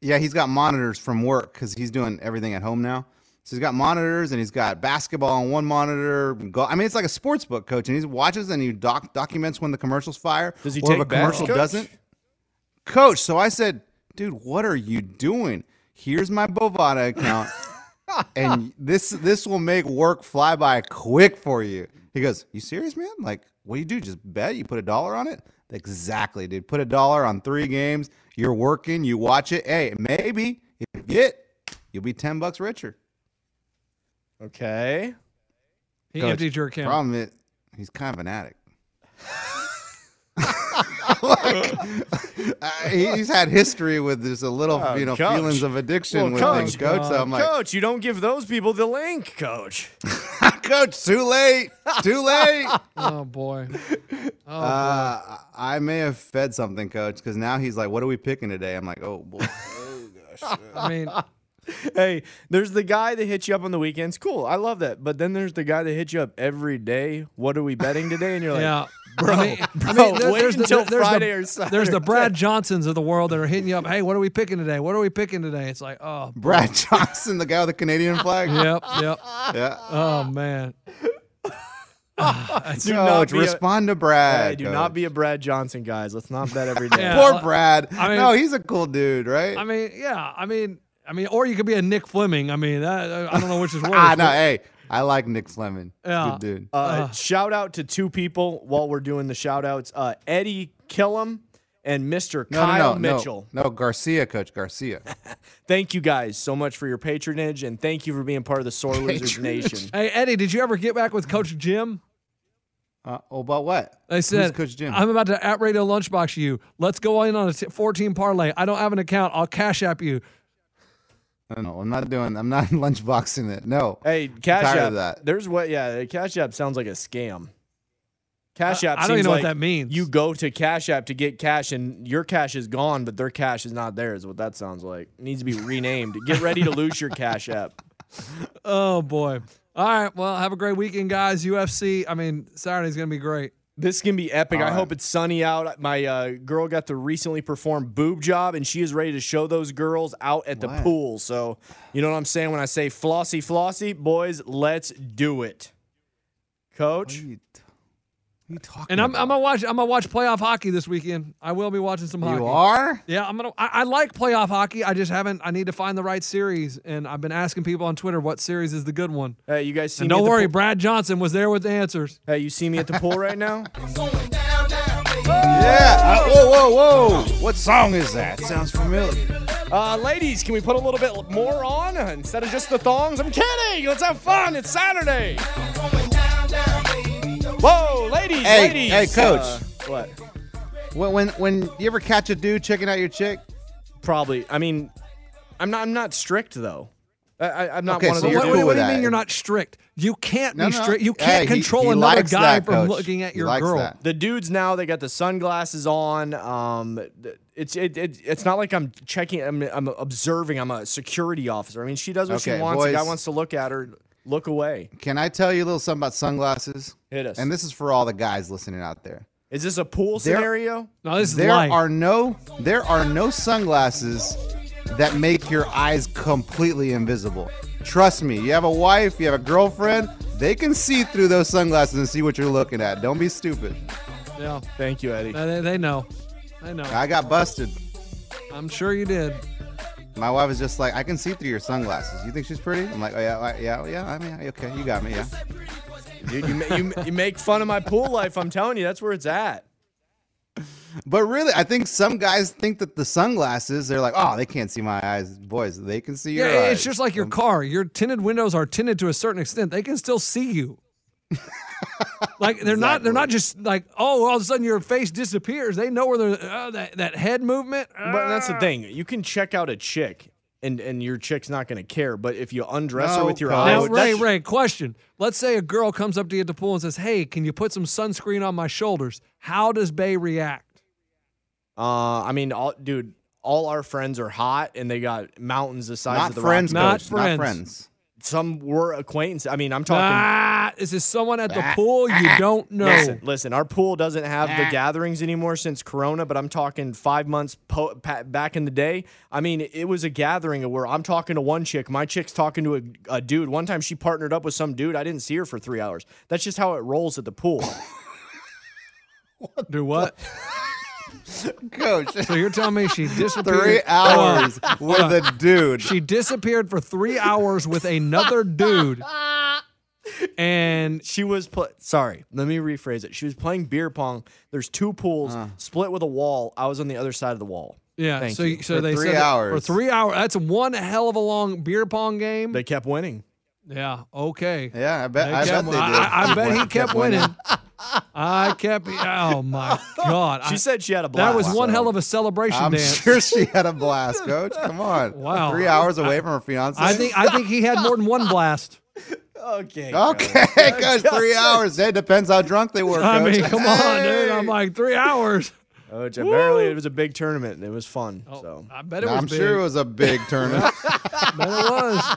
Speaker 4: yeah, he's got monitors from work because he's doing everything at home now. So he's got monitors and he's got basketball on one monitor. Go- I mean, it's like a sports book coach, and he watches and he doc- documents when the commercials fire.
Speaker 2: Does he
Speaker 4: or if
Speaker 2: take
Speaker 4: a
Speaker 2: bets,
Speaker 4: commercial
Speaker 2: Coach?
Speaker 4: doesn't? Coach, so I said, dude, what are you doing? Here's my Bovada account, and this this will make work fly by quick for you. He goes, you serious, man? Like, what do you do? Just bet? You put a dollar on it? Exactly, dude. Put a dollar on three games. You're working. You watch it. Hey, maybe if you get, you'll be ten bucks richer.
Speaker 2: Okay.
Speaker 3: He
Speaker 4: Coach,
Speaker 3: emptied your account.
Speaker 4: Problem is, he's kind of an addict. Uh, he- he's had history with just a little,
Speaker 2: Oh,
Speaker 4: you know,
Speaker 2: coach.
Speaker 4: feelings of
Speaker 2: Well,
Speaker 4: addiction with
Speaker 2: coach, uh,
Speaker 4: things, coach. So I'm like,
Speaker 2: coach, you don't give those people the link, coach.
Speaker 4: coach, too late, too late.
Speaker 3: oh boy. Oh,
Speaker 4: uh, I may have fed something, coach, because now he's like, what are we picking today? I'm like, oh boy.
Speaker 3: I mean,
Speaker 2: hey, there's the guy that hits you up on the weekends. Cool, I love that. But then there's the guy that hits you up every day. What are we betting today? And you're like,
Speaker 3: yeah.
Speaker 2: bro,
Speaker 3: I mean,
Speaker 2: bro,
Speaker 3: I mean, there-
Speaker 2: wait
Speaker 3: there's the,
Speaker 2: until
Speaker 3: there's the-
Speaker 2: Friday or Saturday.
Speaker 3: There's the Brad Johnsons of the world that are hitting you up. Hey, what are we picking today? What are we picking today? It's like, oh,
Speaker 4: Brad Johnson, the guy with the Canadian flag.
Speaker 3: Yep, yep.
Speaker 4: Yeah.
Speaker 3: Oh man.
Speaker 2: Do
Speaker 4: Coach,
Speaker 2: be a-
Speaker 4: respond to Brad.
Speaker 2: Hey, do
Speaker 4: coach.
Speaker 2: not be a Brad Johnson, guys. Let's not bet every day.
Speaker 3: Yeah.
Speaker 4: Poor Brad.
Speaker 3: I mean-
Speaker 4: no, he's a cool dude, right?
Speaker 3: I mean, yeah. I mean, I mean, or you could be a Nick Fleming. I mean, that, I don't know which is worse.
Speaker 4: ah, no,
Speaker 3: but-
Speaker 4: hey, I like Nick Fleming.
Speaker 3: Yeah.
Speaker 4: Good dude.
Speaker 2: Uh, Shout out to two people while we're doing the shout outs uh, Eddie Killam and Mr.
Speaker 4: No, no,
Speaker 2: Kyle
Speaker 4: no, no,
Speaker 2: Mitchell.
Speaker 4: No, Garcia, Coach Garcia.
Speaker 2: Thank you guys so much for your patronage and thank you for being part of the Sore Losers
Speaker 3: Patronage.
Speaker 2: Nation.
Speaker 3: Hey, Eddie, did you ever get back with Coach Jim?
Speaker 4: Uh, oh, about what?
Speaker 3: They said,
Speaker 4: Coach Jim?
Speaker 3: I'm about to at radio lunchbox you. Let's go in on a t- 14 parlay. I don't have an account. I'll cash app you.
Speaker 4: No, no, I'm not doing. I'm not lunchboxing it. No.
Speaker 2: Hey, Cash
Speaker 4: tired
Speaker 2: App.
Speaker 4: of that.
Speaker 2: There's what? Yeah, Cash App sounds like a scam. Cash
Speaker 3: I-
Speaker 2: App.
Speaker 3: I don't even
Speaker 2: seems
Speaker 3: know what
Speaker 2: like
Speaker 3: that means.
Speaker 2: You go to Cash App to get cash, and your cash is gone, but their cash is not there. Is what that sounds like. It needs to be renamed. get ready to lose your Cash App.
Speaker 3: Oh, boy. All right. Well, have a great weekend, guys. UFC, I mean, Saturday's going to be great.
Speaker 2: This can be epic.
Speaker 3: All
Speaker 2: I hope it's sunny out. My uh, girl got the recently performed boob job, and she is ready to show those girls out at the
Speaker 4: Wow.
Speaker 2: pool. So, you know what I'm saying when I say flossy, flossy, boys, let's do it, Coach.
Speaker 4: What are you, t- what are you talking
Speaker 3: And I'm,
Speaker 4: about?
Speaker 3: I'm gonna watch. I'm gonna watch playoff hockey this weekend. I will be watching some hockey.
Speaker 4: You are?
Speaker 3: Yeah, I'm gonna. I, I like playoff hockey. I just haven't. I need to find the right series, and I've been asking people on Twitter what series is the good one.
Speaker 2: Hey, you guys see
Speaker 3: And
Speaker 2: me at
Speaker 3: don't
Speaker 2: the
Speaker 3: worry,
Speaker 2: pool?
Speaker 3: Brad Johnson was there with the answers.
Speaker 2: Hey, you see me at the pool right now?
Speaker 4: Yeah. Uh, whoa, whoa, whoa. What song is that? Sounds familiar.
Speaker 2: Uh, ladies, can we put a little bit more on uh, instead of just the thongs? I'm kidding. Let's have fun. It's Saturday. Whoa, ladies,
Speaker 4: Hey,
Speaker 2: ladies.
Speaker 4: hey, coach.
Speaker 2: Uh, what?
Speaker 4: When, when when you ever catch a dude checking out your chick?
Speaker 2: Probably. I mean, I'm not. I'm not strict though. I, I, I'm not
Speaker 4: Okay,
Speaker 2: one of
Speaker 4: so
Speaker 2: those.
Speaker 4: you're
Speaker 3: What,
Speaker 4: cool
Speaker 3: what do
Speaker 4: with
Speaker 3: you
Speaker 4: that.
Speaker 3: mean you're not strict? You can't
Speaker 4: No,
Speaker 3: be
Speaker 4: no.
Speaker 3: strict. You
Speaker 4: Hey,
Speaker 3: can't
Speaker 4: he-
Speaker 3: control
Speaker 4: he
Speaker 3: another
Speaker 4: likes
Speaker 3: guy
Speaker 4: that,
Speaker 3: from
Speaker 4: Coach.
Speaker 3: looking at
Speaker 4: He
Speaker 3: your
Speaker 4: likes
Speaker 3: girl.
Speaker 4: that.
Speaker 2: the dudes now they got the sunglasses on um th- it's it, it it's not like i'm checking i'm, I'm observing i'm a security officer i mean she does what she
Speaker 4: Okay,
Speaker 2: wants the guy
Speaker 4: boys.
Speaker 2: wants to look at her look away
Speaker 4: Can I tell you a little something about sunglasses?
Speaker 2: Hit us.
Speaker 4: And this is for all the guys listening out there.
Speaker 2: is this a pool
Speaker 4: There-
Speaker 2: scenario
Speaker 3: No, this is
Speaker 4: there
Speaker 3: life.
Speaker 4: are no there are no sunglasses that make your eyes completely invisible. Trust me, you have a wife, you have a girlfriend, they can see through those sunglasses and see what you're looking at. Don't be stupid.
Speaker 3: yeah,
Speaker 2: thank you eddie
Speaker 3: No, they, they know. They know.
Speaker 4: I got busted.
Speaker 3: I'm sure you did.
Speaker 4: My wife is just like, I can see through your sunglasses. You think she's pretty? I'm like, oh yeah, I- yeah, yeah. I mean, okay, you got me. Yeah.
Speaker 2: Dude, you, ma- you, ma- you make fun of my pool life i'm telling you that's where it's at
Speaker 4: But really, I think some guys think that the sunglasses, they're like, oh, they can't see my eyes. Boys, they can see your
Speaker 3: yeah,
Speaker 4: eyes.
Speaker 3: it's just like your car. Your tinted windows are tinted to a certain extent. They can still see you. like they're not. They're not just like oh, all of a sudden your face disappears. They know where they're uh, that that head movement.
Speaker 2: but that's the thing you can check out a chick and and your chick's not going to care but if you undress her
Speaker 4: No,
Speaker 2: with your
Speaker 4: coach.
Speaker 3: Uh, Now,
Speaker 2: eyes
Speaker 3: Ray,
Speaker 2: Oh, that's-
Speaker 3: Ray, question. Let's say a girl comes up to you at the pool and says, "Hey, can you put some sunscreen on my shoulders?" How does Bay react?
Speaker 2: Uh, I mean, all, dude, all our friends are hot, and they got mountains the size
Speaker 4: not
Speaker 2: of the
Speaker 4: friends,
Speaker 2: Rocky.
Speaker 3: Not
Speaker 4: coach.
Speaker 3: friends.
Speaker 4: Not friends.
Speaker 2: Some were acquaintances. I mean, I'm talking.
Speaker 3: Ah, is this someone at the pool you don't know?
Speaker 2: Listen, listen, our pool doesn't have the gatherings anymore since Corona, but I'm talking five months po- pa- back in the day. I mean, it was a gathering where I'm talking to one chick, my chick's talking to a, a dude. One time she partnered up with some dude. I didn't see her for three hours. That's just how it rolls at the pool.
Speaker 3: Do what?
Speaker 4: Coach,
Speaker 3: So you're telling me she disappeared?
Speaker 4: three hours with a dude.
Speaker 3: She disappeared for three hours with another dude. And
Speaker 2: she was pl- sorry let me rephrase it she was playing beer pong there's two pools
Speaker 3: Uh.
Speaker 2: split with a wall i was on the other side of the wall
Speaker 3: yeah,
Speaker 2: Thank
Speaker 3: so
Speaker 2: you.
Speaker 3: so
Speaker 4: For
Speaker 3: they
Speaker 4: three
Speaker 3: said that for
Speaker 4: hours.
Speaker 3: three hours. That's one hell of a long beer pong game.
Speaker 2: they kept winning
Speaker 3: yeah. Okay.
Speaker 4: Yeah, I bet.
Speaker 3: They
Speaker 4: I
Speaker 3: kept-
Speaker 4: bet they did.
Speaker 3: I, I bet he kept winning. I kept. Oh my God!
Speaker 2: She
Speaker 3: I-
Speaker 2: said she had a
Speaker 3: That was
Speaker 2: blast,
Speaker 3: one
Speaker 2: so-
Speaker 3: hell of a celebration
Speaker 4: I'm
Speaker 3: dance.
Speaker 4: sure she had a blast, Coach. Come on.
Speaker 3: Wow.
Speaker 4: Three hours away from her fiance.
Speaker 3: I think. I think he had more than one blast.
Speaker 2: Okay.
Speaker 4: Okay, Coach. Three hours. It depends how drunk they were. Coach.
Speaker 3: I mean, come on, dude. I'm like three hours.
Speaker 2: Which apparently it was a big tournament and it was fun. so
Speaker 3: Oh, I bet it
Speaker 4: I'm
Speaker 3: was.
Speaker 4: sure
Speaker 3: big.
Speaker 4: it was a big tournament.
Speaker 3: bet it was.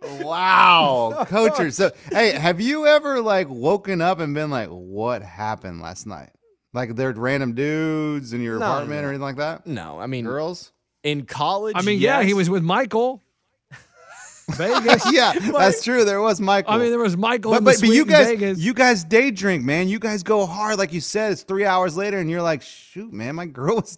Speaker 4: wow, Coacher. So, hey, have you ever like woken up and been like, "What happened last night?" Like they're random dudes in your
Speaker 2: No,
Speaker 4: apartment
Speaker 2: no.
Speaker 4: or anything like that.
Speaker 2: No, I mean
Speaker 4: girls.
Speaker 2: in college.
Speaker 3: I mean, yeah,
Speaker 2: yes.
Speaker 3: he was with Michael. Vegas.
Speaker 4: yeah, that's true. There was Michael.
Speaker 3: I mean, there was Michael.
Speaker 4: but
Speaker 3: in
Speaker 4: but,
Speaker 3: the
Speaker 4: but you
Speaker 3: suite in
Speaker 4: guys,
Speaker 3: Vegas.
Speaker 4: you guys day drink, man. You guys go hard, like you said. It's three hours later, and you're like, "Shoot, man, my girl was."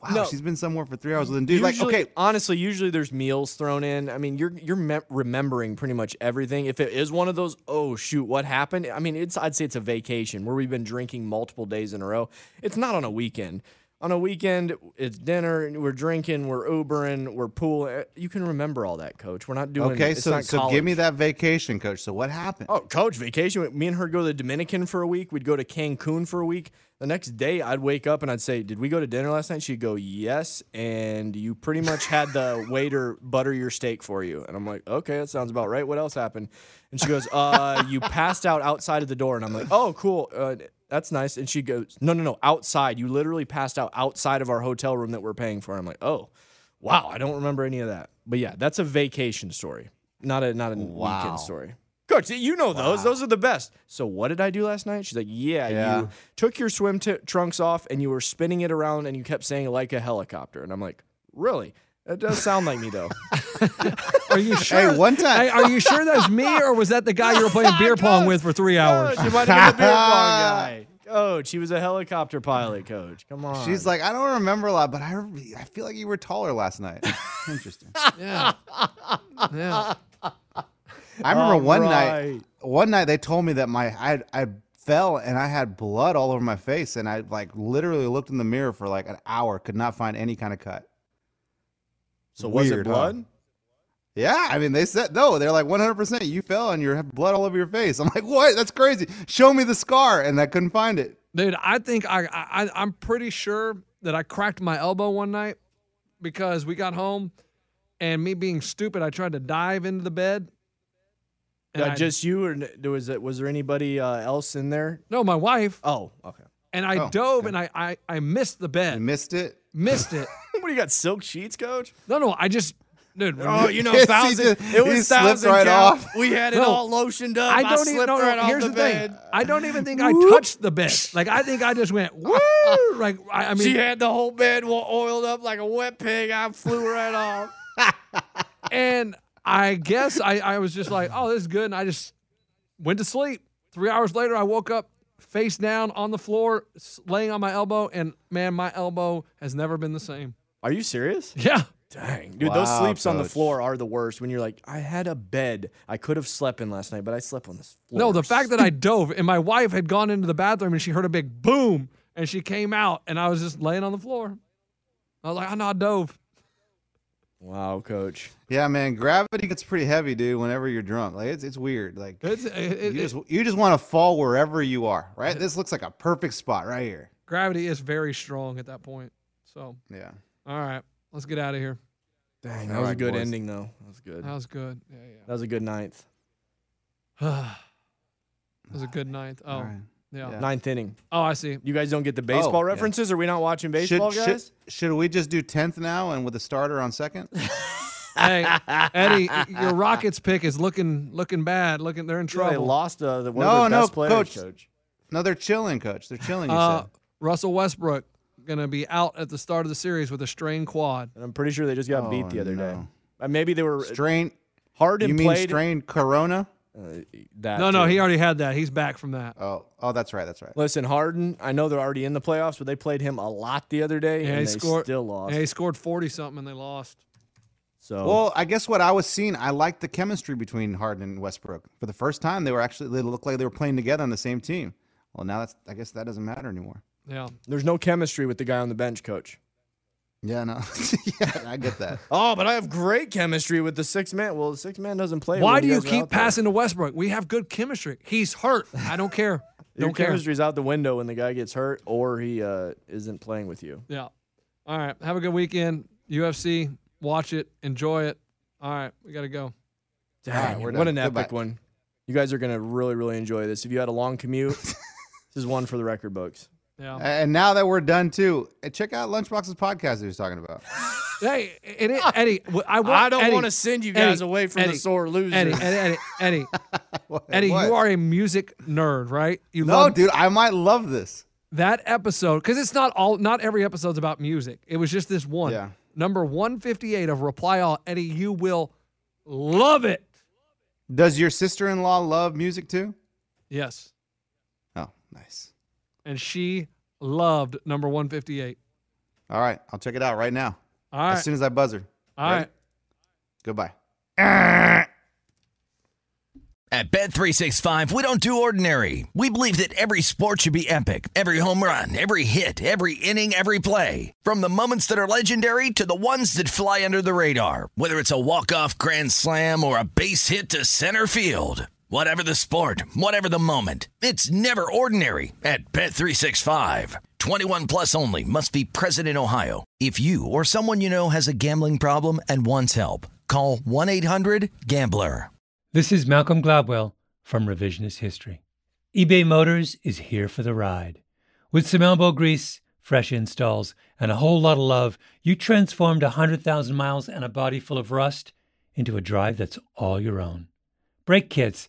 Speaker 4: Wow,
Speaker 2: No.
Speaker 4: she's been somewhere for three hours with a dude.
Speaker 2: Usually-
Speaker 4: like, okay,
Speaker 2: honestly, usually there's meals thrown in. I mean, you're you're me- remembering pretty much everything. If it is one of those, oh shoot, what happened? I mean, it's I'd say it's a vacation where we've been drinking multiple days in a row. It's not on a weekend. On a weekend, it's dinner. We're drinking. We're Ubering. We're pool. eh, You can remember all that, Coach. We're not doing.
Speaker 4: okay,
Speaker 2: it's
Speaker 4: so
Speaker 2: not
Speaker 4: so
Speaker 2: college.
Speaker 4: give me that vacation, coach. So what happened?
Speaker 2: Oh, coach, vacation. Me and her go to the Dominican for a week. We'd go to Cancun for a week. The next day, I'd wake up and I'd say, "Did we go to dinner last night?" She'd go, "Yes." And you pretty much had the waiter butter your steak for you. And I'm like, "Okay, that sounds about right." What else happened? And she goes, "Uh, you passed out outside of the door." And I'm like, "Oh, cool. Uh, that's nice." And she goes, "No, no, no, outside. You literally passed out outside of our hotel room that we're paying for." I'm like, "Oh, wow. I don't remember any of that." But yeah, that's a vacation story, not a not a
Speaker 4: Wow.
Speaker 2: weekend story. Coach, you know those. Those are the best. So what did I do last night? She's like, yeah,
Speaker 4: Yeah.
Speaker 2: you took your swim t- trunks off and you were spinning it around and you kept saying like a helicopter. And I'm like, really? That does sound like me though.
Speaker 3: Are you sure?
Speaker 4: one time-
Speaker 3: Hey, are you sure that was me or was that the guy you were playing beer pong with for three hours?
Speaker 2: Coach, you Oh, might have been the beer pong guy. Coach, he was a helicopter pilot, coach. Come on.
Speaker 4: She's like, I don't remember a lot, but I re- I feel like you were taller last night. Interesting.
Speaker 3: Yeah. Yeah.
Speaker 4: I remember
Speaker 2: All
Speaker 4: one
Speaker 2: right.
Speaker 4: night, one night they told me that my I I fell and I had blood all over my face, and I like literally looked in the mirror for like an hour, could not find any kind of cut.
Speaker 2: so was it
Speaker 4: Weird, huh?
Speaker 2: blood?
Speaker 4: Yeah, I mean they said no. They're like 100%. You fell and you have blood all over your face. I'm like, what? That's crazy. Show me the scar, and I couldn't find it.
Speaker 3: Dude, I think I, I I- I'm pretty sure that I cracked my elbow one night because we got home and me being stupid, I tried to dive into the bed.
Speaker 2: Uh,
Speaker 3: I-
Speaker 2: just you or n- there was it was there anybody uh, else in there?
Speaker 3: no, my wife.
Speaker 2: Oh, okay.
Speaker 3: And I
Speaker 4: Oh,
Speaker 3: dove and I, I I missed the bed.
Speaker 4: Missed it.
Speaker 3: missed it.
Speaker 2: what do you got? Silk sheets, coach?
Speaker 3: No, no, I just dude. when
Speaker 2: Oh,
Speaker 3: we-
Speaker 2: you know,
Speaker 4: Yes, he
Speaker 2: thousand.
Speaker 4: did.
Speaker 2: It
Speaker 4: He
Speaker 2: was
Speaker 4: slipped
Speaker 2: thousand
Speaker 4: right
Speaker 2: count.
Speaker 4: off.
Speaker 2: We had it
Speaker 3: No.
Speaker 2: all lotioned up.
Speaker 3: I
Speaker 2: I
Speaker 3: don't
Speaker 2: slipped
Speaker 3: even know.
Speaker 2: right off
Speaker 3: here's
Speaker 2: the,
Speaker 3: the, thing.
Speaker 2: bed.
Speaker 3: I don't even think I touched the bed. Like I think I just went woo. Like I, I mean,
Speaker 9: she had the whole bed wa- oiled up like a wet pig. I flew right off.
Speaker 3: and I guess I, I was just like, oh, this is good, and I just went to sleep. Three hours later, I woke up face down on the floor, s- laying on my elbow, and man, my elbow has never been the same.
Speaker 2: Are you serious?
Speaker 3: Yeah,
Speaker 2: Dang, dude, those
Speaker 4: Wow,
Speaker 2: sleeps on the
Speaker 4: coach.
Speaker 2: floor are the worst. When you're like, I had a bed I could have slept in last night, but I slept on this floor.
Speaker 3: no, the fact that I dove and my wife had gone into the bathroom and she heard a big boom and she came out and I was just laying on the floor. I was like, I know I dove.
Speaker 2: wow, coach.
Speaker 4: Yeah, man, gravity gets pretty heavy, dude. Whenever you're drunk, like it's it's weird. Like
Speaker 3: It's, it,
Speaker 4: you
Speaker 3: it-
Speaker 4: just you just want to fall wherever you are, right? This looks like a perfect spot right here.
Speaker 3: gravity is very strong at that point. So,
Speaker 4: Yeah.
Speaker 3: all right, let's get out of here.
Speaker 2: Dang, that
Speaker 4: All
Speaker 2: was a
Speaker 4: right,
Speaker 2: good
Speaker 4: boys.
Speaker 2: ending though. That was good.
Speaker 3: That was good. Yeah,
Speaker 2: That was a good ninth.
Speaker 3: yeah. that was a good ninth. Oh,
Speaker 4: All right.
Speaker 3: yeah.
Speaker 4: Yeah. Oh,
Speaker 2: Ninth inning.
Speaker 3: Oh, I see.
Speaker 2: You guys don't get the baseball
Speaker 4: yeah.
Speaker 2: references? Are we not watching baseball,
Speaker 4: should,
Speaker 2: guys?
Speaker 4: Should, should we just do tenth now and with a starter on second?
Speaker 3: Hey, Eddie, y- your Rockets pick is looking looking bad. Looking, they're in
Speaker 2: Dude, They
Speaker 3: trouble.
Speaker 2: lost uh, the, one
Speaker 4: No,
Speaker 2: of their
Speaker 4: no,
Speaker 2: best players,
Speaker 4: coach.
Speaker 2: coach.
Speaker 4: no, they're chilling, coach. They're chilling. You
Speaker 3: Uh,
Speaker 4: said.
Speaker 3: Russell Westbrook gonna be out at the start of the series with a strained quad.
Speaker 2: And I'm pretty sure they just got beat
Speaker 4: Oh,
Speaker 2: the other day.
Speaker 4: no.
Speaker 2: Uh, maybe they were
Speaker 4: Strain.
Speaker 2: hard and
Speaker 4: You mean
Speaker 2: played.
Speaker 4: strain corona?
Speaker 2: that
Speaker 3: No, no,
Speaker 2: too.
Speaker 3: he already had that. He's back from that.
Speaker 4: Oh, oh, that's right. That's right.
Speaker 2: Listen, Harden. I know they're already in the playoffs, but they played him a lot the other day,
Speaker 3: Yeah,
Speaker 2: and
Speaker 3: he
Speaker 2: they
Speaker 3: scored.
Speaker 2: still lost.
Speaker 3: Yeah, he scored forty something and they lost.
Speaker 2: so,
Speaker 4: Well, I guess what I was seeing, I liked the chemistry between Harden and Westbrook. For the first time, they were actually they looked like they were playing together on the same team. Well, now that's I guess that doesn't matter anymore.
Speaker 3: Yeah,
Speaker 2: there's no chemistry with the guy on the bench, coach.
Speaker 4: Yeah, no. yeah, I get that.
Speaker 2: Oh, but I have great chemistry with the six man. Well, the six man doesn't play.
Speaker 3: Why
Speaker 2: when
Speaker 3: do you
Speaker 2: guys are
Speaker 3: keep
Speaker 2: out there.
Speaker 3: passing to Westbrook? We have good chemistry. He's hurt. I don't care.
Speaker 2: Your
Speaker 3: don't care.
Speaker 2: chemistry's out the window when the guy gets hurt or he uh, isn't playing with you.
Speaker 3: Yeah. All right. Have a good weekend. UFC. Watch it. Enjoy it. All right. We got to go.
Speaker 2: Dang,
Speaker 3: we're
Speaker 2: what
Speaker 3: done.
Speaker 2: an epic
Speaker 3: Goodbye.
Speaker 2: one! You guys are gonna really, really enjoy this. If you had a long commute, this is one for the record books.
Speaker 3: Yeah.
Speaker 4: And now that we're done too, eh, check out Lunchbox's podcast that he's talking about.
Speaker 3: Hey, and it, Eddie, w- I, want,
Speaker 2: I don't
Speaker 3: Eddie,
Speaker 2: wanna send you guys
Speaker 3: Eddie,
Speaker 2: away from the
Speaker 3: Eddie,
Speaker 2: sore loser.
Speaker 3: Eddie, Eddie, Eddie, Eddie, Eddie
Speaker 4: what?
Speaker 3: you are a music nerd, right? You
Speaker 4: No, dude, I might love this.
Speaker 3: That episode, because it's not all, not every episode's about music. It was just this one.
Speaker 4: Yeah.
Speaker 3: Number 158 of Reply All. Eddie, you will love it.
Speaker 4: Does your sister-in-law love music too?
Speaker 3: Yes.
Speaker 4: Oh, nice.
Speaker 3: And she loved number 158.
Speaker 4: All right, I'll check it out right now.
Speaker 3: All right.
Speaker 4: As soon as I buzzer.
Speaker 3: All right.
Speaker 4: Goodbye.
Speaker 17: At Bet365, we don't do ordinary. We believe that every sport should be epic. Every home run, every hit, every inning, every play. From the moments that are legendary to the ones that fly under the radar. Whether it's a walk-off grand slam or a base hit to center field. Whatever the sport, whatever the moment, it's never ordinary at Bet365. 21 plus only must be present in Ohio. If you or someone you know has a gambling problem and wants help, call 1-800-GAMBLER.
Speaker 18: This is Malcolm Gladwell from Revisionist History. eBay Motors is here for the ride. With some elbow grease, fresh installs, and a whole lot of love, you transformed a 100,000 miles and a body full of rust into a drive that's all your own. Brake kits,